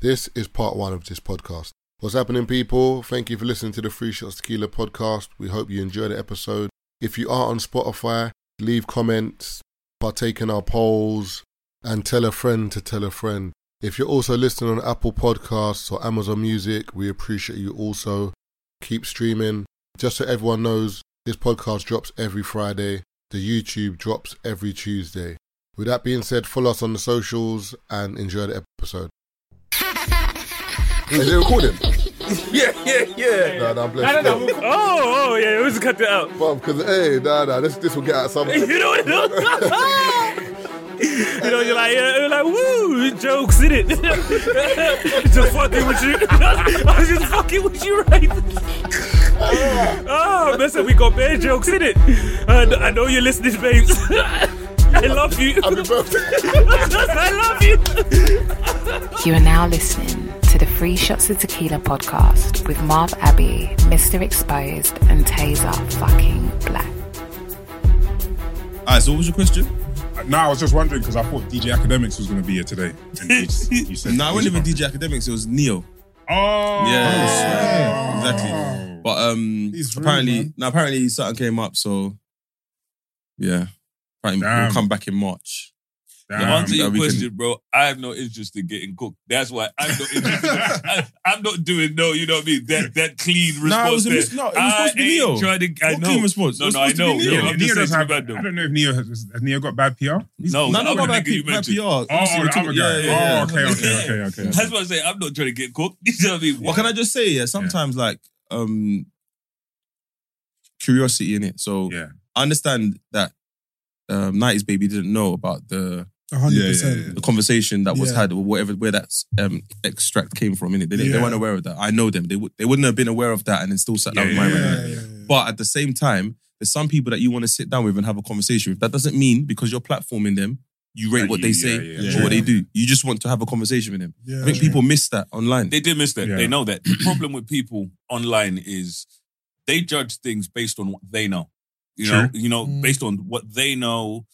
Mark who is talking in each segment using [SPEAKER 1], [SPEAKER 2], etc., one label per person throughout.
[SPEAKER 1] This is part one of this podcast. What's happening, people? Thank you for listening to the Free Shots Tequila podcast. We hope you enjoy the episode. If you are on Spotify, leave comments, partake in our polls, and tell a friend to tell a friend. If you're also listening on Apple Podcasts or Amazon Music, we appreciate you also. Keep streaming. Just so everyone knows, this podcast drops every Friday. The YouTube drops every Tuesday. With that being said, follow us on the socials and enjoy the episode. Is it recording?
[SPEAKER 2] Yeah, yeah, yeah.
[SPEAKER 1] No, no, I'm
[SPEAKER 2] No, no,
[SPEAKER 1] blessed.
[SPEAKER 2] no. we'll- Oh, oh, yeah. We'll just cut that out.
[SPEAKER 1] But because hey, nah, nah, this this will get out some.
[SPEAKER 2] You know what? you know, you're like, yeah, you're like, woo, jokes in it. just fucking with you. I was just fucking with you, right? oh, man, so we got bad jokes in it. And I know you're listening, babes. I love you.
[SPEAKER 1] Happy birthday.
[SPEAKER 2] I love you.
[SPEAKER 3] You are now listening to the Free Shots of Tequila podcast with Marv Abbey, Mr. Exposed, and Taser fucking Black.
[SPEAKER 4] All right, so what was your question?
[SPEAKER 5] No, I was just wondering because I thought DJ Academics was going to be here today. And you, s- you said
[SPEAKER 4] no, I wasn't even DJ Academics. It was Neo.
[SPEAKER 5] Oh,
[SPEAKER 4] Yeah, exactly. But um,
[SPEAKER 5] He's rude,
[SPEAKER 4] apparently,
[SPEAKER 5] man.
[SPEAKER 4] no, apparently something came up. So yeah, apparently
[SPEAKER 5] Damn.
[SPEAKER 4] we'll come back in March.
[SPEAKER 5] Damn.
[SPEAKER 6] To answer
[SPEAKER 4] Um, that
[SPEAKER 6] your
[SPEAKER 4] we can-
[SPEAKER 6] question, bro, I have no interest in getting cooked. That's why I'm not interested. I, I'm not doing no, you know what I mean? That that clean response.
[SPEAKER 4] No, it was a
[SPEAKER 6] there.
[SPEAKER 4] mis- no, it was
[SPEAKER 6] I
[SPEAKER 4] supposed to be
[SPEAKER 6] ain't
[SPEAKER 4] Neo.
[SPEAKER 6] Trying to, I
[SPEAKER 4] What
[SPEAKER 6] know.
[SPEAKER 4] clean response? It
[SPEAKER 6] No,
[SPEAKER 4] was
[SPEAKER 6] no, I
[SPEAKER 4] supposed to
[SPEAKER 6] know. No,
[SPEAKER 4] be Neo.
[SPEAKER 6] I'm
[SPEAKER 5] Neo, Neo
[SPEAKER 6] just
[SPEAKER 5] does
[SPEAKER 6] saying
[SPEAKER 5] have.
[SPEAKER 6] it's bad,
[SPEAKER 5] I
[SPEAKER 6] though.
[SPEAKER 5] don't know if Neo has, has Neo got bad PR.
[SPEAKER 6] No,
[SPEAKER 4] no,
[SPEAKER 6] I
[SPEAKER 4] no,
[SPEAKER 6] was
[SPEAKER 4] no,
[SPEAKER 6] the
[SPEAKER 4] no,
[SPEAKER 6] nigga you
[SPEAKER 4] my
[SPEAKER 6] mentioned.
[SPEAKER 4] PR.
[SPEAKER 5] Oh,
[SPEAKER 4] Obviously, we're
[SPEAKER 5] the
[SPEAKER 4] talking-
[SPEAKER 5] other guy.
[SPEAKER 4] yeah,
[SPEAKER 5] Oh, okay,
[SPEAKER 4] yeah.
[SPEAKER 5] okay, okay, okay. okay.
[SPEAKER 6] That's why I say I'm not trying to get cooked. You know what I mean?
[SPEAKER 4] What can I just say? Yeah, sometimes like um, curiosity in it. So
[SPEAKER 5] Yeah.
[SPEAKER 4] I understand that um, '90s baby didn't know about the
[SPEAKER 7] hundred
[SPEAKER 5] Yeah, yeah, yeah.
[SPEAKER 7] percent.
[SPEAKER 4] the conversation that was
[SPEAKER 7] Yeah.
[SPEAKER 4] had or whatever where that um, extract came from in it. They, didn't- they
[SPEAKER 7] Yeah.
[SPEAKER 4] weren't aware of that. I know them. They would they wouldn't have been aware of that and then still sat down
[SPEAKER 5] Yeah,
[SPEAKER 4] with my
[SPEAKER 5] yeah,
[SPEAKER 4] man.
[SPEAKER 5] yeah.
[SPEAKER 4] But at the same time, there's some people that you want to sit down with and have a conversation with. That doesn't mean because you're platforming them, you rate
[SPEAKER 5] That
[SPEAKER 4] what
[SPEAKER 5] you-
[SPEAKER 4] they
[SPEAKER 5] yeah,
[SPEAKER 4] say
[SPEAKER 5] yeah,
[SPEAKER 4] or
[SPEAKER 7] yeah.
[SPEAKER 4] what they do. You just want to have a conversation with them.
[SPEAKER 7] yeah.
[SPEAKER 4] I think people miss that online.
[SPEAKER 6] They did miss that.
[SPEAKER 5] Yeah.
[SPEAKER 6] They know that. The problem with people online is they judge things based on what they know. You know, you know,
[SPEAKER 7] Mm.
[SPEAKER 6] based on what they know,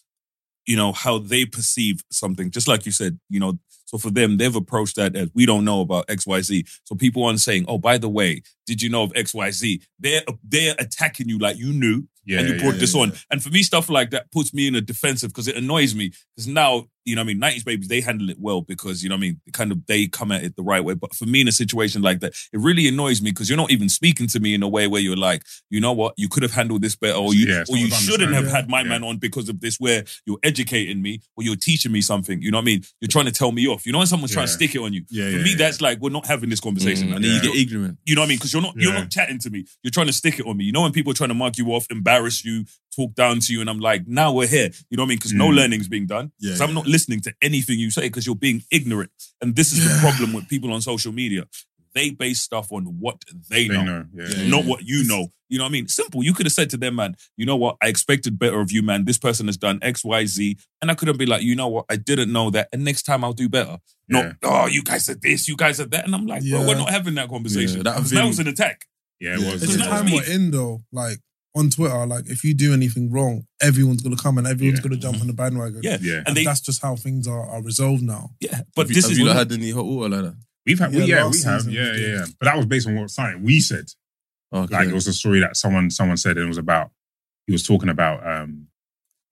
[SPEAKER 6] you know, how they perceive something. Just like you said, you know, so for them, they've approached that as we don't know about XYZ. So people aren't saying, Oh, by the way, did you know of XYZ? They're they're attacking you like you knew
[SPEAKER 5] Yeah,
[SPEAKER 6] and you
[SPEAKER 5] yeah,
[SPEAKER 6] brought
[SPEAKER 5] yeah,
[SPEAKER 6] this
[SPEAKER 5] yeah.
[SPEAKER 6] on. And for me, stuff like that puts me in a defensive because it annoys me. Because now, you know, what I mean, nineties babies they handle it well because you know, what I mean, kind of they come at it the right way. But for me, in a situation like that, it really annoys me because you're not even speaking to me in a way where you're like, you know what, you could have handled this better, or you,
[SPEAKER 5] Yeah, it's
[SPEAKER 6] or you
[SPEAKER 5] not as
[SPEAKER 6] shouldn't have
[SPEAKER 5] understandable.
[SPEAKER 6] had my
[SPEAKER 5] Yeah.
[SPEAKER 6] man on because of this. Where you're educating me or you're teaching me something. You know what I mean? You're trying to tell me off. You know, when someone's trying to
[SPEAKER 5] Yeah.
[SPEAKER 6] stick it on you.
[SPEAKER 5] Yeah,
[SPEAKER 6] for
[SPEAKER 5] yeah,
[SPEAKER 6] me,
[SPEAKER 5] yeah.
[SPEAKER 6] that's like we're not having this conversation.
[SPEAKER 4] Mm,
[SPEAKER 6] Like,
[SPEAKER 4] and then
[SPEAKER 6] you
[SPEAKER 4] you
[SPEAKER 5] Yeah.
[SPEAKER 4] get ignorant.
[SPEAKER 6] you know what I mean? Because you're not you're
[SPEAKER 5] Yeah.
[SPEAKER 6] not chatting to me. You're trying to stick it on me. You know when people are trying to mug you off, embarrass you, talk down to you, and I'm like, now we're here. You know what I mean? Because no
[SPEAKER 5] Mm.
[SPEAKER 6] learning's being done.
[SPEAKER 7] Yeah,
[SPEAKER 6] so I'm not listening to anything you say because you're being ignorant. And this is the problem with people on social media. They base stuff on what they,
[SPEAKER 5] They
[SPEAKER 6] know,
[SPEAKER 5] know. Yeah.
[SPEAKER 4] Yeah.
[SPEAKER 6] not what you know. You know what I mean? Simple. You could have said to them, man, you know what? I expected better of you, man. This person has done X, Y, Z. And I could have been like, you know what? I didn't know that. And next time I'll do better.
[SPEAKER 5] Yeah.
[SPEAKER 6] Not, oh, you guys are this, you guys are that. And I'm like, bro,
[SPEAKER 7] Yeah.
[SPEAKER 6] we're not having that conversation.
[SPEAKER 4] Yeah, that
[SPEAKER 6] Because
[SPEAKER 4] thing-
[SPEAKER 6] that was an attack.
[SPEAKER 5] Yeah, it was.
[SPEAKER 7] It's
[SPEAKER 6] Because
[SPEAKER 7] the
[SPEAKER 6] that was
[SPEAKER 7] time
[SPEAKER 6] me.
[SPEAKER 7] we're in though. Like on Twitter, like if you do anything wrong, everyone's gonna come and everyone's
[SPEAKER 5] Yeah.
[SPEAKER 7] gonna jump on the bandwagon.
[SPEAKER 6] Yeah.
[SPEAKER 5] Yeah.
[SPEAKER 6] And
[SPEAKER 7] And
[SPEAKER 6] they,
[SPEAKER 7] that's just how things are, are resolved now.
[SPEAKER 6] yeah, but
[SPEAKER 4] have
[SPEAKER 6] this is
[SPEAKER 4] you, have you not had any hot water like that?
[SPEAKER 5] We've had, we,
[SPEAKER 7] Yeah,
[SPEAKER 5] yeah,
[SPEAKER 7] last
[SPEAKER 5] we have.
[SPEAKER 7] season we
[SPEAKER 5] Yeah, yeah,
[SPEAKER 7] did.
[SPEAKER 5] yeah. But that was based on what something we said.
[SPEAKER 4] Oh, Okay.
[SPEAKER 5] Like it was a story that someone someone said and it was about he was talking about um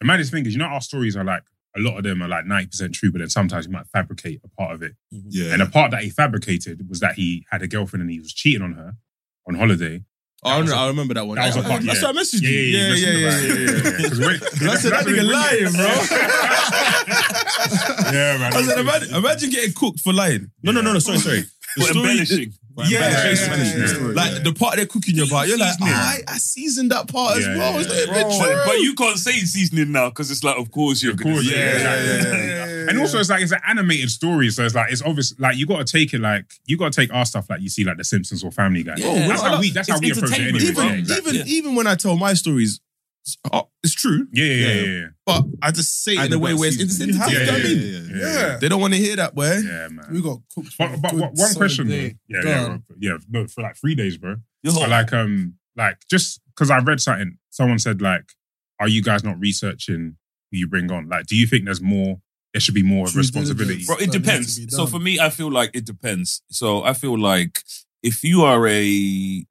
[SPEAKER 5] the maddest thing is you know our stories are like a lot of them are like 90% true, but then sometimes you might fabricate a part of it.
[SPEAKER 4] yeah.
[SPEAKER 5] And the part that he fabricated was that he had a girlfriend and he was cheating on her on holiday.
[SPEAKER 4] I,
[SPEAKER 5] that was
[SPEAKER 4] remember,
[SPEAKER 5] a-
[SPEAKER 4] Oh, I remember that one.
[SPEAKER 5] that was a part,
[SPEAKER 4] That's
[SPEAKER 5] yeah.
[SPEAKER 4] what I messaged you. Yeah, yeah, yeah, yeah, yeah, yeah. I said, that nigga lying, bro.
[SPEAKER 5] yeah, man.
[SPEAKER 4] I said, imagine, imagine getting cooked for lying. No, no, no, no. Sorry, sorry.
[SPEAKER 6] for
[SPEAKER 4] The story-
[SPEAKER 6] embellishing.
[SPEAKER 4] Yeah, yeah,
[SPEAKER 5] embellishing.
[SPEAKER 4] yeah,
[SPEAKER 5] Embellishing
[SPEAKER 4] yeah.
[SPEAKER 5] the story,
[SPEAKER 4] like
[SPEAKER 7] yeah.
[SPEAKER 4] the part they're cooking you about. You're like,
[SPEAKER 5] Seasoning.
[SPEAKER 4] I, I seasoned that part
[SPEAKER 5] Yeah,
[SPEAKER 4] as well.
[SPEAKER 5] yeah,
[SPEAKER 4] It's not
[SPEAKER 5] yeah.
[SPEAKER 4] even
[SPEAKER 6] But,
[SPEAKER 4] true.
[SPEAKER 6] but you can't say seasoning now because it's like, of course you're
[SPEAKER 5] Of
[SPEAKER 6] gonna
[SPEAKER 5] course,
[SPEAKER 6] say
[SPEAKER 5] yeah,
[SPEAKER 6] it.
[SPEAKER 5] yeah, yeah, yeah, And also, it's like it's an animated story, so it's like it's obvious. Like you got to take it like you got to take our stuff like you see like The Simpsons or Family Guy.
[SPEAKER 6] Yeah.
[SPEAKER 5] Oh, that's
[SPEAKER 6] Well,
[SPEAKER 5] how we that's how
[SPEAKER 6] it's
[SPEAKER 5] we approach it.
[SPEAKER 6] entertainment,
[SPEAKER 5] Anyway.
[SPEAKER 4] even,
[SPEAKER 5] yeah, exactly.
[SPEAKER 4] even,
[SPEAKER 6] Yeah.
[SPEAKER 4] even when I tell my stories, it's, oh, it's true.
[SPEAKER 5] yeah, yeah, yeah, yeah,
[SPEAKER 4] But I just say it in a way where it's
[SPEAKER 7] You
[SPEAKER 4] insensitive.
[SPEAKER 7] have
[SPEAKER 4] do you know
[SPEAKER 5] to.
[SPEAKER 4] what I mean?
[SPEAKER 5] yeah, yeah,
[SPEAKER 4] They don't want to hear that, boy.
[SPEAKER 5] yeah, yeah, man.
[SPEAKER 7] We got cooked. for a
[SPEAKER 5] But, but
[SPEAKER 7] good
[SPEAKER 5] one
[SPEAKER 7] solid
[SPEAKER 5] question, bro.
[SPEAKER 7] day.
[SPEAKER 5] yeah,
[SPEAKER 7] Go
[SPEAKER 5] yeah,
[SPEAKER 7] on.
[SPEAKER 5] bro. yeah, no, for like three days, bro.
[SPEAKER 6] Yo,
[SPEAKER 5] But like, um, like just because I read something, someone said like, "Are you guys not researching who you bring on? Like, do you think there's more there should be more of
[SPEAKER 7] Due
[SPEAKER 5] responsibility.
[SPEAKER 7] diligence.
[SPEAKER 6] Bro, it
[SPEAKER 7] that needs
[SPEAKER 6] depends.
[SPEAKER 7] to be
[SPEAKER 6] So
[SPEAKER 7] done.
[SPEAKER 6] for me, I feel like it depends. So I feel like if you are a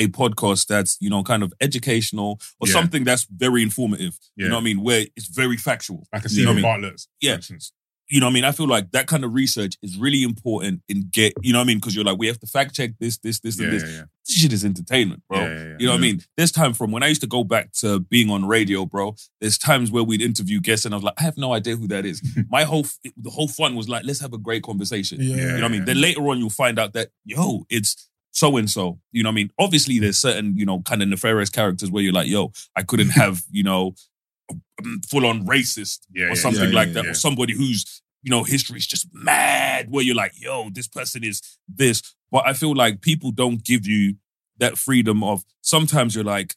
[SPEAKER 6] a podcast that's you know kind of educational or
[SPEAKER 5] Yeah.
[SPEAKER 6] something that's very informative, you
[SPEAKER 5] Yeah.
[SPEAKER 6] know what I mean, where it's very factual.
[SPEAKER 5] Like a
[SPEAKER 6] you know
[SPEAKER 5] Stephen
[SPEAKER 6] what I mean?
[SPEAKER 5] Bartlett's,
[SPEAKER 6] Yeah.
[SPEAKER 5] for instance.
[SPEAKER 6] You know what I mean? I feel like that kind of research is really important in get you know what I mean because you're like we have to fact check this, this, this,
[SPEAKER 5] Yeah,
[SPEAKER 6] and
[SPEAKER 5] yeah,
[SPEAKER 6] this.
[SPEAKER 5] yeah.
[SPEAKER 6] This shit is entertainment, bro.
[SPEAKER 5] Yeah, yeah, yeah.
[SPEAKER 6] You know what I
[SPEAKER 5] Yeah.
[SPEAKER 6] mean? There's time from when I used to go back to being on radio, bro. There's times where we'd interview guests, and I was like, I have no idea who that is. My whole f- the whole fun was like, let's have a great conversation.
[SPEAKER 7] Yeah.
[SPEAKER 6] You know what I mean? Then later on, you'll find out that yo, it's so and so. You know what I mean? Obviously, there's certain you know kind of nefarious characters where you're like, yo, I couldn't have you know full on racist
[SPEAKER 5] Yeah, yeah,
[SPEAKER 6] or something
[SPEAKER 5] yeah, yeah,
[SPEAKER 6] like that,
[SPEAKER 5] yeah.
[SPEAKER 6] or somebody who's you know history is just mad. Where you're like, yo, this person is this. But I feel like people don't give you that freedom of. Sometimes you're like,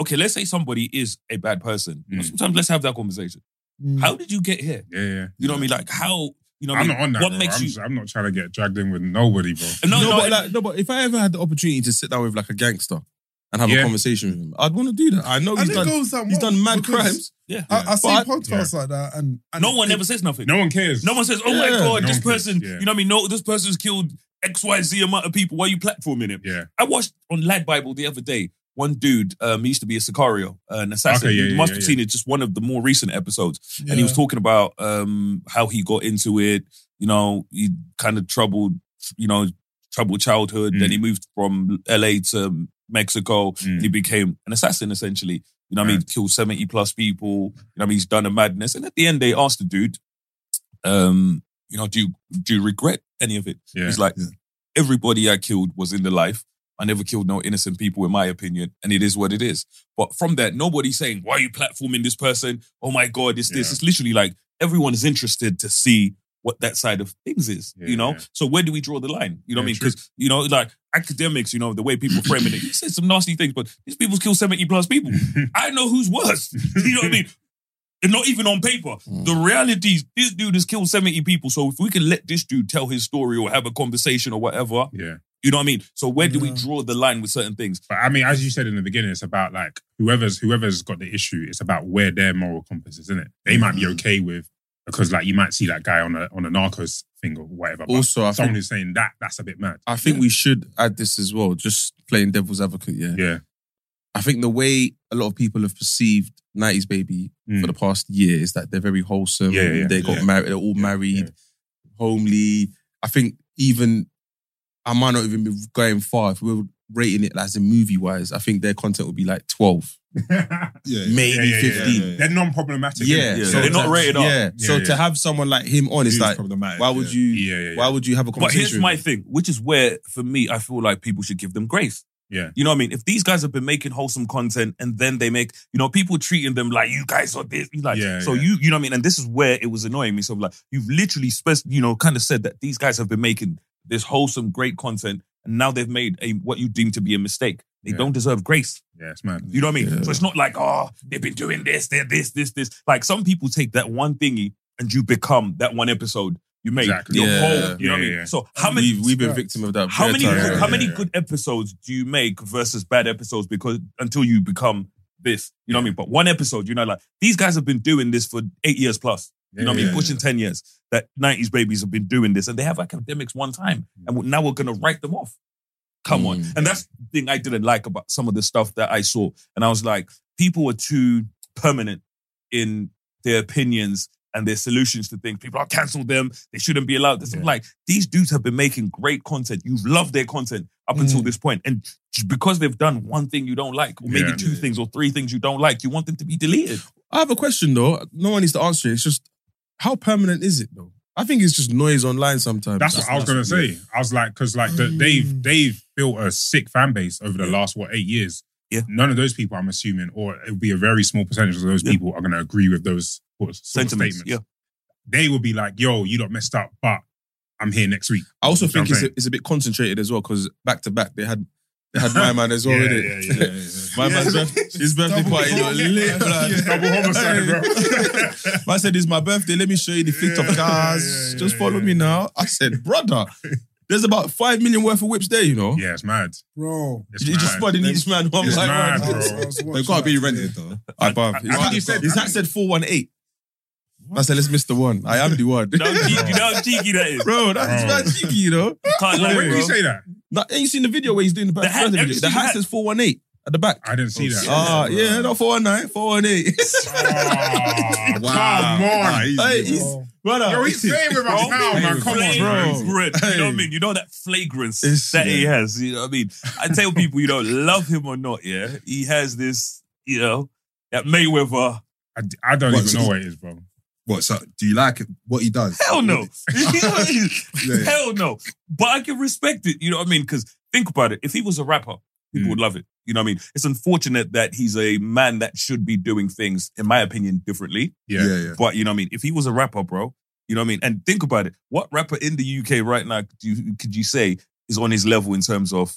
[SPEAKER 6] okay, let's say somebody is a bad person.
[SPEAKER 5] Mm.
[SPEAKER 6] Sometimes let's have that conversation.
[SPEAKER 7] Mm.
[SPEAKER 6] How did you get here?
[SPEAKER 5] Yeah, yeah.
[SPEAKER 6] You know what I mean? Like how. You know what I
[SPEAKER 5] I'm
[SPEAKER 6] mean?
[SPEAKER 5] not on that.
[SPEAKER 6] What
[SPEAKER 5] bro.
[SPEAKER 6] makes
[SPEAKER 5] I'm,
[SPEAKER 6] you?
[SPEAKER 5] just- I'm not trying to get dragged in with nobody, bro.
[SPEAKER 6] No, no,
[SPEAKER 4] but like, no, but if I ever had the opportunity to sit down with like a gangster and have
[SPEAKER 5] Yeah.
[SPEAKER 4] a conversation with him, I'd want to do that. I know
[SPEAKER 7] And
[SPEAKER 4] he's
[SPEAKER 7] it
[SPEAKER 4] done,
[SPEAKER 7] goes down
[SPEAKER 4] he's
[SPEAKER 7] well,
[SPEAKER 4] done mad
[SPEAKER 7] because
[SPEAKER 4] crimes.
[SPEAKER 6] yeah.
[SPEAKER 7] I, I see
[SPEAKER 4] But-
[SPEAKER 7] podcasts like that, and, and
[SPEAKER 6] no one
[SPEAKER 7] it-
[SPEAKER 6] ever says nothing.
[SPEAKER 5] No one cares.
[SPEAKER 6] No one says, "Oh my
[SPEAKER 4] Yeah.
[SPEAKER 6] god,
[SPEAKER 5] No
[SPEAKER 6] this
[SPEAKER 5] one cares,
[SPEAKER 6] person."
[SPEAKER 5] yeah.
[SPEAKER 6] You know what I mean? No, this person's killed X, Y, Z amount of people. Why are you platforming him?
[SPEAKER 5] Yeah.
[SPEAKER 6] I watched on Lad Bible the other day. One dude, um, he used to be a Sicario, uh, an assassin.
[SPEAKER 5] Okay, yeah,
[SPEAKER 6] you
[SPEAKER 5] yeah,
[SPEAKER 6] must
[SPEAKER 5] yeah,
[SPEAKER 6] have
[SPEAKER 5] yeah.
[SPEAKER 6] seen it. Just one of the more recent episodes, and he
[SPEAKER 7] Yeah.
[SPEAKER 6] was talking about um, how he got into it. You know, he kind of troubled, you know, troubled childhood.
[SPEAKER 5] Mm.
[SPEAKER 6] Then he moved from L.A. to Mexico.
[SPEAKER 5] Mm.
[SPEAKER 6] He became an assassin essentially. You know, what I mean, killed seventy plus people. You know, what I mean, he's done a madness. And at the end, they asked the dude, um, you know, do you, do you regret any of it?
[SPEAKER 5] Yeah.
[SPEAKER 6] He's like,
[SPEAKER 7] Yeah.
[SPEAKER 6] everybody I killed was in the life. I never killed no innocent people, in my opinion, and it is what it is. But from that, nobody's saying, why are you platforming this person? Oh my God, it's this.
[SPEAKER 5] Yeah.
[SPEAKER 6] It's literally like everyone is interested to see what that side of things is,
[SPEAKER 5] Yeah,
[SPEAKER 6] you know?
[SPEAKER 5] yeah.
[SPEAKER 6] So where do we draw the line? You know what I
[SPEAKER 5] Yeah,
[SPEAKER 6] mean?
[SPEAKER 5] true.
[SPEAKER 6] Because, you know, like academics, you know, the way people frame it, you said some nasty things, but these people kill 70 plus people. I know who's worse. You know what I mean? And not even on paper. The reality is this dude has killed 70 people. So if we can let this dude tell his story or have a conversation or whatever,
[SPEAKER 5] yeah.
[SPEAKER 6] you know what I mean? So where do we
[SPEAKER 7] Yeah.
[SPEAKER 6] draw the line with certain things?
[SPEAKER 5] But I mean, as you said in the beginning, it's about like whoever's whoever's got the issue. It's about where their moral compass is, isn't it? They might be
[SPEAKER 6] Mm.
[SPEAKER 5] okay with because like you might see that guy on a on a narcos thing or whatever. But
[SPEAKER 4] Also, I
[SPEAKER 5] someone
[SPEAKER 4] think,
[SPEAKER 5] who's saying that that's a bit mad.
[SPEAKER 4] I think we should add this as well, just playing devil's advocate, yeah.
[SPEAKER 5] Yeah,
[SPEAKER 4] I think the way a lot of people have perceived 90s baby
[SPEAKER 5] Mm.
[SPEAKER 4] for the past year is that they're very wholesome.
[SPEAKER 5] Yeah, yeah,
[SPEAKER 4] they got
[SPEAKER 5] yeah.
[SPEAKER 4] married, they're all married, homely. I think even I might not even be going far. If we were rating it as a movie wise, I think their content would be like 12,
[SPEAKER 5] yeah,
[SPEAKER 8] Yeah.
[SPEAKER 4] maybe
[SPEAKER 5] yeah, yeah,
[SPEAKER 4] 15.
[SPEAKER 8] yeah.
[SPEAKER 5] They're non-problematic.
[SPEAKER 4] Yeah,
[SPEAKER 5] isn't it?
[SPEAKER 6] so they're not rated up.
[SPEAKER 4] Yeah. so
[SPEAKER 5] Yeah, yeah.
[SPEAKER 4] to have someone like him on, it's
[SPEAKER 8] It's
[SPEAKER 4] like,
[SPEAKER 8] problematic.
[SPEAKER 4] why would you?
[SPEAKER 5] Yeah, yeah, yeah.
[SPEAKER 4] Why would you have a
[SPEAKER 6] But
[SPEAKER 4] conversation?
[SPEAKER 6] here's my
[SPEAKER 4] with him?
[SPEAKER 6] thing, which is where for me, I feel like people should give them grace.
[SPEAKER 5] Yeah.
[SPEAKER 6] You know what I mean? If these guys have been making wholesome content and then they make, you know, people treating them like you guys are this, you like,
[SPEAKER 5] Yeah,
[SPEAKER 6] so
[SPEAKER 5] yeah.
[SPEAKER 6] you, you know what I mean? And this is where it was annoying me. So I'm like, you've literally, spec- you know, kind of said that these guys have been making this wholesome, great content, and now they've made a what you deem to be a mistake. They
[SPEAKER 5] Yeah.
[SPEAKER 6] don't deserve grace.
[SPEAKER 5] Yeah, it's mad.
[SPEAKER 6] You know what I mean? So it's not like, oh, they've been doing this, they're this, this, this. Like some people take that one thingy and you become that one episode you made.
[SPEAKER 5] Exactly.
[SPEAKER 6] Your
[SPEAKER 4] Yeah.
[SPEAKER 6] whole, you know what I
[SPEAKER 5] Yeah,
[SPEAKER 6] mean?
[SPEAKER 5] yeah.
[SPEAKER 6] So how
[SPEAKER 7] And
[SPEAKER 6] many
[SPEAKER 4] We've, we've been victim of that.
[SPEAKER 6] how
[SPEAKER 4] bare
[SPEAKER 6] many
[SPEAKER 4] time.
[SPEAKER 6] good,
[SPEAKER 5] yeah,
[SPEAKER 6] how
[SPEAKER 5] yeah,
[SPEAKER 6] many
[SPEAKER 5] yeah.
[SPEAKER 6] good episodes do you make versus bad episodes because until you become this, you know what I mean? But one episode, you know, like these guys have been doing this for eight years plus. You know what I mean?
[SPEAKER 5] Yeah,
[SPEAKER 6] Pushing 10 years. That 90s babies have been doing this and they have academics one time.
[SPEAKER 5] Mm.
[SPEAKER 6] And now we're going to write them off. Come on.
[SPEAKER 4] Mm.
[SPEAKER 6] And that's the thing I didn't like about some of the stuff that I saw. And I was like, people were too permanent in their opinions and their solutions to things. People are cancel them. They shouldn't be allowed. This. I'm
[SPEAKER 5] Yeah.
[SPEAKER 6] like, these dudes have been making great content. You've loved their content up until
[SPEAKER 7] Mm.
[SPEAKER 6] this point. And just because they've done one thing you don't like, or maybe
[SPEAKER 5] Yeah.
[SPEAKER 6] two things or three things you don't like, you want them to be deleted.
[SPEAKER 4] I have a question though. No one needs to answer it. It's just how permanent is it though? I think it's just noise online sometimes.
[SPEAKER 5] That's, what I was gonna say. I was like, because like the, they've they've built a sick fan base over the last what eight years.
[SPEAKER 6] Yeah.
[SPEAKER 5] none of those people, I'm assuming, or it would be a very small percentage of those
[SPEAKER 6] Yeah.
[SPEAKER 5] people are gonna agree with those sort of, sort of
[SPEAKER 6] Sentiments.
[SPEAKER 5] statements.
[SPEAKER 6] Yeah.
[SPEAKER 5] They will be like, "Yo, you lot messed up, but I'm here next week."
[SPEAKER 4] I also
[SPEAKER 5] You know
[SPEAKER 4] think
[SPEAKER 5] what
[SPEAKER 4] it's
[SPEAKER 5] I'm
[SPEAKER 4] a, it's a bit concentrated as well because back to back they had they had my man as well,
[SPEAKER 5] Yeah,
[SPEAKER 4] innit?
[SPEAKER 5] yeah, yeah, yeah, yeah.
[SPEAKER 4] my man's birth- his birthday
[SPEAKER 7] double
[SPEAKER 4] party got
[SPEAKER 7] homicide.
[SPEAKER 4] lit, blood.
[SPEAKER 7] Yeah.
[SPEAKER 5] Double homicide, bro.
[SPEAKER 4] Man said, "It's my birthday. Let me show you the fleet
[SPEAKER 5] Yeah,
[SPEAKER 4] of cars.
[SPEAKER 5] yeah, yeah,
[SPEAKER 4] Just follow
[SPEAKER 5] yeah.
[SPEAKER 4] me now." I said, "Brother, there's about five million worth of whips there. You know,
[SPEAKER 5] Yeah, it's mad.
[SPEAKER 7] bro.
[SPEAKER 5] It's
[SPEAKER 4] you
[SPEAKER 5] mad.
[SPEAKER 4] just spotted each man one
[SPEAKER 5] It's
[SPEAKER 4] by
[SPEAKER 5] mad,
[SPEAKER 4] one.
[SPEAKER 5] bro.
[SPEAKER 4] They can't be rented though. I,
[SPEAKER 5] I think you said-
[SPEAKER 4] His hat said four one eight. I said, let's miss the one. I am the one.
[SPEAKER 6] That was cheeky, that was cheeky that is.
[SPEAKER 4] Bro, that's
[SPEAKER 5] Bro.
[SPEAKER 4] mad cheeky, you know.
[SPEAKER 6] Can't lie,
[SPEAKER 5] When did
[SPEAKER 6] bro.
[SPEAKER 5] you say that?
[SPEAKER 4] Nah, ain't you seen the video where he's doing the back?
[SPEAKER 6] The hat-
[SPEAKER 4] the,
[SPEAKER 6] have you
[SPEAKER 4] video? the
[SPEAKER 6] seen
[SPEAKER 4] hat
[SPEAKER 6] that?
[SPEAKER 4] says 418 at the back.
[SPEAKER 5] I didn't see that.
[SPEAKER 4] Ah, yeah, no, 419, 418.
[SPEAKER 5] Oh, Come
[SPEAKER 4] Nah,
[SPEAKER 5] on.
[SPEAKER 4] he's- Hey, he's- brother.
[SPEAKER 5] Yo, he's playing with us
[SPEAKER 6] Bro,
[SPEAKER 5] now, man. Come on,
[SPEAKER 6] flagrant.
[SPEAKER 5] bro.
[SPEAKER 6] You know what I
[SPEAKER 4] Hey.
[SPEAKER 6] mean? You know that flagrance
[SPEAKER 4] It's-
[SPEAKER 6] that he has. You know what I mean? I tell people, you know, love him or not, yeah, he has this, you know, that Mayweather.
[SPEAKER 5] I, I don't
[SPEAKER 8] What,
[SPEAKER 5] even
[SPEAKER 8] so-
[SPEAKER 5] know what it is, bro.
[SPEAKER 8] What? So, do you like it? What he does?
[SPEAKER 6] Hell no. You know what I mean?
[SPEAKER 8] Yeah, yeah.
[SPEAKER 6] Hell no. But I can respect it. You know what I mean? Because think about it. If he was a rapper, people
[SPEAKER 5] Mm.
[SPEAKER 6] would love it. You know what I mean? It's unfortunate that he's a man that should be doing things, in my opinion, differently.
[SPEAKER 5] Yeah.
[SPEAKER 8] yeah, yeah.
[SPEAKER 6] But you know what I mean? If he was a rapper, bro, you know what I mean? And think about it. What rapper in the UK right now could you, could you say is on his level in terms of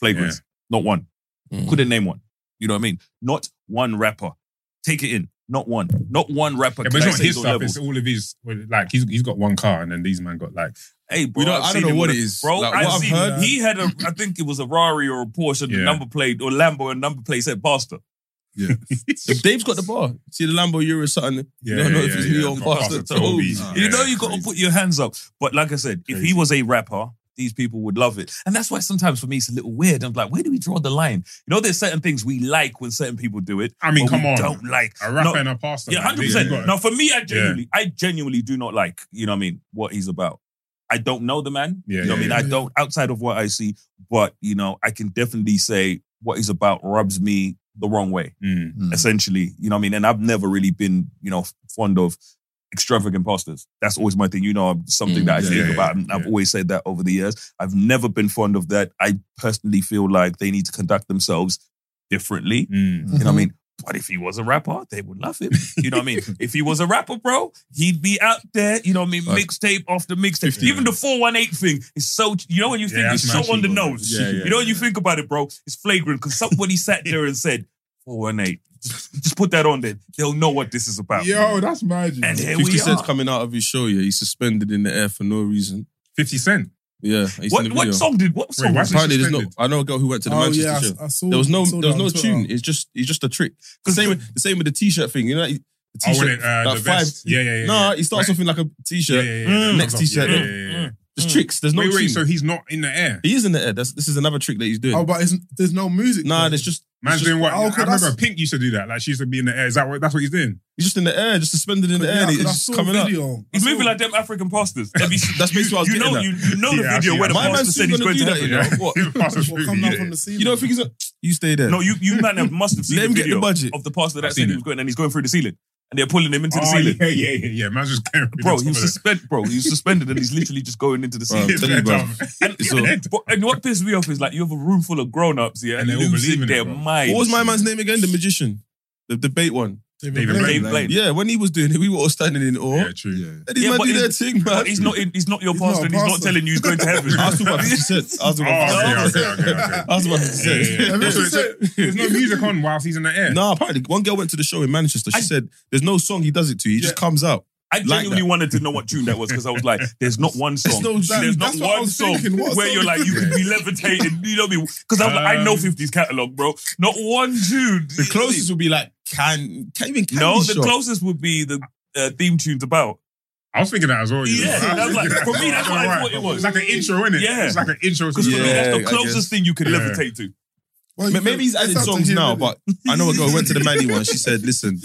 [SPEAKER 6] flagrance? Not one.
[SPEAKER 4] Mm.
[SPEAKER 6] Couldn't name one. You know what I mean? Not one rapper. Take it in. Not one. Not one rapper.
[SPEAKER 5] Yeah,
[SPEAKER 6] can
[SPEAKER 5] but it's
[SPEAKER 6] I
[SPEAKER 5] not
[SPEAKER 6] say
[SPEAKER 5] his
[SPEAKER 6] is on
[SPEAKER 5] stuff.
[SPEAKER 6] level.
[SPEAKER 5] It's all of his. Like he's he's got one car, and then these man got like.
[SPEAKER 6] Hey, bro,
[SPEAKER 4] We don't-
[SPEAKER 6] I've
[SPEAKER 4] I don't
[SPEAKER 6] seen
[SPEAKER 4] know
[SPEAKER 6] him
[SPEAKER 4] what
[SPEAKER 6] with
[SPEAKER 4] it
[SPEAKER 6] a-
[SPEAKER 4] is.
[SPEAKER 6] Bro,
[SPEAKER 4] Like,
[SPEAKER 6] I've
[SPEAKER 4] what I've
[SPEAKER 6] seen,
[SPEAKER 4] heard-
[SPEAKER 6] he had a, I think it was a Rari or a Porsche, the
[SPEAKER 5] Yeah.
[SPEAKER 6] number plate, or Lambo and number plate said Basta.
[SPEAKER 4] If Dave's got the bar, see the Lambo Euro something.
[SPEAKER 5] Yeah,
[SPEAKER 4] you don't know
[SPEAKER 5] yeah,
[SPEAKER 4] if it's
[SPEAKER 5] yeah,
[SPEAKER 4] New
[SPEAKER 5] yeah.
[SPEAKER 4] York
[SPEAKER 5] Not
[SPEAKER 4] bars
[SPEAKER 5] Boston,
[SPEAKER 4] or
[SPEAKER 5] Toby.
[SPEAKER 4] Toby's.
[SPEAKER 5] Yeah.
[SPEAKER 6] you know, you got to
[SPEAKER 8] crazy.
[SPEAKER 6] put your hands up. But like I said, if he was a rapper, these people would love it. And that's why sometimes for me, it's a little weird. I'm like, where do we draw the line? You know, there's certain things we like when certain people do it.
[SPEAKER 5] I mean,
[SPEAKER 6] but we
[SPEAKER 5] come on.
[SPEAKER 6] don't like.
[SPEAKER 5] A rapper
[SPEAKER 6] No,
[SPEAKER 5] and a pastor.
[SPEAKER 6] Yeah,
[SPEAKER 5] man.
[SPEAKER 6] hundred
[SPEAKER 5] You gotta-
[SPEAKER 6] percent. Now, for me, I genuinely, I genuinely do not like. You know, what I mean, what he's about. I don't know the man.
[SPEAKER 5] Yeah,
[SPEAKER 6] you know, what
[SPEAKER 5] yeah,
[SPEAKER 6] I mean, I don't outside of what I see, but you know, I can definitely say what he's about rubs me the wrong way.
[SPEAKER 5] Mm.
[SPEAKER 6] Essentially, you know, what I mean, and I've never really been, you know, fond of extravagant pastors. That's always my thing. You know, something
[SPEAKER 4] Mm,
[SPEAKER 6] that I
[SPEAKER 8] yeah,
[SPEAKER 6] think
[SPEAKER 8] yeah,
[SPEAKER 6] about. and I've
[SPEAKER 5] yeah.
[SPEAKER 6] always said that over the years. I've never been fond of that. I personally feel like they need to conduct themselves differently.
[SPEAKER 5] Mm.
[SPEAKER 6] You know
[SPEAKER 4] Mm-hmm.
[SPEAKER 6] what I mean? But if he was a rapper, they would love him. You know what I mean? if he was a rapper, bro, he'd be out there, you know what I mean?
[SPEAKER 4] Like,
[SPEAKER 6] Mixtape after mixtape.
[SPEAKER 4] 50.
[SPEAKER 6] Even the 418 thing is so, you know, when you
[SPEAKER 5] Yeah,
[SPEAKER 6] think
[SPEAKER 5] that's
[SPEAKER 6] it's so
[SPEAKER 5] mad
[SPEAKER 6] on the
[SPEAKER 5] cheap, bro.
[SPEAKER 6] nose.
[SPEAKER 5] Yeah, yeah,
[SPEAKER 6] you know, when you think about it, bro, it's flagrant because somebody sat there and said, 418, just, just put that on there. They'll know what this is about.
[SPEAKER 8] Yo, that's magic.
[SPEAKER 6] and here
[SPEAKER 4] 50
[SPEAKER 6] we
[SPEAKER 4] Cent's
[SPEAKER 6] are.
[SPEAKER 4] coming out of his show, yeah. He's suspended in the air for no reason.
[SPEAKER 5] Fifty Cent.
[SPEAKER 4] Yeah, he's in
[SPEAKER 6] What,
[SPEAKER 4] the
[SPEAKER 6] what
[SPEAKER 4] video.
[SPEAKER 6] song did, what song
[SPEAKER 5] Wait,
[SPEAKER 6] was
[SPEAKER 5] what's
[SPEAKER 6] it?
[SPEAKER 4] Apparently, there's no.
[SPEAKER 5] suspended?
[SPEAKER 4] I know a girl who went to the
[SPEAKER 7] Oh
[SPEAKER 4] Manchester
[SPEAKER 7] yeah,
[SPEAKER 4] show.
[SPEAKER 7] I, I saw.
[SPEAKER 4] There was no,
[SPEAKER 7] I saw
[SPEAKER 4] there was
[SPEAKER 7] that
[SPEAKER 4] no
[SPEAKER 7] on Twitter.
[SPEAKER 4] tune. It's just, it's just a trick. The same, the same with the T-shirt thing. You know, like, the
[SPEAKER 5] Oh, when
[SPEAKER 4] T-shirt,
[SPEAKER 5] it, uh,
[SPEAKER 4] like
[SPEAKER 5] the vest. Yeah, yeah, yeah.
[SPEAKER 4] No,
[SPEAKER 5] yeah.
[SPEAKER 4] he starts off in like a
[SPEAKER 5] Yeah,
[SPEAKER 4] T-shirt.
[SPEAKER 5] yeah, yeah,
[SPEAKER 6] Mm.
[SPEAKER 5] yeah.
[SPEAKER 4] Next T-shirt,
[SPEAKER 5] Yeah,
[SPEAKER 4] yeah.
[SPEAKER 5] yeah, yeah, yeah.
[SPEAKER 4] There's tricks. There's no
[SPEAKER 5] Wait,
[SPEAKER 4] tune.
[SPEAKER 5] wait. So he's not in the air.
[SPEAKER 4] he is in the air. That's, this is another trick that he's doing.
[SPEAKER 7] Oh, but it's, there's no music.
[SPEAKER 4] nah,
[SPEAKER 7] though.
[SPEAKER 4] there's just
[SPEAKER 5] Man's doing what?
[SPEAKER 7] Oh, okay,
[SPEAKER 5] I remember
[SPEAKER 7] that's-
[SPEAKER 5] Pink used to do that. Like she used to be in the air. Is that what? That's what he's doing.
[SPEAKER 4] he's just in the air, just suspended in the
[SPEAKER 7] Yeah,
[SPEAKER 4] air. and
[SPEAKER 7] 'cause
[SPEAKER 4] It's
[SPEAKER 7] I
[SPEAKER 4] just
[SPEAKER 7] saw a
[SPEAKER 4] coming up.
[SPEAKER 7] video.
[SPEAKER 6] He's
[SPEAKER 7] I
[SPEAKER 6] moving
[SPEAKER 7] saw-
[SPEAKER 6] like them African pastors. That'd be-
[SPEAKER 4] That's basically what I was
[SPEAKER 6] you
[SPEAKER 4] getting
[SPEAKER 6] know,
[SPEAKER 4] at.
[SPEAKER 6] you, you know the
[SPEAKER 5] Yeah, I
[SPEAKER 6] video
[SPEAKER 5] see
[SPEAKER 6] where the
[SPEAKER 5] that.
[SPEAKER 4] My
[SPEAKER 6] pastor
[SPEAKER 4] man's
[SPEAKER 6] said
[SPEAKER 4] still
[SPEAKER 6] he's
[SPEAKER 4] gonna
[SPEAKER 6] going
[SPEAKER 4] do
[SPEAKER 6] to
[SPEAKER 4] that. You
[SPEAKER 6] heaven.
[SPEAKER 4] know what?
[SPEAKER 5] He's a pastor
[SPEAKER 7] What
[SPEAKER 5] through,
[SPEAKER 7] come down
[SPEAKER 5] yeah.
[SPEAKER 7] from the ceiling?
[SPEAKER 4] You don't think he's a? You stay there.
[SPEAKER 6] No, you you man have must have seen
[SPEAKER 4] Let
[SPEAKER 6] the
[SPEAKER 4] him get
[SPEAKER 6] video
[SPEAKER 4] the budget.
[SPEAKER 6] of the pastor that
[SPEAKER 5] I've
[SPEAKER 6] said
[SPEAKER 5] seen
[SPEAKER 6] he
[SPEAKER 5] it.
[SPEAKER 6] was going and he's going through the ceiling and they're pulling him into the
[SPEAKER 5] Oh,
[SPEAKER 6] ceiling.
[SPEAKER 5] yeah, yeah, yeah, yeah. Man's just going. through
[SPEAKER 6] Bro,
[SPEAKER 5] the
[SPEAKER 6] he was
[SPEAKER 5] top
[SPEAKER 6] suspended. Bro, he was suspended and he's literally just going into the
[SPEAKER 5] of
[SPEAKER 6] ceiling.
[SPEAKER 5] the-
[SPEAKER 4] telling you, bro.
[SPEAKER 6] And,
[SPEAKER 4] It's all-
[SPEAKER 6] but- and what pissed me off is like you have a room full of grown ups, yeah, and,
[SPEAKER 5] And they all believe
[SPEAKER 6] losing
[SPEAKER 5] in it,
[SPEAKER 6] their
[SPEAKER 5] bro.
[SPEAKER 6] minds.
[SPEAKER 4] What was my man's name again? The magician, the debate one.
[SPEAKER 7] David
[SPEAKER 5] David
[SPEAKER 7] Blaine.
[SPEAKER 5] Blaine.
[SPEAKER 6] Blaine. Blaine.
[SPEAKER 4] Yeah, when he was doing it, we were all standing in awe.
[SPEAKER 5] Yeah, true.
[SPEAKER 8] Yeah.
[SPEAKER 4] And these
[SPEAKER 6] Yeah,
[SPEAKER 4] man
[SPEAKER 6] but
[SPEAKER 4] do their
[SPEAKER 6] he's-
[SPEAKER 4] thing, man.
[SPEAKER 6] But he's not. in- He's not your
[SPEAKER 7] He's not
[SPEAKER 6] pastor,
[SPEAKER 7] a
[SPEAKER 6] and he's not
[SPEAKER 7] pastor.
[SPEAKER 6] telling you he's going to heaven.
[SPEAKER 4] I was talking about 50 cents. I was talking
[SPEAKER 5] Oh,
[SPEAKER 4] about 50
[SPEAKER 5] okay,
[SPEAKER 4] cents.
[SPEAKER 5] okay, okay, okay.
[SPEAKER 4] I was about to
[SPEAKER 5] Yeah,
[SPEAKER 4] say.
[SPEAKER 5] yeah, yeah. So it's a- There's no music on whilst he's in the air.
[SPEAKER 4] No, apparently one girl went to the show in Manchester. She
[SPEAKER 6] I-
[SPEAKER 4] said, "There's no song he does it to. He just comes out."
[SPEAKER 6] I
[SPEAKER 4] Like
[SPEAKER 6] genuinely
[SPEAKER 4] that.
[SPEAKER 6] wanted to know what tune that was because I was like, "There's not one song.
[SPEAKER 7] no tune.
[SPEAKER 6] There's not
[SPEAKER 7] That's what I
[SPEAKER 6] one
[SPEAKER 7] was
[SPEAKER 6] song
[SPEAKER 7] thinking. What
[SPEAKER 6] where
[SPEAKER 7] song
[SPEAKER 6] you're
[SPEAKER 7] is
[SPEAKER 6] like you could be levitating." You know what I mean? Because I'm like, I know
[SPEAKER 5] Um,
[SPEAKER 6] 50s catalog, bro. Not one tune.
[SPEAKER 4] The closest would be like can can't even candy
[SPEAKER 6] No, the
[SPEAKER 4] shop.
[SPEAKER 6] closest would be the uh, theme tunes about.
[SPEAKER 5] I was thinking that as well. you know.
[SPEAKER 6] Yeah,
[SPEAKER 5] I
[SPEAKER 6] that was like-
[SPEAKER 5] thinking
[SPEAKER 6] for
[SPEAKER 5] that.
[SPEAKER 6] me, that's what I
[SPEAKER 5] Alright.
[SPEAKER 6] thought it was.
[SPEAKER 5] It's like an intro, innit?
[SPEAKER 6] Yeah.
[SPEAKER 5] It's like an intro. to
[SPEAKER 6] Because for me,
[SPEAKER 5] the-
[SPEAKER 6] that's the
[SPEAKER 4] Yeah, I
[SPEAKER 6] closest thing you could
[SPEAKER 5] Yeah.
[SPEAKER 6] levitate to.
[SPEAKER 7] Well,
[SPEAKER 4] Ma-
[SPEAKER 7] you
[SPEAKER 4] Maybe he's
[SPEAKER 7] can-
[SPEAKER 4] added
[SPEAKER 7] it's up to
[SPEAKER 4] songs
[SPEAKER 7] him,
[SPEAKER 4] now,
[SPEAKER 7] innit?
[SPEAKER 4] but I know a girl who went to the Manny one. She said, "Listen,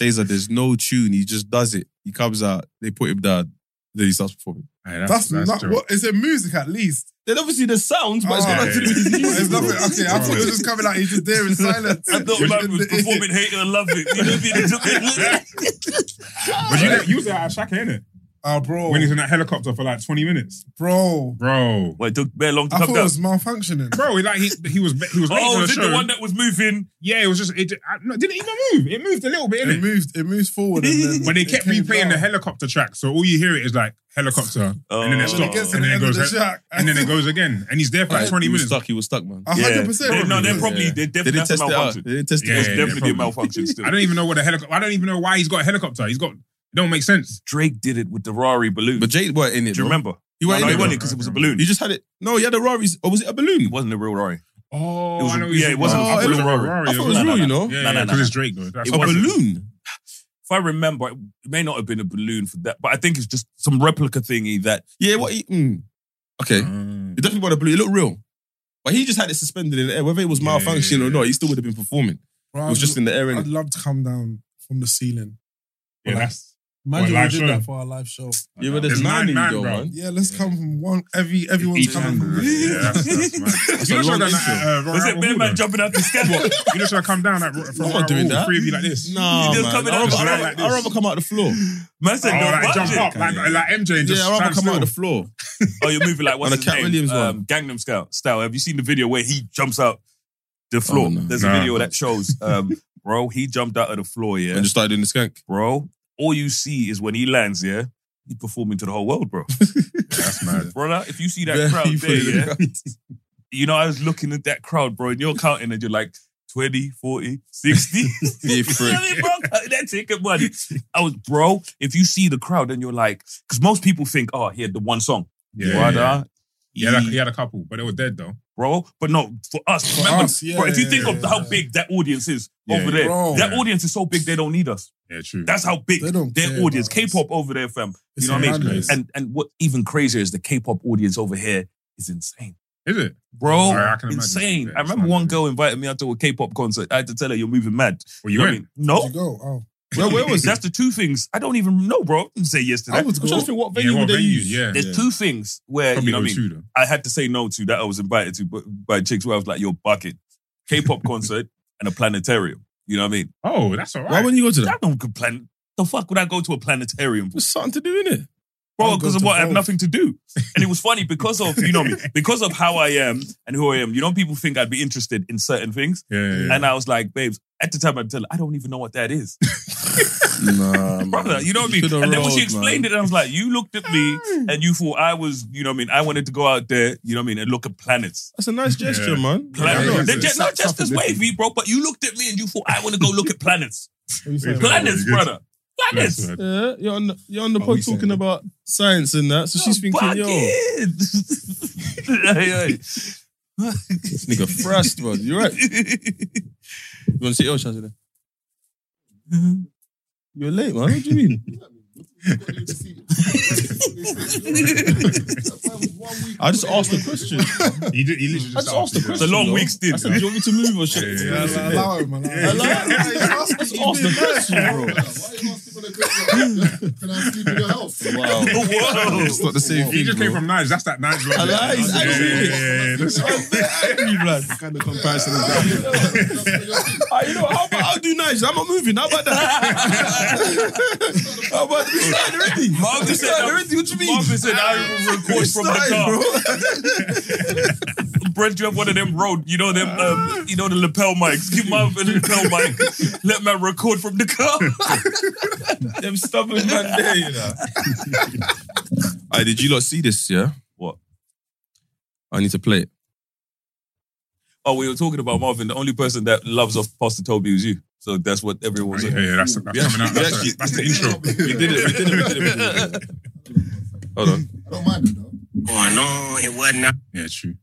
[SPEAKER 4] Taser, there's no tune. He just does it. He comes out. They put him down. Then he starts performing."
[SPEAKER 5] Aye,
[SPEAKER 7] that's, not
[SPEAKER 5] joke.
[SPEAKER 7] what is it music at least?
[SPEAKER 4] Then obviously the sounds, but it's
[SPEAKER 7] Ah,
[SPEAKER 4] got nothing to do with his
[SPEAKER 5] yeah, yeah.
[SPEAKER 4] music.
[SPEAKER 7] It's
[SPEAKER 4] bro.
[SPEAKER 7] nothing. Okay, I thought it was just coming out. He's just there in silence.
[SPEAKER 6] I thought man was performing hate and love it. You know what I mean?
[SPEAKER 5] But you, know, you was there at Shaka, innit?
[SPEAKER 7] Ah, bro,
[SPEAKER 5] When he's in that helicopter for like 20 minutes.
[SPEAKER 7] bro.
[SPEAKER 5] Bro.
[SPEAKER 6] well, it took very long to
[SPEAKER 7] I thought
[SPEAKER 6] come
[SPEAKER 7] it
[SPEAKER 6] down.
[SPEAKER 7] was malfunctioning.
[SPEAKER 5] Bro, he, like he, he was he was waiting
[SPEAKER 6] Oh,
[SPEAKER 5] for the
[SPEAKER 6] is it
[SPEAKER 5] show.
[SPEAKER 6] the one that was moving?
[SPEAKER 5] yeah, it was just it, I, no, it didn't even move. It moved a little bit,
[SPEAKER 7] It
[SPEAKER 5] innit?
[SPEAKER 7] moved. It moves forward. And then
[SPEAKER 5] But they kept
[SPEAKER 7] it came
[SPEAKER 5] replaying the
[SPEAKER 7] down.
[SPEAKER 5] helicopter track, so all you hear it is like helicopter, and then
[SPEAKER 6] Oh.
[SPEAKER 5] it
[SPEAKER 7] When it
[SPEAKER 5] stops,
[SPEAKER 7] gets to
[SPEAKER 5] and
[SPEAKER 7] the
[SPEAKER 5] then it
[SPEAKER 7] end of
[SPEAKER 5] goes,
[SPEAKER 7] the
[SPEAKER 5] he-
[SPEAKER 7] track,
[SPEAKER 5] and then it goes again, and he's there for like 20
[SPEAKER 4] he was
[SPEAKER 5] minutes.
[SPEAKER 4] stuck. He was stuck, man.
[SPEAKER 7] A hundred percent.
[SPEAKER 6] They- no, they're
[SPEAKER 7] Yeah.
[SPEAKER 6] probably they
[SPEAKER 4] They
[SPEAKER 6] definitely
[SPEAKER 4] didn't
[SPEAKER 6] that's a
[SPEAKER 4] test it out.
[SPEAKER 6] malfunction.
[SPEAKER 4] They didn't test
[SPEAKER 5] Yeah,
[SPEAKER 4] it
[SPEAKER 6] It's
[SPEAKER 4] out.
[SPEAKER 6] definitely a
[SPEAKER 5] probably.
[SPEAKER 6] malfunction still.
[SPEAKER 5] I don't even know what a helicopter. I don't even know why he's got a helicopter. He's got. It don't make sense.
[SPEAKER 6] Drake did it with the Rari balloon.
[SPEAKER 4] But Jade weren't in it.
[SPEAKER 6] Do you
[SPEAKER 4] bro.
[SPEAKER 6] remember?
[SPEAKER 4] He
[SPEAKER 6] No,
[SPEAKER 4] weren't
[SPEAKER 6] no,
[SPEAKER 4] in
[SPEAKER 6] he wasn't
[SPEAKER 4] it. bro.
[SPEAKER 6] because it was a balloon.
[SPEAKER 4] He just had it. No, he had a Rari's. Or was it a balloon?
[SPEAKER 6] It wasn't a real Rari.
[SPEAKER 5] Oh,
[SPEAKER 6] It was-
[SPEAKER 5] I know what
[SPEAKER 6] yeah,
[SPEAKER 5] you're
[SPEAKER 6] it wasn't-
[SPEAKER 4] I
[SPEAKER 5] talking about.
[SPEAKER 4] thought it was
[SPEAKER 5] I
[SPEAKER 4] I
[SPEAKER 5] thought
[SPEAKER 4] thought it was
[SPEAKER 5] as
[SPEAKER 4] real,
[SPEAKER 5] well.
[SPEAKER 4] you know.
[SPEAKER 6] No, no,
[SPEAKER 5] Yeah, yeah,
[SPEAKER 6] no,
[SPEAKER 5] because
[SPEAKER 6] no.
[SPEAKER 5] it's Drake though. That's
[SPEAKER 6] It
[SPEAKER 4] A
[SPEAKER 5] what it is.
[SPEAKER 4] balloon.
[SPEAKER 6] if I remember, it may not have been a balloon for that, but I think it's just some replica thingy that
[SPEAKER 4] Yeah, what he. Mm. Okay.
[SPEAKER 5] Mm.
[SPEAKER 4] It definitely got a blue. It looked real. But he just had it suspended in the air. Whether it was
[SPEAKER 5] Yeah,
[SPEAKER 4] malfunctioning
[SPEAKER 5] yeah,
[SPEAKER 4] or
[SPEAKER 5] yeah.
[SPEAKER 4] not, he still would have been performing.
[SPEAKER 7] Bro,
[SPEAKER 4] It was just in the air.
[SPEAKER 7] I'd
[SPEAKER 4] innit?
[SPEAKER 7] love to come down from the ceiling.
[SPEAKER 5] Yeah, that's
[SPEAKER 7] Imagine
[SPEAKER 5] live
[SPEAKER 7] we did
[SPEAKER 5] show?
[SPEAKER 7] that for our live show.
[SPEAKER 4] Yeah, but there's
[SPEAKER 5] There's
[SPEAKER 4] nine
[SPEAKER 5] nine
[SPEAKER 4] in
[SPEAKER 5] man,
[SPEAKER 4] though,
[SPEAKER 5] bro.
[SPEAKER 4] man.
[SPEAKER 7] Yeah, let's come from one. Every everyone's
[SPEAKER 5] Each
[SPEAKER 7] coming.
[SPEAKER 5] angle. Yeah, that's, that's mad. You know,
[SPEAKER 4] a
[SPEAKER 5] should
[SPEAKER 4] long
[SPEAKER 5] have done that
[SPEAKER 4] intro.
[SPEAKER 5] at, uh,
[SPEAKER 6] was
[SPEAKER 5] Royal
[SPEAKER 6] it Bear Man
[SPEAKER 5] Rumble, though.
[SPEAKER 6] jumping out the sky?
[SPEAKER 5] You know, should have come down at, from
[SPEAKER 4] I'm
[SPEAKER 5] Royal
[SPEAKER 4] not doing
[SPEAKER 5] Rumble,
[SPEAKER 4] that.
[SPEAKER 5] three of you like this.
[SPEAKER 4] Nah,
[SPEAKER 6] just
[SPEAKER 4] man.
[SPEAKER 6] coming
[SPEAKER 4] I'd
[SPEAKER 6] out
[SPEAKER 4] rather,
[SPEAKER 6] the
[SPEAKER 4] I'd
[SPEAKER 5] back like
[SPEAKER 4] rather
[SPEAKER 5] this.
[SPEAKER 4] come out the floor.
[SPEAKER 6] Man said, no,
[SPEAKER 5] Oh, like
[SPEAKER 6] watch
[SPEAKER 5] jump
[SPEAKER 6] it.
[SPEAKER 5] up, like, like MJ and just
[SPEAKER 4] yeah, I'd rather
[SPEAKER 5] stand
[SPEAKER 4] come out
[SPEAKER 5] still.
[SPEAKER 4] the floor.
[SPEAKER 6] Oh, you're moving like what's
[SPEAKER 4] On a
[SPEAKER 6] his
[SPEAKER 4] Cat
[SPEAKER 6] name?
[SPEAKER 4] Williams one.
[SPEAKER 6] Um, Gangnam Style. Style. Have you seen the video where he jumps out the floor?
[SPEAKER 4] Oh, no.
[SPEAKER 6] There's a
[SPEAKER 5] No.
[SPEAKER 6] video that shows, um, bro, he jumped out of the floor. Yeah,
[SPEAKER 4] And just started doing the skank.
[SPEAKER 6] bro. All you see is when he lands. Yeah, he's performing to the whole world, bro.
[SPEAKER 5] That's mad.
[SPEAKER 6] Brother, if you see that
[SPEAKER 4] Very
[SPEAKER 6] crowd there,
[SPEAKER 4] funny.
[SPEAKER 6] yeah, you know, I was looking at that crowd, bro, and you're counting and you're like 20, 40, 60.
[SPEAKER 4] Yeah,
[SPEAKER 6] You know
[SPEAKER 4] freak.
[SPEAKER 6] what I mean, bro? Counting That ticket money. I was, bro, if you see the crowd and you're like, because most people think, oh, he had the one song.
[SPEAKER 5] Yeah,
[SPEAKER 6] Brother,
[SPEAKER 5] yeah. He had, a,
[SPEAKER 6] he-
[SPEAKER 5] he had a couple, but they were dead though.
[SPEAKER 6] bro. But no, for us, remember,
[SPEAKER 7] us, yeah,
[SPEAKER 6] bro, if you think
[SPEAKER 7] yeah,
[SPEAKER 6] of
[SPEAKER 7] yeah,
[SPEAKER 6] how
[SPEAKER 7] yeah.
[SPEAKER 6] big that audience is
[SPEAKER 5] Yeah,
[SPEAKER 6] over there,
[SPEAKER 7] bro.
[SPEAKER 6] that
[SPEAKER 5] Yeah.
[SPEAKER 6] audience is so big they don't need us.
[SPEAKER 5] Yeah, true.
[SPEAKER 6] That's how big
[SPEAKER 7] They don't
[SPEAKER 6] their
[SPEAKER 7] care
[SPEAKER 6] audience,
[SPEAKER 7] about us.
[SPEAKER 6] K-pop over there, fam.
[SPEAKER 7] It's
[SPEAKER 6] you know what I mean?
[SPEAKER 7] madness.
[SPEAKER 6] And and what even crazier is the K-pop audience over here is insane.
[SPEAKER 5] is it?
[SPEAKER 6] Bro,
[SPEAKER 5] I- I can imagine.
[SPEAKER 6] insane.
[SPEAKER 5] Yeah,
[SPEAKER 6] I
[SPEAKER 5] it's
[SPEAKER 6] remember one
[SPEAKER 5] mad.
[SPEAKER 6] girl invited me out to a K-pop concert. I had to tell her you're moving mad.
[SPEAKER 5] Well, you
[SPEAKER 6] know what I
[SPEAKER 5] went.
[SPEAKER 6] mean? No.
[SPEAKER 7] Did you go? Oh,
[SPEAKER 4] Where, where was
[SPEAKER 6] That's
[SPEAKER 4] that?
[SPEAKER 6] the two things. I don't even know, bro. I didn't say yes to
[SPEAKER 7] I
[SPEAKER 6] that.
[SPEAKER 7] was
[SPEAKER 4] I'm trying
[SPEAKER 7] go.
[SPEAKER 4] to think what
[SPEAKER 5] Yeah,
[SPEAKER 4] venue
[SPEAKER 5] what
[SPEAKER 4] would they
[SPEAKER 5] venue?
[SPEAKER 4] use.
[SPEAKER 5] Yeah.
[SPEAKER 6] There's two things where
[SPEAKER 5] Probably
[SPEAKER 6] you know what I
[SPEAKER 5] there
[SPEAKER 6] mean.
[SPEAKER 5] were two though.
[SPEAKER 6] I had to say no to that I was invited to by, by chicks where I was like, yo, bucket, K-pop concert and a planetarium. You know what I mean?
[SPEAKER 5] Oh, that's all right.
[SPEAKER 4] Why wouldn't you go to
[SPEAKER 6] I
[SPEAKER 4] that?
[SPEAKER 6] don't complain. The fuck would I go to a planetarium for?
[SPEAKER 4] There's something to do in it.
[SPEAKER 6] Bro,
[SPEAKER 7] I'll go
[SPEAKER 6] because of
[SPEAKER 7] to
[SPEAKER 6] what I have
[SPEAKER 7] both.
[SPEAKER 6] nothing to do. And it was funny because of, you know me, because of how I am and who I am, you know, people think I'd be interested in certain things.
[SPEAKER 5] yeah, yeah, yeah.
[SPEAKER 6] And I was like, babes, at the time I'd tell her, I don't even know what that is.
[SPEAKER 4] Nah,
[SPEAKER 6] Brother, you know what I mean? And then when she explained it, I was like, you looked at me and you thought I was, you know what I mean? I wanted to go out there, you know what I mean, and look at planets.
[SPEAKER 4] That's a nice gesture,
[SPEAKER 5] Yeah.
[SPEAKER 4] man.
[SPEAKER 6] Planet.
[SPEAKER 5] Yeah, yeah,
[SPEAKER 6] They're
[SPEAKER 5] yeah.
[SPEAKER 6] just, not
[SPEAKER 8] It's
[SPEAKER 6] just as
[SPEAKER 8] tough and
[SPEAKER 6] wavy, bro, but you looked at me and you thought, I want to go look at planets.
[SPEAKER 7] what you saying?
[SPEAKER 5] Glad-
[SPEAKER 6] Planets,
[SPEAKER 5] Very good.
[SPEAKER 6] brother. Planets.
[SPEAKER 5] That's mad.
[SPEAKER 4] Yeah, you're on the, you're on the
[SPEAKER 8] Oh,
[SPEAKER 4] pod
[SPEAKER 8] we saying
[SPEAKER 4] talking
[SPEAKER 8] that.
[SPEAKER 4] about science and that. So
[SPEAKER 6] Oh,
[SPEAKER 4] she's thinking, yo, this nigga frassed, bro. You're right. You want to say, yo, Shazza? You're late, man. What do you mean? I just asked a question.
[SPEAKER 5] He, did, he literally
[SPEAKER 4] I just asked a
[SPEAKER 6] It's a
[SPEAKER 5] you,
[SPEAKER 4] question.
[SPEAKER 6] long
[SPEAKER 4] yo.
[SPEAKER 6] week
[SPEAKER 4] I
[SPEAKER 6] stint.
[SPEAKER 4] said, do you want me to move or shit?
[SPEAKER 5] Yeah,
[SPEAKER 7] Yeah,
[SPEAKER 5] yeah,
[SPEAKER 7] like, allow him, man.
[SPEAKER 4] I lied. I just asked a question, bro.
[SPEAKER 1] Can I sleep in your house?
[SPEAKER 4] Wow.
[SPEAKER 6] Whoa.
[SPEAKER 4] It's not the same
[SPEAKER 5] He
[SPEAKER 4] thing,
[SPEAKER 5] just came
[SPEAKER 4] bro.
[SPEAKER 5] from Nige. That's that Nige
[SPEAKER 4] I
[SPEAKER 5] right there.
[SPEAKER 4] lied. I
[SPEAKER 5] Yeah,
[SPEAKER 4] lied.
[SPEAKER 5] yeah, yeah, yeah. That's-
[SPEAKER 4] Angry, blood.
[SPEAKER 8] kind of comparison is that?
[SPEAKER 4] Ah, you know, how about I'll do nice? I'm not moving. How about that? how about we started already?
[SPEAKER 6] Marvin
[SPEAKER 4] we
[SPEAKER 6] said,
[SPEAKER 4] started already. What you mean?
[SPEAKER 6] Marvin said, I will record from the car. Brent, you have one of them road, you know, them, um, you know, the lapel mics. Give Marvin a lapel mic. Let man record from the car.
[SPEAKER 4] bro. Them stubborn man there, you know. Hey, did you lot see this? Yeah.
[SPEAKER 6] What?
[SPEAKER 4] I need to play it.
[SPEAKER 6] Oh, we were talking about Marvin. The only person that loves off Pastor Toby was you. So that's what everyone was
[SPEAKER 5] Yeah,
[SPEAKER 6] saying.
[SPEAKER 5] yeah, that's, that's
[SPEAKER 4] Yeah.
[SPEAKER 5] coming out.
[SPEAKER 4] Yeah,
[SPEAKER 5] That's,
[SPEAKER 4] actually-
[SPEAKER 5] the, that's the intro.
[SPEAKER 4] We did it. We did it. We did it. We did it. Hold on.
[SPEAKER 1] I don't mind it though.
[SPEAKER 9] going on and whatnot.
[SPEAKER 5] Yeah, true.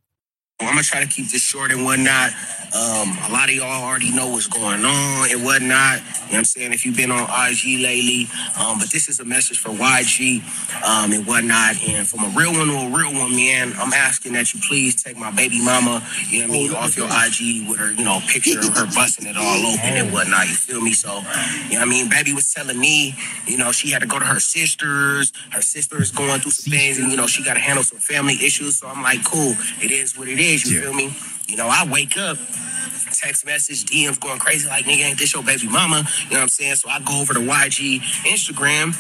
[SPEAKER 9] I'm gonna try to keep this short and whatnot. Um, a lot of y'all already know what's going on and whatnot. You know what I'm saying? If you've been on IG lately, um, but this is a message for YG um, and whatnot. And from a real one to a real one, man, I'm asking that you please take my baby mama, you know what I mean, off your IG with her, you know, picture of her busting it all open and whatnot. You feel me? So, you know what I mean? Baby was telling me, you know, she had to go to her sisters. Her sister is going through some things and, you know, she got to handle some family issues. So I'm like, cool, it is what it is. You
[SPEAKER 5] Yeah.
[SPEAKER 9] feel me? You know, I wake up, text message, DMs going crazy, like, nigga, ain't this your baby mama? You know what I'm saying? So I go over to YG Instagram.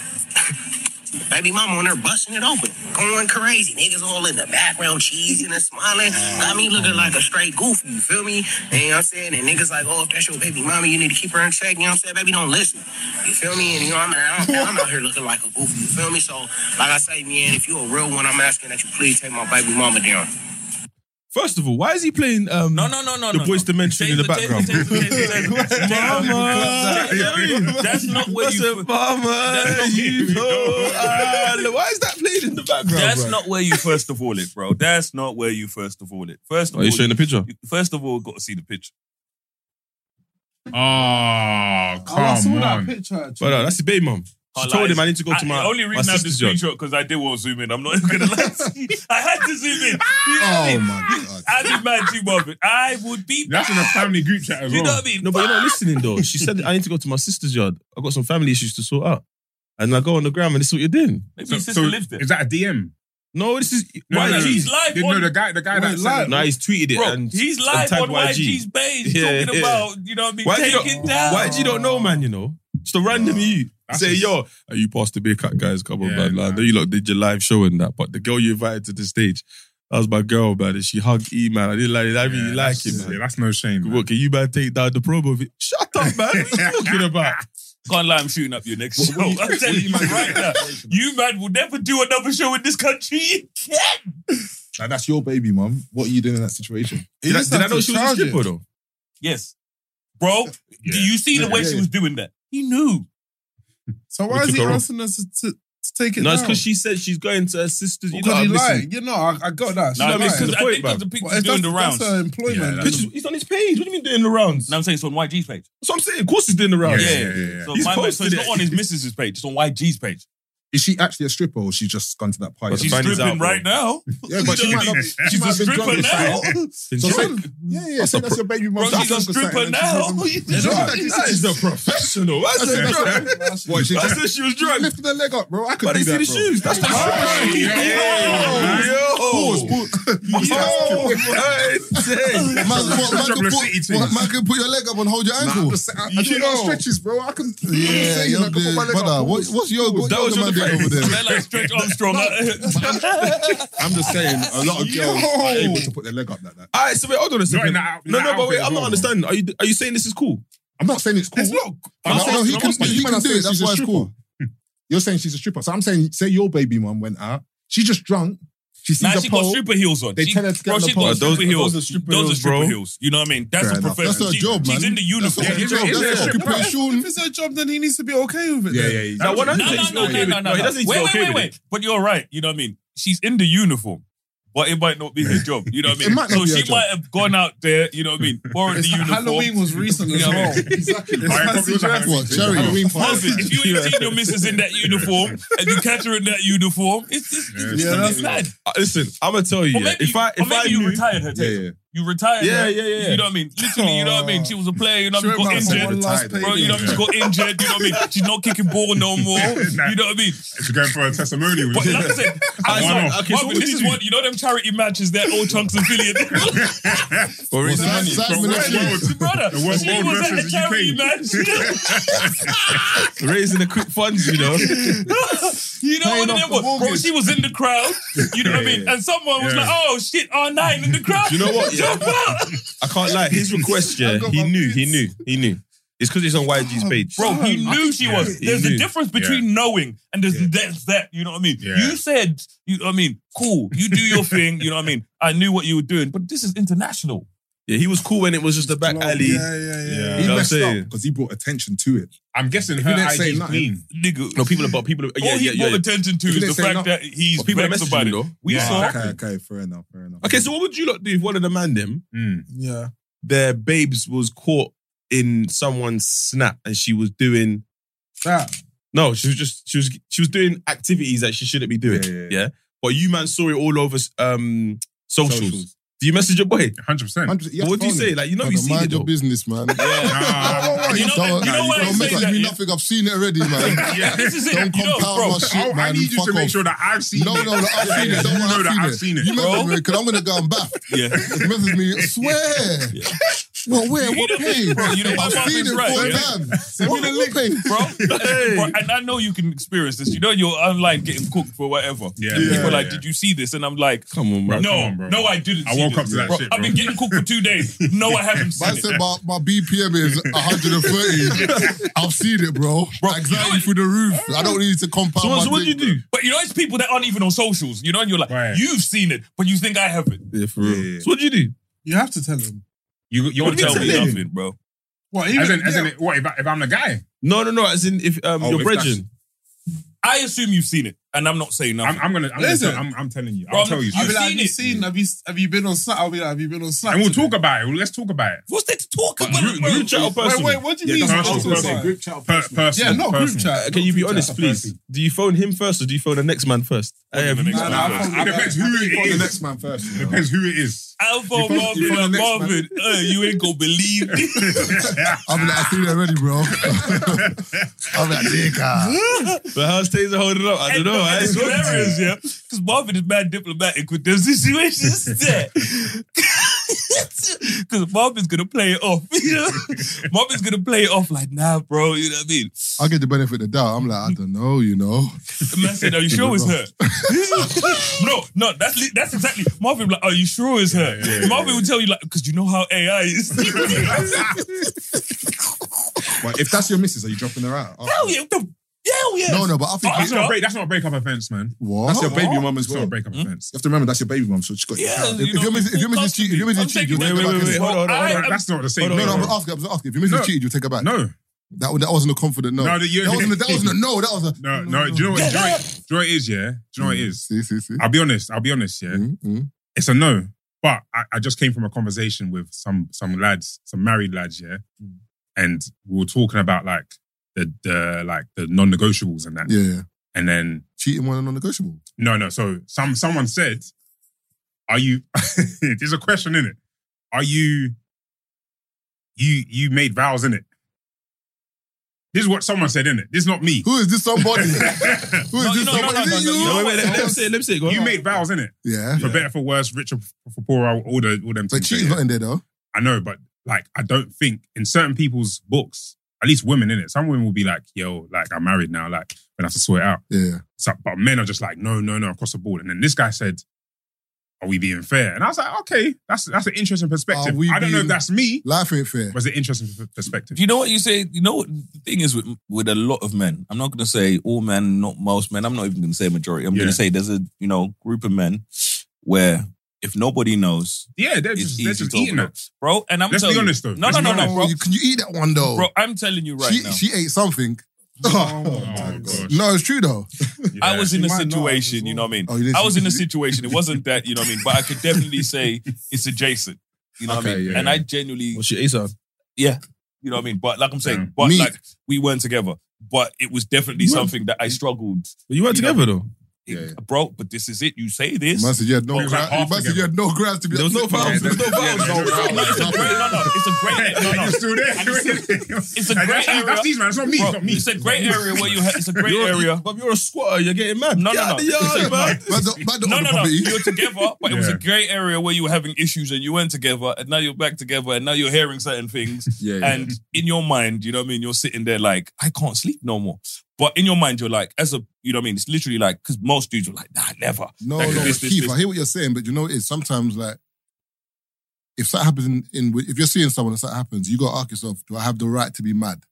[SPEAKER 9] Baby mama on there busting it open, going crazy. Niggas all in the background cheesing and smiling. I mean, looking like a straight goofy, you feel me? And you know what I'm saying? And niggas like, oh, if that's your baby mama, you need to keep her in check. You know what I'm saying? Baby, don't listen. You feel me? And you know, I'm, I'm, I'm out here looking like a goofy, you feel me? So, like I say, man, if you a real one, I'm asking that you please take my baby mama down.
[SPEAKER 4] First of all, why is he playing? Um,
[SPEAKER 6] No, no, no, no.
[SPEAKER 4] The
[SPEAKER 6] no,
[SPEAKER 4] voice
[SPEAKER 6] no.
[SPEAKER 4] dimension in the
[SPEAKER 6] Taser,
[SPEAKER 4] background.
[SPEAKER 6] taser, taser, taser, taser, taser.
[SPEAKER 4] Mama,
[SPEAKER 6] That's not where
[SPEAKER 4] That's
[SPEAKER 6] you.
[SPEAKER 4] a mama,
[SPEAKER 6] That's not-
[SPEAKER 4] you know. Ah, Why is that playing in the background?
[SPEAKER 6] That's
[SPEAKER 4] bro?
[SPEAKER 6] not where you first of all it, bro. That's not where you first of all it. First of
[SPEAKER 4] Are
[SPEAKER 6] all,
[SPEAKER 4] you showing the picture?
[SPEAKER 6] you- first of all, got to see the picture.
[SPEAKER 4] Ah,
[SPEAKER 5] Oh,
[SPEAKER 7] Oh, I saw
[SPEAKER 5] come
[SPEAKER 7] that
[SPEAKER 5] on.
[SPEAKER 7] picture. Actually.
[SPEAKER 4] But uh, that's the baby mum. She
[SPEAKER 6] Can't
[SPEAKER 4] told
[SPEAKER 6] lie,
[SPEAKER 4] him I need to go
[SPEAKER 6] I-
[SPEAKER 4] to my,
[SPEAKER 6] The only
[SPEAKER 4] my
[SPEAKER 6] reason I have the
[SPEAKER 4] sister's job.
[SPEAKER 6] screenshot because I did want to zoom in. I'm not even gonna lie. to you. I had to zoom in. You know what
[SPEAKER 8] Oh
[SPEAKER 6] I mean?
[SPEAKER 8] my god.
[SPEAKER 6] I'd be mad too, Marvin. I would be.
[SPEAKER 5] That's in a family group chat as
[SPEAKER 6] You know
[SPEAKER 5] well.
[SPEAKER 6] what I mean?
[SPEAKER 4] No, but you're not listening though. She said I need to go to my sister's yard. I got some family issues to sort out. And I go on the gram and this is what you're doing.
[SPEAKER 6] Maybe
[SPEAKER 5] So,
[SPEAKER 6] his sister
[SPEAKER 5] so
[SPEAKER 6] lived there.
[SPEAKER 5] is that a DM?
[SPEAKER 4] No, this is
[SPEAKER 5] No,
[SPEAKER 4] YG.
[SPEAKER 5] no, no.
[SPEAKER 6] He's live
[SPEAKER 5] Did-
[SPEAKER 6] on-
[SPEAKER 5] no, the guy, the guy that
[SPEAKER 7] Wait,
[SPEAKER 5] said
[SPEAKER 7] live?
[SPEAKER 4] Nah, he's tweeted it
[SPEAKER 6] Bro,
[SPEAKER 4] and
[SPEAKER 6] he's
[SPEAKER 4] and
[SPEAKER 6] live on
[SPEAKER 4] tagged
[SPEAKER 6] YG's page
[SPEAKER 4] Yeah,
[SPEAKER 6] talking
[SPEAKER 4] yeah.
[SPEAKER 6] about, you know what I mean?
[SPEAKER 4] Why
[SPEAKER 6] Take
[SPEAKER 4] you
[SPEAKER 6] it
[SPEAKER 4] don't-
[SPEAKER 6] down.
[SPEAKER 4] Why do you don't know, man? You know, just a random you
[SPEAKER 5] That's
[SPEAKER 4] say,
[SPEAKER 5] just-
[SPEAKER 4] "Yo, are you past the beer cut guys? Come on,
[SPEAKER 5] Yeah,
[SPEAKER 4] man! Like, I
[SPEAKER 5] man.
[SPEAKER 4] know you lot did your live show and that, but the girl you invited to the stage, that was my girl, man. And she hugged E, man. I didn't like it. I really like
[SPEAKER 5] that's,
[SPEAKER 4] it, man.
[SPEAKER 5] Yeah, that's no shame. man.
[SPEAKER 4] What can you man take down the promo? of it? Shut up, man! What are you talking about?
[SPEAKER 6] Can't lie, I'm shooting up your next show. I'm telling you right now. You man will never do another show in this country. You can't.
[SPEAKER 8] Now that's your baby, mum. What are you doing in that situation?
[SPEAKER 7] You
[SPEAKER 4] Did I,
[SPEAKER 7] just
[SPEAKER 4] did I
[SPEAKER 7] have
[SPEAKER 4] know
[SPEAKER 7] to
[SPEAKER 4] she was a
[SPEAKER 7] charge it.
[SPEAKER 4] stripper though?
[SPEAKER 6] Yes. Bro,
[SPEAKER 5] Yeah.
[SPEAKER 6] do you see the way
[SPEAKER 8] Yeah,
[SPEAKER 6] she
[SPEAKER 8] yeah.
[SPEAKER 6] was doing that? He knew.
[SPEAKER 7] So
[SPEAKER 4] We
[SPEAKER 7] why is
[SPEAKER 4] took
[SPEAKER 7] he
[SPEAKER 4] her off.
[SPEAKER 7] asking us to, to, to take it
[SPEAKER 4] No,
[SPEAKER 7] down?
[SPEAKER 4] it's because she said she's going to her sister's. You know,
[SPEAKER 7] Because he
[SPEAKER 4] I'm
[SPEAKER 7] lied.
[SPEAKER 4] listening.
[SPEAKER 7] You know, I, I got that. She
[SPEAKER 6] No,
[SPEAKER 4] Nah,
[SPEAKER 6] I mean,
[SPEAKER 4] that makes
[SPEAKER 7] lied.
[SPEAKER 6] 'cause
[SPEAKER 4] the
[SPEAKER 6] I
[SPEAKER 4] point,
[SPEAKER 6] think that's the
[SPEAKER 4] man.
[SPEAKER 6] pictures
[SPEAKER 7] Well,
[SPEAKER 6] doing the rounds.
[SPEAKER 7] That's her
[SPEAKER 6] No,
[SPEAKER 5] Yeah,
[SPEAKER 7] employment.
[SPEAKER 5] that's-
[SPEAKER 4] Pictures- he's on his page. What do you mean doing the rounds?
[SPEAKER 6] I'm saying it's on YG's page.
[SPEAKER 4] So I'm saying, of course he's doing
[SPEAKER 8] Oh,
[SPEAKER 4] the rounds.
[SPEAKER 5] Yeah,
[SPEAKER 6] Yeah.
[SPEAKER 5] yeah, yeah.
[SPEAKER 6] So
[SPEAKER 4] He's
[SPEAKER 6] my man, so
[SPEAKER 4] posted
[SPEAKER 6] it's not
[SPEAKER 4] it.
[SPEAKER 6] on his missus's page, it's on YG's page.
[SPEAKER 8] Is she actually a stripper or she's just gone to that party?
[SPEAKER 4] But
[SPEAKER 6] She's
[SPEAKER 4] find this
[SPEAKER 6] stripping
[SPEAKER 4] out, bro.
[SPEAKER 6] right now.
[SPEAKER 8] yeah, but she might not. She
[SPEAKER 6] She's
[SPEAKER 8] might
[SPEAKER 6] a
[SPEAKER 8] have been drunk or
[SPEAKER 6] stripper now.
[SPEAKER 8] something. So
[SPEAKER 4] Enjoy.
[SPEAKER 8] say- yeah, yeah.
[SPEAKER 4] That's
[SPEAKER 8] Say
[SPEAKER 4] a
[SPEAKER 8] that's
[SPEAKER 4] pro-
[SPEAKER 8] your baby mum.
[SPEAKER 6] Bro, she's a
[SPEAKER 8] drunk or
[SPEAKER 6] stripper
[SPEAKER 8] something,
[SPEAKER 6] now.
[SPEAKER 8] and she's
[SPEAKER 6] You know
[SPEAKER 8] drunk.
[SPEAKER 6] what I mean?
[SPEAKER 4] That is the professional. I
[SPEAKER 8] That's
[SPEAKER 4] said
[SPEAKER 8] it,
[SPEAKER 4] drunk.
[SPEAKER 8] that's it. What, she
[SPEAKER 4] I
[SPEAKER 8] just
[SPEAKER 4] said she was drunk.
[SPEAKER 8] lifted her leg up, bro. I could
[SPEAKER 4] But
[SPEAKER 8] do
[SPEAKER 4] they see
[SPEAKER 8] that,
[SPEAKER 4] the
[SPEAKER 8] bro.
[SPEAKER 4] shoes. That's the
[SPEAKER 8] Oh,
[SPEAKER 4] stripper.
[SPEAKER 5] yeah.
[SPEAKER 4] Yo. Yo.
[SPEAKER 8] Man,
[SPEAKER 4] Hey.
[SPEAKER 1] Man, what, man,
[SPEAKER 5] Trouble
[SPEAKER 1] can
[SPEAKER 5] in
[SPEAKER 1] put,
[SPEAKER 5] City thing.
[SPEAKER 1] what, man can put your leg up and hold your
[SPEAKER 8] Nah,
[SPEAKER 1] ankle.
[SPEAKER 8] I'm just, I, I do a lot of
[SPEAKER 4] Yo.
[SPEAKER 8] stretches, bro. I can.
[SPEAKER 1] yeah,
[SPEAKER 8] you know, I
[SPEAKER 1] you're
[SPEAKER 8] can put my
[SPEAKER 1] good.
[SPEAKER 8] leg up.
[SPEAKER 1] Brother, what, what's your what
[SPEAKER 4] That
[SPEAKER 1] yoga
[SPEAKER 4] was your
[SPEAKER 1] man doing over
[SPEAKER 4] defense.
[SPEAKER 1] there?
[SPEAKER 6] They're like Stretch Armstrong.
[SPEAKER 8] I'm just saying, a lot of girls are able to put their leg up like that.
[SPEAKER 4] All right, so wait, hold on a second.
[SPEAKER 5] in that- in
[SPEAKER 4] no,
[SPEAKER 5] that
[SPEAKER 4] no, but
[SPEAKER 5] outfit
[SPEAKER 4] wait,
[SPEAKER 5] as
[SPEAKER 4] I'm
[SPEAKER 5] well,
[SPEAKER 4] not
[SPEAKER 5] bro.
[SPEAKER 4] understanding. Are you are you saying this is cool?
[SPEAKER 8] I'm not saying it's cool.
[SPEAKER 4] It's not.
[SPEAKER 8] I'm
[SPEAKER 1] No,
[SPEAKER 8] saying
[SPEAKER 1] no, he
[SPEAKER 8] I'm
[SPEAKER 1] can-
[SPEAKER 8] not- but
[SPEAKER 1] he
[SPEAKER 8] you
[SPEAKER 1] can
[SPEAKER 8] man are
[SPEAKER 1] do
[SPEAKER 8] saying
[SPEAKER 1] it, that's
[SPEAKER 8] she's a
[SPEAKER 1] why it's
[SPEAKER 8] stripper.
[SPEAKER 1] cool.
[SPEAKER 8] You're saying she's a stripper. So I'm saying, say your baby mum went out. She's just drunk. She sees
[SPEAKER 6] Now
[SPEAKER 8] a
[SPEAKER 6] she got
[SPEAKER 8] pole.
[SPEAKER 6] stripper heels on.
[SPEAKER 8] They
[SPEAKER 6] she,
[SPEAKER 8] tell her to get
[SPEAKER 6] bro,
[SPEAKER 8] on the
[SPEAKER 6] she
[SPEAKER 8] pole.
[SPEAKER 6] got stripper
[SPEAKER 4] Those- those
[SPEAKER 6] heels.
[SPEAKER 4] are stripper
[SPEAKER 6] Those are
[SPEAKER 4] heels,
[SPEAKER 6] stripper
[SPEAKER 4] bro.
[SPEAKER 6] heels. You know what I mean? That's
[SPEAKER 8] Fair
[SPEAKER 6] a
[SPEAKER 8] enough.
[SPEAKER 6] profession.
[SPEAKER 1] That's her
[SPEAKER 6] She-
[SPEAKER 1] job,
[SPEAKER 6] She's
[SPEAKER 1] man.
[SPEAKER 6] in the
[SPEAKER 1] That's
[SPEAKER 6] uniform.
[SPEAKER 1] her
[SPEAKER 5] Yeah,
[SPEAKER 1] job.
[SPEAKER 5] yeah,
[SPEAKER 1] That's
[SPEAKER 5] yeah.
[SPEAKER 1] her occupation.
[SPEAKER 7] If it's her job, then he needs to be okay with it.
[SPEAKER 8] Yeah,
[SPEAKER 7] then.
[SPEAKER 8] yeah, yeah.
[SPEAKER 4] Now, what I'm
[SPEAKER 6] No,
[SPEAKER 4] saying
[SPEAKER 6] no,
[SPEAKER 4] is
[SPEAKER 6] no,
[SPEAKER 4] okay
[SPEAKER 6] no,
[SPEAKER 4] with-
[SPEAKER 6] no, no.
[SPEAKER 4] he doesn't
[SPEAKER 6] Wait,
[SPEAKER 4] need to be
[SPEAKER 6] wait,
[SPEAKER 4] okay
[SPEAKER 6] wait,
[SPEAKER 4] with it.
[SPEAKER 6] wait. But you're right. You know what I mean? She's in the uniform. But it might not be her job. You know what I
[SPEAKER 8] It
[SPEAKER 6] mean?
[SPEAKER 8] might not
[SPEAKER 6] so
[SPEAKER 8] be her
[SPEAKER 6] she
[SPEAKER 8] job.
[SPEAKER 6] might have gone out there, you know what I mean, borrowed the
[SPEAKER 7] It's-
[SPEAKER 6] uniform.
[SPEAKER 7] Halloween was recent as
[SPEAKER 6] You know what I
[SPEAKER 7] well.
[SPEAKER 6] mean?
[SPEAKER 7] exactly.
[SPEAKER 5] All right, probably was a Halloween
[SPEAKER 1] What,
[SPEAKER 5] thing.
[SPEAKER 1] cherry?
[SPEAKER 8] Halloween party.
[SPEAKER 6] Listen, if you ain't seen your missus in that uniform and you catch her in that uniform, it's just
[SPEAKER 5] Yeah,
[SPEAKER 6] it's,
[SPEAKER 7] that's
[SPEAKER 6] it's bad.
[SPEAKER 4] Uh, Listen, I'm gonna tell you.
[SPEAKER 6] Or
[SPEAKER 4] yeah,
[SPEAKER 6] maybe,
[SPEAKER 4] If I
[SPEAKER 6] or
[SPEAKER 4] if I
[SPEAKER 6] maybe you
[SPEAKER 4] knew,
[SPEAKER 6] retired her,
[SPEAKER 8] Yeah,
[SPEAKER 6] Taylor.
[SPEAKER 8] yeah.
[SPEAKER 6] You retired
[SPEAKER 4] Yeah,
[SPEAKER 6] her.
[SPEAKER 4] yeah, yeah.
[SPEAKER 6] You know what I mean? Literally, you know what I mean? She was a player, you know
[SPEAKER 7] She
[SPEAKER 6] what I mean? Got
[SPEAKER 7] went back for
[SPEAKER 6] injured.
[SPEAKER 7] one last
[SPEAKER 8] Bro,
[SPEAKER 7] pay.
[SPEAKER 6] Bro, you know what I mean? She got injured, you know what I mean? She's not kicking ball no more. You know what I mean?
[SPEAKER 5] She's going for a testimonial.
[SPEAKER 6] But like I said, I
[SPEAKER 5] Why
[SPEAKER 6] saw-
[SPEAKER 5] not?
[SPEAKER 4] Okay, so
[SPEAKER 6] Marvin,
[SPEAKER 4] what
[SPEAKER 6] this
[SPEAKER 4] did
[SPEAKER 6] is
[SPEAKER 4] you
[SPEAKER 6] what you know them charity matches that old chunks affiliate.
[SPEAKER 4] Or is it-
[SPEAKER 1] Zach-
[SPEAKER 5] money
[SPEAKER 1] Zach Milik-
[SPEAKER 5] from where?
[SPEAKER 6] Brother,
[SPEAKER 5] The world-
[SPEAKER 6] she
[SPEAKER 5] world
[SPEAKER 6] was at a
[SPEAKER 5] versus
[SPEAKER 6] charity
[SPEAKER 5] UK.
[SPEAKER 6] match.
[SPEAKER 4] raising the quick funds, you know?
[SPEAKER 6] you know what
[SPEAKER 8] Paying
[SPEAKER 6] I
[SPEAKER 8] off the
[SPEAKER 6] mean? Bro,
[SPEAKER 8] mortgage.
[SPEAKER 6] she was in the crowd. You know what I
[SPEAKER 5] Yeah,
[SPEAKER 6] mean? And someone was
[SPEAKER 5] Yeah.
[SPEAKER 6] like, oh shit, R9 in the crowd.
[SPEAKER 4] You know what? Yeah.
[SPEAKER 6] Jump out.
[SPEAKER 4] I can't lie. His request, yeah, he knew, he knew, he knew. It's because it's on YG's
[SPEAKER 5] Oh,
[SPEAKER 4] page.
[SPEAKER 6] Bro, he knew she
[SPEAKER 5] yeah,
[SPEAKER 6] was.
[SPEAKER 4] he
[SPEAKER 6] There's
[SPEAKER 4] knew.
[SPEAKER 6] a difference between knowing and there's that's that. You know what I mean?
[SPEAKER 5] Yeah.
[SPEAKER 6] You said, you I mean, cool, you do your thing. You know what I mean? I knew what you were doing, but this is international.
[SPEAKER 4] yeah, he was cool when it was just the back alley.
[SPEAKER 7] Yeah, yeah, yeah.
[SPEAKER 5] Yeah.
[SPEAKER 8] He
[SPEAKER 4] You know what I'm
[SPEAKER 8] messed up
[SPEAKER 4] saying?
[SPEAKER 8] because he brought attention to it.
[SPEAKER 5] I'm guessing her
[SPEAKER 8] you didn't
[SPEAKER 5] IG
[SPEAKER 8] say
[SPEAKER 5] is
[SPEAKER 8] nothing.
[SPEAKER 5] clean.
[SPEAKER 6] Nigga.
[SPEAKER 4] No, people about people. Yeah,
[SPEAKER 6] All he
[SPEAKER 4] yeah, yeah.
[SPEAKER 6] brought
[SPEAKER 4] yeah.
[SPEAKER 6] attention to
[SPEAKER 8] If you
[SPEAKER 6] is
[SPEAKER 8] didn't
[SPEAKER 6] the
[SPEAKER 8] say
[SPEAKER 6] fact
[SPEAKER 8] nothing-
[SPEAKER 6] that he's
[SPEAKER 4] But people are
[SPEAKER 6] vexed
[SPEAKER 4] messaging
[SPEAKER 6] about
[SPEAKER 4] him
[SPEAKER 6] it.
[SPEAKER 4] though.
[SPEAKER 6] We
[SPEAKER 5] Yeah.
[SPEAKER 6] saw
[SPEAKER 8] Okay, okay, fair enough, fair enough.
[SPEAKER 4] Okay, so what would you lot do if one of the man them,
[SPEAKER 5] Mm.
[SPEAKER 7] yeah.
[SPEAKER 4] their babes was caught in someone's snap and she was doing
[SPEAKER 7] That.
[SPEAKER 4] no, she was just she was she was doing activities that she shouldn't be doing.
[SPEAKER 8] Yeah,
[SPEAKER 4] Yeah,
[SPEAKER 8] yeah,
[SPEAKER 4] but you man saw it all over um socials.
[SPEAKER 8] Socials.
[SPEAKER 4] Do you message your boy?
[SPEAKER 5] 100%.
[SPEAKER 8] I'm just- you have
[SPEAKER 4] what
[SPEAKER 8] to
[SPEAKER 4] do you
[SPEAKER 8] phone
[SPEAKER 4] say?
[SPEAKER 8] him.
[SPEAKER 4] Like you know
[SPEAKER 1] Brother,
[SPEAKER 4] you seen
[SPEAKER 1] mind
[SPEAKER 4] it
[SPEAKER 1] your
[SPEAKER 4] though.
[SPEAKER 1] business, man.
[SPEAKER 5] Nah.
[SPEAKER 6] You know,
[SPEAKER 1] Don't-
[SPEAKER 6] you know why I
[SPEAKER 1] Don't
[SPEAKER 6] say
[SPEAKER 1] make
[SPEAKER 6] that.
[SPEAKER 1] me
[SPEAKER 6] yeah?
[SPEAKER 1] nothing. I've seen it already, man.
[SPEAKER 5] Yeah.
[SPEAKER 6] This is it.
[SPEAKER 1] Don't
[SPEAKER 6] you know,
[SPEAKER 1] compound
[SPEAKER 6] bro.
[SPEAKER 1] my shit,
[SPEAKER 5] I, I
[SPEAKER 1] man.
[SPEAKER 5] need you
[SPEAKER 1] Fuck
[SPEAKER 5] to make
[SPEAKER 1] off.
[SPEAKER 5] sure that I've seen
[SPEAKER 1] No,
[SPEAKER 5] it.
[SPEAKER 1] no, no, I've seen it. Don't
[SPEAKER 5] You know
[SPEAKER 1] worry,
[SPEAKER 5] that
[SPEAKER 1] I've
[SPEAKER 5] I've
[SPEAKER 1] seen
[SPEAKER 5] seen
[SPEAKER 1] it.
[SPEAKER 5] it.
[SPEAKER 1] You
[SPEAKER 6] Bro.
[SPEAKER 1] message me because I'm gonna go and bath.
[SPEAKER 6] Yeah.
[SPEAKER 1] You message me, swear. Well, where? What
[SPEAKER 6] You know-
[SPEAKER 1] page?
[SPEAKER 6] bro, you know
[SPEAKER 1] I've
[SPEAKER 6] what
[SPEAKER 1] seen
[SPEAKER 6] Marvin's
[SPEAKER 1] it
[SPEAKER 6] right,
[SPEAKER 1] four
[SPEAKER 6] yeah?
[SPEAKER 1] times. What what page?
[SPEAKER 6] bro. bro. And I know you can experience this. You know, you're online getting cooked for whatever.
[SPEAKER 5] Yeah.
[SPEAKER 6] And People
[SPEAKER 5] Yeah.
[SPEAKER 6] are like, did you see this? And I'm like,
[SPEAKER 4] Come on, bro.
[SPEAKER 6] no,
[SPEAKER 5] come on, bro.
[SPEAKER 6] no, I didn't.
[SPEAKER 5] I
[SPEAKER 6] see
[SPEAKER 5] woke
[SPEAKER 6] this.
[SPEAKER 5] up to that
[SPEAKER 6] Bro,
[SPEAKER 5] shit,
[SPEAKER 6] I've
[SPEAKER 5] bro.
[SPEAKER 6] been getting cooked for two days. No, I haven't
[SPEAKER 1] Man
[SPEAKER 6] seen it.
[SPEAKER 1] said my, my BPM is 130. I've seen it, bro.
[SPEAKER 6] Bro,
[SPEAKER 1] Anxiety
[SPEAKER 6] you know-
[SPEAKER 1] through the roof. I don't need to compound
[SPEAKER 4] So,
[SPEAKER 1] my
[SPEAKER 4] so what do you
[SPEAKER 1] thing,
[SPEAKER 4] do?
[SPEAKER 6] But you know, it's people that aren't even on socials. You know, and you're like,
[SPEAKER 5] Right.
[SPEAKER 6] you've seen it, but you think I haven't.
[SPEAKER 4] Yeah, for
[SPEAKER 8] Yeah, yeah.
[SPEAKER 4] So what do you do?
[SPEAKER 7] You have to tell him.
[SPEAKER 5] You, you
[SPEAKER 6] Don't
[SPEAKER 5] want to
[SPEAKER 6] tell me
[SPEAKER 5] me.
[SPEAKER 6] nothing, bro.
[SPEAKER 7] What?
[SPEAKER 5] As in,
[SPEAKER 7] Even,
[SPEAKER 5] as
[SPEAKER 7] yeah.
[SPEAKER 5] in what, if, I, if I'm the guy?
[SPEAKER 4] No, no, no. As in if um
[SPEAKER 8] Oh,
[SPEAKER 4] your
[SPEAKER 8] if that's-
[SPEAKER 4] brethren.
[SPEAKER 6] I assume you've seen it. and I'm not saying nothing.
[SPEAKER 5] I'm, I'm gonna. I'm, gonna
[SPEAKER 7] Listen.
[SPEAKER 5] tell, I'm, I'm telling you.
[SPEAKER 6] Bro,
[SPEAKER 5] I'll tell you.
[SPEAKER 6] I'll
[SPEAKER 7] I'll
[SPEAKER 5] straight.
[SPEAKER 7] be like,
[SPEAKER 6] seen
[SPEAKER 7] have you
[SPEAKER 6] it.
[SPEAKER 7] seen? Have you have you been on? Snap? I'll be like, have you been on? Snap
[SPEAKER 5] and we'll
[SPEAKER 7] today?
[SPEAKER 5] talk about it. Let's talk about it.
[SPEAKER 6] What's there to talk about?
[SPEAKER 5] Group-
[SPEAKER 6] bro?
[SPEAKER 5] group chat or personal?
[SPEAKER 7] Wait, wait. What do you
[SPEAKER 5] Yeah,
[SPEAKER 7] mean?
[SPEAKER 5] personal,
[SPEAKER 7] personal
[SPEAKER 5] personal.
[SPEAKER 7] side?
[SPEAKER 5] Group
[SPEAKER 10] chat.
[SPEAKER 5] Per- personal,
[SPEAKER 7] Yeah, not group
[SPEAKER 5] personal.
[SPEAKER 7] chat.
[SPEAKER 4] Can you be
[SPEAKER 7] Group
[SPEAKER 4] honest,
[SPEAKER 7] chat.
[SPEAKER 4] please? Do you phone him first or do you phone the next man first? Hey, have you-
[SPEAKER 7] Nah, nah, I
[SPEAKER 5] It
[SPEAKER 7] found the
[SPEAKER 5] depends
[SPEAKER 7] guy-
[SPEAKER 5] who
[SPEAKER 7] I
[SPEAKER 5] it
[SPEAKER 7] found the
[SPEAKER 5] is.
[SPEAKER 7] next man first. you know.
[SPEAKER 5] Depends who it is.
[SPEAKER 6] Alpha
[SPEAKER 5] You
[SPEAKER 6] Marvin,
[SPEAKER 5] you
[SPEAKER 6] uh,
[SPEAKER 5] found the next
[SPEAKER 6] Marvin, uh, you ain't gonna believe this.
[SPEAKER 10] I'll be like, I seen it already, bro. I'll be like, nigga.
[SPEAKER 4] But how's Taser holding up? I don't know. I
[SPEAKER 6] it's
[SPEAKER 4] ain't talking to you.
[SPEAKER 6] hilarious, yeah. Because Marvin is mad diplomatic with the situations there. Because Marvin's gonna play it off. You know? Marvin's gonna play it off like, nah, bro. You know what I mean?
[SPEAKER 10] I'll get the benefit of the doubt. I'm like, I don't know, you know.
[SPEAKER 6] The man said, "Are you sure it's her?" no, no, that's li- that's exactly Marvin. Like, are you sure it's her? Marvin will tell you like, because you know how AI is.
[SPEAKER 8] But if that's your missus, are you dropping her out?
[SPEAKER 6] Hell yeah, the- hell yeah.
[SPEAKER 10] No, no, but I think.
[SPEAKER 6] Oh,
[SPEAKER 5] That's not a break. That's not a breakup offense, man.
[SPEAKER 10] What?
[SPEAKER 8] That's your baby mum as
[SPEAKER 5] It's
[SPEAKER 8] well.
[SPEAKER 5] not a
[SPEAKER 8] You
[SPEAKER 4] Hmm?
[SPEAKER 5] breakup offense.
[SPEAKER 8] have to remember that's your baby mum, so she's got
[SPEAKER 6] Yeah,
[SPEAKER 8] you.
[SPEAKER 10] If- if
[SPEAKER 6] know,
[SPEAKER 10] your missus- if your
[SPEAKER 6] full
[SPEAKER 10] missus cheat- if your
[SPEAKER 6] custody.
[SPEAKER 10] missus
[SPEAKER 6] I'm
[SPEAKER 10] cheat,
[SPEAKER 6] taking
[SPEAKER 10] you
[SPEAKER 6] that
[SPEAKER 10] take
[SPEAKER 4] Wait,
[SPEAKER 10] her
[SPEAKER 6] back.
[SPEAKER 10] back.
[SPEAKER 4] wait, wait, wait.
[SPEAKER 10] innit?
[SPEAKER 4] Hold on, hold on.
[SPEAKER 6] I-
[SPEAKER 4] hold on.
[SPEAKER 5] No, that's not the same.
[SPEAKER 4] Hold on,
[SPEAKER 10] No, no, I'm
[SPEAKER 4] hold
[SPEAKER 10] asking. I'm just asking. If your missus
[SPEAKER 5] No.
[SPEAKER 10] cheated, you take her back.
[SPEAKER 5] No,
[SPEAKER 10] That, that wasn't a confident no.
[SPEAKER 5] No, that you-
[SPEAKER 10] wasn't a, that wasn't a no. That was a.
[SPEAKER 5] no, no. Do you know what? Do you know what, do you know what it is? Yeah. Do you know what it
[SPEAKER 6] Mm.
[SPEAKER 5] is?
[SPEAKER 10] See, see, see.
[SPEAKER 5] I'll be honest. I'll be honest. Yeah.
[SPEAKER 10] Mm, mm.
[SPEAKER 5] It's a no. But I, I just came from a conversation with some some lads, some married lads, yeah,
[SPEAKER 6] Mm.
[SPEAKER 5] and we were talking about like the the like the non-negotiables and that.
[SPEAKER 10] Yeah, yeah.
[SPEAKER 5] And then
[SPEAKER 10] Cheating one a non negotiable.
[SPEAKER 5] no, no. So some someone said, "Are you?" there's a question in it. Are you? You you made vows in it. This is what someone said in it. This is not me.
[SPEAKER 10] Who is this somebody? Who is
[SPEAKER 6] No,
[SPEAKER 10] this
[SPEAKER 6] no, no,
[SPEAKER 10] somebody?
[SPEAKER 6] no,
[SPEAKER 10] Is
[SPEAKER 6] no,
[SPEAKER 10] it
[SPEAKER 6] no,
[SPEAKER 10] you?
[SPEAKER 4] No, wait, wait. Let, let him say it. Let him say it. Go on.
[SPEAKER 5] You made vows in it.
[SPEAKER 10] Yeah.
[SPEAKER 5] For better, for worse, richer, for poorer, all the all them
[SPEAKER 10] But
[SPEAKER 5] things.
[SPEAKER 10] cheating's
[SPEAKER 5] yeah.
[SPEAKER 10] not in there, though.
[SPEAKER 5] I know, but like I don't think in certain people's books, at least women in it, some women will be like, "Yo, like I'm married now, like I'm gonna have to sort it out."
[SPEAKER 10] Yeah.
[SPEAKER 5] So, but men are just like, "No, no, no," across the board. And then this guy said, "Are we being fair?" And I was like, "Okay, that's that's an interesting perspective.
[SPEAKER 10] we
[SPEAKER 5] I don't know if
[SPEAKER 10] being-
[SPEAKER 5] that's me,
[SPEAKER 10] Life ain't fair.
[SPEAKER 5] but it's an interesting p- perspective."
[SPEAKER 6] Do you know what you say? You know what the thing is with with a lot of men. I'm not going to say all men, not most men. I'm not even going to say majority. I'm going
[SPEAKER 5] Yeah.
[SPEAKER 6] to say there's a you know group of men where if nobody knows,
[SPEAKER 5] Yeah, they're
[SPEAKER 6] it's
[SPEAKER 5] just they're
[SPEAKER 6] easy
[SPEAKER 5] just
[SPEAKER 6] to open
[SPEAKER 5] eating it.
[SPEAKER 6] up, bro. And I'm
[SPEAKER 5] Let's
[SPEAKER 6] telling
[SPEAKER 5] be honest though.
[SPEAKER 6] you, no,
[SPEAKER 5] Let's
[SPEAKER 6] no,
[SPEAKER 5] be
[SPEAKER 6] no, no,
[SPEAKER 5] honest.
[SPEAKER 6] bro,
[SPEAKER 10] You- Can you eat that one, though?
[SPEAKER 6] bro. I'm telling you right
[SPEAKER 10] she,
[SPEAKER 6] now.
[SPEAKER 10] she ate something.
[SPEAKER 5] Oh, my gosh.
[SPEAKER 10] No, it's true, though.
[SPEAKER 6] I was in a
[SPEAKER 7] might not
[SPEAKER 6] situation,
[SPEAKER 7] as
[SPEAKER 6] you know what I mean?
[SPEAKER 10] Oh, you didn't
[SPEAKER 6] I was in a
[SPEAKER 10] see-
[SPEAKER 6] situation. It wasn't that, you know what I mean? But I could definitely say it's adjacent. You know what I
[SPEAKER 8] Okay,
[SPEAKER 6] mean?
[SPEAKER 8] yeah,
[SPEAKER 6] and I genuinely,
[SPEAKER 4] What's your ace on?
[SPEAKER 6] you know what I mean? But like I'm saying,
[SPEAKER 5] Yeah.
[SPEAKER 6] but
[SPEAKER 10] Me-
[SPEAKER 6] like we weren't together. But it was definitely
[SPEAKER 4] You weren't-
[SPEAKER 6] something that I struggled,
[SPEAKER 4] But you weren't
[SPEAKER 6] You know-
[SPEAKER 4] together though.
[SPEAKER 6] It- bro. But this is it. You say this.
[SPEAKER 10] Man said you had no
[SPEAKER 5] It was like
[SPEAKER 10] gra-
[SPEAKER 5] half
[SPEAKER 10] man said you had no grass to be
[SPEAKER 4] There was no
[SPEAKER 10] vowels.
[SPEAKER 4] vowels. There was no vowels.
[SPEAKER 6] No, it's a great, no, no, it's a great, no, no.
[SPEAKER 5] You're still there.
[SPEAKER 6] And it's a great
[SPEAKER 5] And that's- That's
[SPEAKER 6] area.
[SPEAKER 5] these man. It's not me.
[SPEAKER 6] Bro,
[SPEAKER 5] It's not me.
[SPEAKER 6] It's a great area where you have, it's a great
[SPEAKER 4] You're-
[SPEAKER 6] area.
[SPEAKER 4] But you're a squatter. You're getting mad.
[SPEAKER 6] No, no,
[SPEAKER 4] Get out
[SPEAKER 6] no.
[SPEAKER 4] the yard,
[SPEAKER 6] Listen,
[SPEAKER 4] man.
[SPEAKER 10] Man said- man don't
[SPEAKER 6] No,
[SPEAKER 10] own the
[SPEAKER 6] no, no.
[SPEAKER 10] property.
[SPEAKER 6] You were together, but it was
[SPEAKER 5] Yeah.
[SPEAKER 6] a great area where you were having issues and you weren't together, and now you're back together, and now you're hearing certain things.
[SPEAKER 4] Yeah,
[SPEAKER 6] And in your mind, you know what I mean? You're sitting there like, I can't sleep no more. But in your mind, you're like, as a, you know what I mean? It's literally like, because most dudes are like, nah, never.
[SPEAKER 10] No,
[SPEAKER 6] Like,
[SPEAKER 10] no,
[SPEAKER 6] this, this,
[SPEAKER 10] Keith,
[SPEAKER 6] this.
[SPEAKER 10] I hear what you're saying, but you know what it is sometimes like if that happens in, in if you're seeing someone and that happens, you gotta ask yourself, do I have the right to be mad?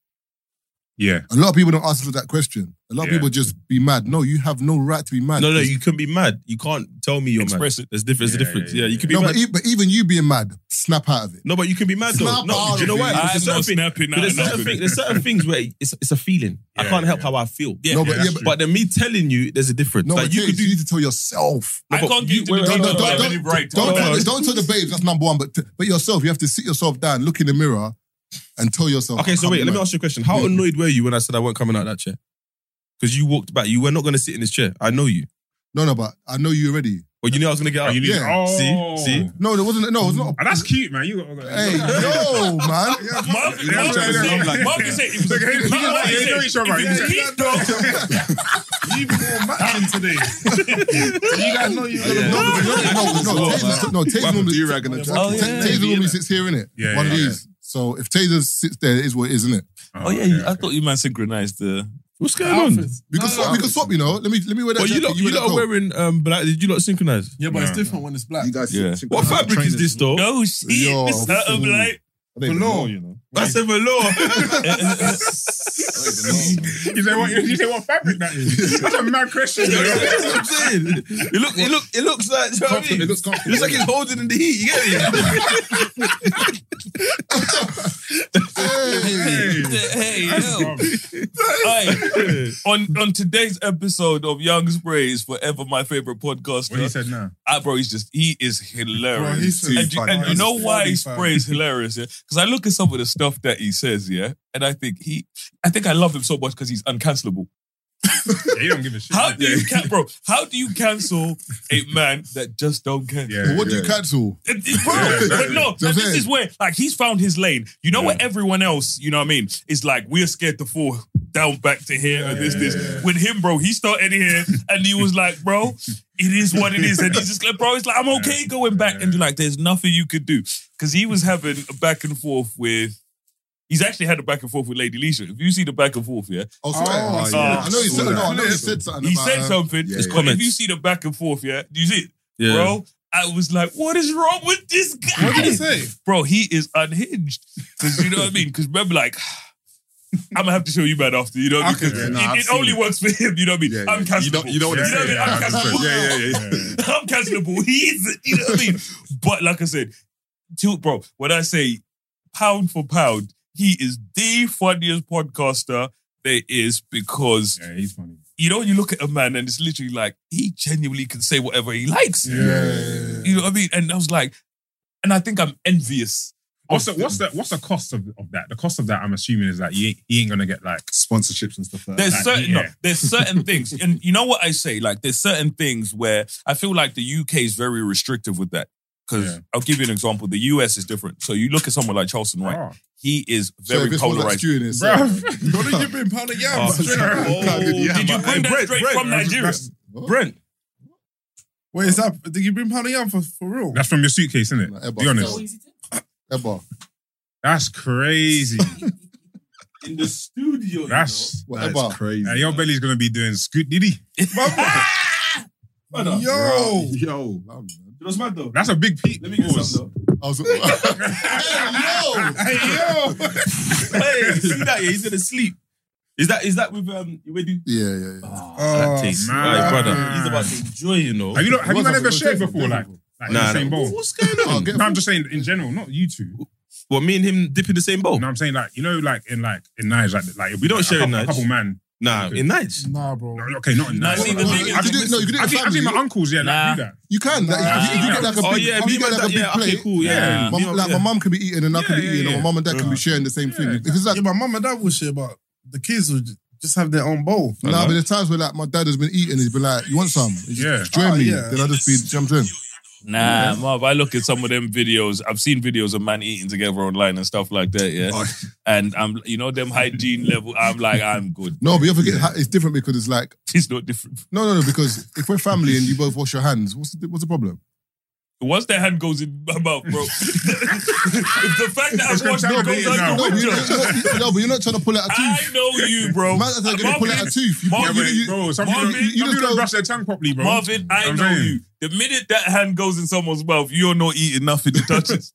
[SPEAKER 5] Yeah.
[SPEAKER 10] A lot of people don't ask for that question. A lot of
[SPEAKER 5] Yeah.
[SPEAKER 10] people just be mad. No, you have no right to be mad.
[SPEAKER 4] No, no, you can be mad. You can't tell me you're
[SPEAKER 6] Express
[SPEAKER 4] mad.
[SPEAKER 6] it.
[SPEAKER 4] There's difference.
[SPEAKER 5] Yeah,
[SPEAKER 4] There's a difference.
[SPEAKER 5] yeah,
[SPEAKER 4] Yeah,
[SPEAKER 5] yeah,
[SPEAKER 4] you can be
[SPEAKER 10] no, but,
[SPEAKER 4] mad.
[SPEAKER 10] e- but even you being mad, snap out of it.
[SPEAKER 4] No, but you can be mad though.
[SPEAKER 10] Snap
[SPEAKER 4] No,
[SPEAKER 10] out
[SPEAKER 4] do you know
[SPEAKER 10] of
[SPEAKER 4] why?
[SPEAKER 10] it.
[SPEAKER 4] There's a
[SPEAKER 6] I'm
[SPEAKER 4] certain
[SPEAKER 6] not
[SPEAKER 4] thing-
[SPEAKER 6] snapping
[SPEAKER 4] but there's
[SPEAKER 6] out
[SPEAKER 4] certain
[SPEAKER 6] of
[SPEAKER 4] thing-
[SPEAKER 6] nothing.
[SPEAKER 4] there's certain things where it's it's a feeling. I
[SPEAKER 5] Yeah,
[SPEAKER 4] can't help
[SPEAKER 5] yeah.
[SPEAKER 4] how I feel.
[SPEAKER 6] Yeah.
[SPEAKER 10] no, but
[SPEAKER 5] yeah,
[SPEAKER 10] yeah,
[SPEAKER 5] that's
[SPEAKER 10] but,
[SPEAKER 5] true.
[SPEAKER 4] But then me telling you, there's a difference.
[SPEAKER 10] no,
[SPEAKER 4] like
[SPEAKER 10] but
[SPEAKER 4] you could
[SPEAKER 10] do... you
[SPEAKER 4] do.
[SPEAKER 10] need to tell yourself.
[SPEAKER 6] I
[SPEAKER 4] but
[SPEAKER 6] can't
[SPEAKER 4] you-
[SPEAKER 6] get into the
[SPEAKER 10] Don't,
[SPEAKER 4] wait,
[SPEAKER 10] don't,
[SPEAKER 6] details
[SPEAKER 4] no, no, no,
[SPEAKER 6] of
[SPEAKER 10] don't,
[SPEAKER 6] any break.
[SPEAKER 10] don't, don't,
[SPEAKER 4] no,
[SPEAKER 10] tell,
[SPEAKER 4] no.
[SPEAKER 10] don't tell the babes, that's number one, but, t- but yourself, you have to sit yourself down, look in the mirror, and tell yourself.
[SPEAKER 4] Okay, so
[SPEAKER 10] "I'm
[SPEAKER 4] wait. Let me
[SPEAKER 10] mad."
[SPEAKER 4] ask you a question. How annoyed were you when I said I weren't coming out that chair? Because you walked back. You were not going to sit in this chair. I know you.
[SPEAKER 10] No, no, but I know you already.
[SPEAKER 4] But you knew I was going to get
[SPEAKER 5] Oh,
[SPEAKER 4] out.
[SPEAKER 5] you need.
[SPEAKER 10] Yeah.
[SPEAKER 5] Oh,
[SPEAKER 4] See? See?
[SPEAKER 10] No, there wasn't. No, it's not.
[SPEAKER 5] Oh, that's cute, man. You.
[SPEAKER 10] Hey, yo, man.
[SPEAKER 6] Marvin,
[SPEAKER 5] Yeah,
[SPEAKER 6] Marvin
[SPEAKER 5] yeah,
[SPEAKER 6] said,
[SPEAKER 5] yeah, yeah.
[SPEAKER 6] Marvin said, it was
[SPEAKER 5] Look, hey,
[SPEAKER 6] Marvin
[SPEAKER 5] you know what?
[SPEAKER 6] said,
[SPEAKER 5] You know each other,
[SPEAKER 6] if it
[SPEAKER 5] you
[SPEAKER 6] was
[SPEAKER 5] know
[SPEAKER 6] Keith, bro,
[SPEAKER 8] Down today. you guys know you.
[SPEAKER 4] Yeah.
[SPEAKER 10] No, no, no, no, Taser- no, Taser normally,
[SPEAKER 8] do-rag and a jacket.
[SPEAKER 6] Oh, yeah.
[SPEAKER 10] Ta- Taser normally sits here, innit?
[SPEAKER 5] Yeah,
[SPEAKER 10] One of
[SPEAKER 5] yeah, yeah.
[SPEAKER 10] these. So if Taser sits there, it is what it is, innit?
[SPEAKER 6] Oh yeah, you- I thought you man synchronized the.
[SPEAKER 4] What's going on?
[SPEAKER 10] We can, swap, we can swap, you know? Let me, let me wear that
[SPEAKER 4] But you
[SPEAKER 10] jacket,
[SPEAKER 4] lot, you
[SPEAKER 10] wear that
[SPEAKER 4] lot are
[SPEAKER 10] coat.
[SPEAKER 4] wearing um black. Did you lot synchronize?
[SPEAKER 7] Yeah, but it's
[SPEAKER 5] No.
[SPEAKER 7] different when it's black.
[SPEAKER 8] You guys
[SPEAKER 6] Yeah.
[SPEAKER 8] should-
[SPEAKER 4] What fabric is
[SPEAKER 8] trainers.
[SPEAKER 4] this though?
[SPEAKER 6] No shit,
[SPEAKER 10] Yo.
[SPEAKER 6] it's not a blight.
[SPEAKER 8] I don't even know, you know.
[SPEAKER 4] That's a velour.
[SPEAKER 5] You say what? You say what fabric that is? That's a mad question.
[SPEAKER 4] You
[SPEAKER 5] you
[SPEAKER 4] know
[SPEAKER 5] know?
[SPEAKER 4] what I'm saying? It look, it look, it looks like. do you know what I mean?
[SPEAKER 8] Comfortable. It looks
[SPEAKER 4] It looks like it's holding in the heat. You get it?
[SPEAKER 10] Hey,
[SPEAKER 6] Hey, yo. Hey, on on today's episode of Young Spray is forever my favorite podcast.
[SPEAKER 5] What he said now?
[SPEAKER 6] Ah, bro, he's just he is hilarious.
[SPEAKER 5] Bro, he's too
[SPEAKER 6] and you,
[SPEAKER 5] funny.
[SPEAKER 6] and you
[SPEAKER 5] He's
[SPEAKER 6] know why
[SPEAKER 5] funny,
[SPEAKER 6] he
[SPEAKER 5] fam.
[SPEAKER 6] sprays hilarious, yeah? Because I look at some of the stuff that he says, yeah, and I think he, I think I love him so much because he's uncancelable.
[SPEAKER 5] Yeah, you don't give a shit.
[SPEAKER 6] How do you, can, bro? How do you cancel a man that just don't cancel?
[SPEAKER 10] But what do you cancel?
[SPEAKER 6] It- it- Bro,
[SPEAKER 10] Yeah, exactly.
[SPEAKER 6] but no,
[SPEAKER 10] That's what I'm
[SPEAKER 6] this
[SPEAKER 10] saying.
[SPEAKER 6] is where like he's found his lane. You know where everyone else, you know what I mean, is like we're scared to fall down back to here and this, this. With him, bro, he started here and he was like, bro, it is what it is. And he's just like, bro, it's like I'm okay going back. And you're like, there's nothing you could do. Cause he was having a back and forth with He's actually had a back and forth with Lady Leisha. If you see the back and forth, yeah.
[SPEAKER 10] Oh, swear. Oh, yeah. I know he said- no, I know he said something
[SPEAKER 6] He
[SPEAKER 10] about,
[SPEAKER 6] said
[SPEAKER 10] uh,
[SPEAKER 6] something.
[SPEAKER 10] yeah,
[SPEAKER 6] but
[SPEAKER 10] yeah.
[SPEAKER 6] If you see the back and forth, yeah, do you see it?
[SPEAKER 4] Yeah.
[SPEAKER 6] Bro, I was like, what is wrong with this guy?
[SPEAKER 5] What did he say?
[SPEAKER 6] Bro, he is unhinged. Because you know what I mean? Because remember, like, I'm gonna have to show you man after, you know?
[SPEAKER 5] Okay,
[SPEAKER 6] Because
[SPEAKER 5] yeah, no, I've
[SPEAKER 6] it, it
[SPEAKER 5] seen
[SPEAKER 6] only
[SPEAKER 5] it.
[SPEAKER 6] works for him, you know what I mean? I'm cancelable.
[SPEAKER 5] You don't- you don't wanna
[SPEAKER 6] know
[SPEAKER 5] say
[SPEAKER 6] what I mean?
[SPEAKER 5] it,
[SPEAKER 6] I'm cancelable.
[SPEAKER 5] 100%. Yeah, yeah,
[SPEAKER 6] I'm cancelable. He's, you know what I mean? But like I said, to, bro, when I say pound for pound, he is the funniest podcaster there is because
[SPEAKER 5] Yeah, he's funny.
[SPEAKER 6] you know, you look at a man and it's literally like he genuinely can say whatever he likes. You know what I mean? And I was like, and I think I'm envious.
[SPEAKER 5] What's the, what's the what's the cost of, of that? The cost of that, I'm assuming, is that you ain't, he ain't gonna get like
[SPEAKER 8] Sponsorships and stuff like
[SPEAKER 6] There's
[SPEAKER 5] Like,
[SPEAKER 6] certain
[SPEAKER 5] yeah.
[SPEAKER 6] no, there's certain things, and you know what I say. Like there's certain things where I feel like the UK is very restrictive with that. Because
[SPEAKER 5] Yeah.
[SPEAKER 6] I'll give you an example. The US is different. So you look at someone like Charleston, right?
[SPEAKER 5] oh,
[SPEAKER 6] He is
[SPEAKER 10] So
[SPEAKER 6] very
[SPEAKER 10] if it's more like
[SPEAKER 6] polarized.
[SPEAKER 10] stew in it, so-
[SPEAKER 5] Bruv.
[SPEAKER 8] Don't you bring pound of
[SPEAKER 6] Oh,
[SPEAKER 8] yam?
[SPEAKER 6] sorry.
[SPEAKER 8] straight up.
[SPEAKER 6] Oh, did you bring that
[SPEAKER 8] Brent,
[SPEAKER 6] straight
[SPEAKER 8] Brent,
[SPEAKER 6] from
[SPEAKER 8] that's-
[SPEAKER 6] Nigeria?
[SPEAKER 8] that's- Brent. Wait, is that? Did you bring pound of yam for, for real?
[SPEAKER 5] That's from your suitcase, isn't
[SPEAKER 10] Like,
[SPEAKER 5] it?
[SPEAKER 10] Ebba.
[SPEAKER 5] Be honest.
[SPEAKER 10] Ebba.
[SPEAKER 5] That's crazy.
[SPEAKER 4] In the studio.
[SPEAKER 5] That's
[SPEAKER 10] What,
[SPEAKER 8] That's
[SPEAKER 10] Ebba?
[SPEAKER 8] crazy.
[SPEAKER 5] Yeah, your belly's gonna be doing scoot diddy.
[SPEAKER 8] Yo.
[SPEAKER 4] Yo. It was mad though.
[SPEAKER 5] That's a big peak.
[SPEAKER 10] I was Hey, yo!
[SPEAKER 4] Hey, see that? Yeah, he's gonna sleep. Is that is that with um Iwedu?
[SPEAKER 10] Yeah, yeah, yeah.
[SPEAKER 4] that
[SPEAKER 8] Oh,
[SPEAKER 4] tastes
[SPEAKER 5] man.
[SPEAKER 4] nice, brother. He's about to enjoy, you know.
[SPEAKER 5] Have you not? Have you
[SPEAKER 10] What's
[SPEAKER 5] not
[SPEAKER 10] up,
[SPEAKER 5] ever
[SPEAKER 10] what's
[SPEAKER 5] shared
[SPEAKER 10] up?
[SPEAKER 5] before? Like, like in
[SPEAKER 4] Nah,
[SPEAKER 5] the same
[SPEAKER 4] nah.
[SPEAKER 5] bowl.
[SPEAKER 4] What's going
[SPEAKER 10] Oh,
[SPEAKER 4] on?
[SPEAKER 10] get
[SPEAKER 5] No, I'm just saying in general, not you two.
[SPEAKER 4] Well, me and him dip in the same bowl.
[SPEAKER 5] No, I'm saying like you know, like in like in Nige, like like
[SPEAKER 4] We don't
[SPEAKER 5] like,
[SPEAKER 4] share
[SPEAKER 5] a couple,
[SPEAKER 4] in
[SPEAKER 5] A
[SPEAKER 4] Nige.
[SPEAKER 5] couple man.
[SPEAKER 4] Nah, in Nights.
[SPEAKER 8] Nah, bro.
[SPEAKER 5] No, Okay, not in
[SPEAKER 6] Nah,
[SPEAKER 5] Nige.
[SPEAKER 6] see, the thing is-
[SPEAKER 5] I've
[SPEAKER 10] You
[SPEAKER 5] seen-
[SPEAKER 10] did- no, you did it
[SPEAKER 5] I've seen- I've seen my
[SPEAKER 10] family.
[SPEAKER 5] uncles. Yeah, like do that.
[SPEAKER 10] You can. Like, if you, if you get like a big,
[SPEAKER 4] Oh yeah,
[SPEAKER 10] if
[SPEAKER 4] me
[SPEAKER 10] you
[SPEAKER 4] and
[SPEAKER 10] get
[SPEAKER 4] my
[SPEAKER 10] like a
[SPEAKER 4] dad.
[SPEAKER 10] big
[SPEAKER 4] Yeah,
[SPEAKER 10] plate.
[SPEAKER 4] okay, cool.
[SPEAKER 10] my,
[SPEAKER 4] Yeah, yeah,
[SPEAKER 10] like
[SPEAKER 4] yeah.
[SPEAKER 10] my mum can be eating and I can be
[SPEAKER 5] Yeah, yeah,
[SPEAKER 10] eating, or
[SPEAKER 5] yeah.
[SPEAKER 10] my mum and dad can be sharing the same thing. If it's like,
[SPEAKER 8] yeah, my mum and dad will share, but the kids will ju- just have their own bowl.
[SPEAKER 10] nah, but there's times where like my dad has been eating, he's been like, "You want some? He's just,
[SPEAKER 5] Yeah.
[SPEAKER 10] just join
[SPEAKER 7] Uh,
[SPEAKER 8] Oh,
[SPEAKER 10] me."
[SPEAKER 8] yeah.
[SPEAKER 10] Then I just be jumped in.
[SPEAKER 6] Nah, Marv, I look at some of them videos. I've seen videos of man eating together online and stuff like that, yeah. And I'm you know them hygiene level, I'm like, I'm good.
[SPEAKER 10] No, but you forget how, it's different because it's like,
[SPEAKER 6] It's not different.
[SPEAKER 10] no, no, no, because if we're family and you both wash your hands, what's the, what's the problem?
[SPEAKER 6] Once that hand goes in my mouth, bro. if the fact that I've
[SPEAKER 5] It's gonna
[SPEAKER 6] watched it
[SPEAKER 5] sound
[SPEAKER 6] goes
[SPEAKER 5] weird now.
[SPEAKER 6] out the
[SPEAKER 10] No, but you're not,
[SPEAKER 6] window.
[SPEAKER 10] you're not- no, but you're not trying to pull out a
[SPEAKER 6] I
[SPEAKER 10] tooth.
[SPEAKER 6] know you, bro.
[SPEAKER 10] Man's not going to pull out a
[SPEAKER 6] Marvin,
[SPEAKER 10] tooth. You,
[SPEAKER 5] Yeah,
[SPEAKER 6] Marvin,
[SPEAKER 10] you,
[SPEAKER 5] but,
[SPEAKER 10] you,
[SPEAKER 5] bro, some
[SPEAKER 6] Marvin,
[SPEAKER 5] people,
[SPEAKER 10] you
[SPEAKER 5] some
[SPEAKER 10] just
[SPEAKER 5] people don't
[SPEAKER 10] go-
[SPEAKER 5] brush their tongue properly, bro.
[SPEAKER 6] Marvin, I
[SPEAKER 5] I'm
[SPEAKER 6] know
[SPEAKER 5] saying.
[SPEAKER 6] you. The minute that hand goes in someone's mouth, you're not eating nothing it touches.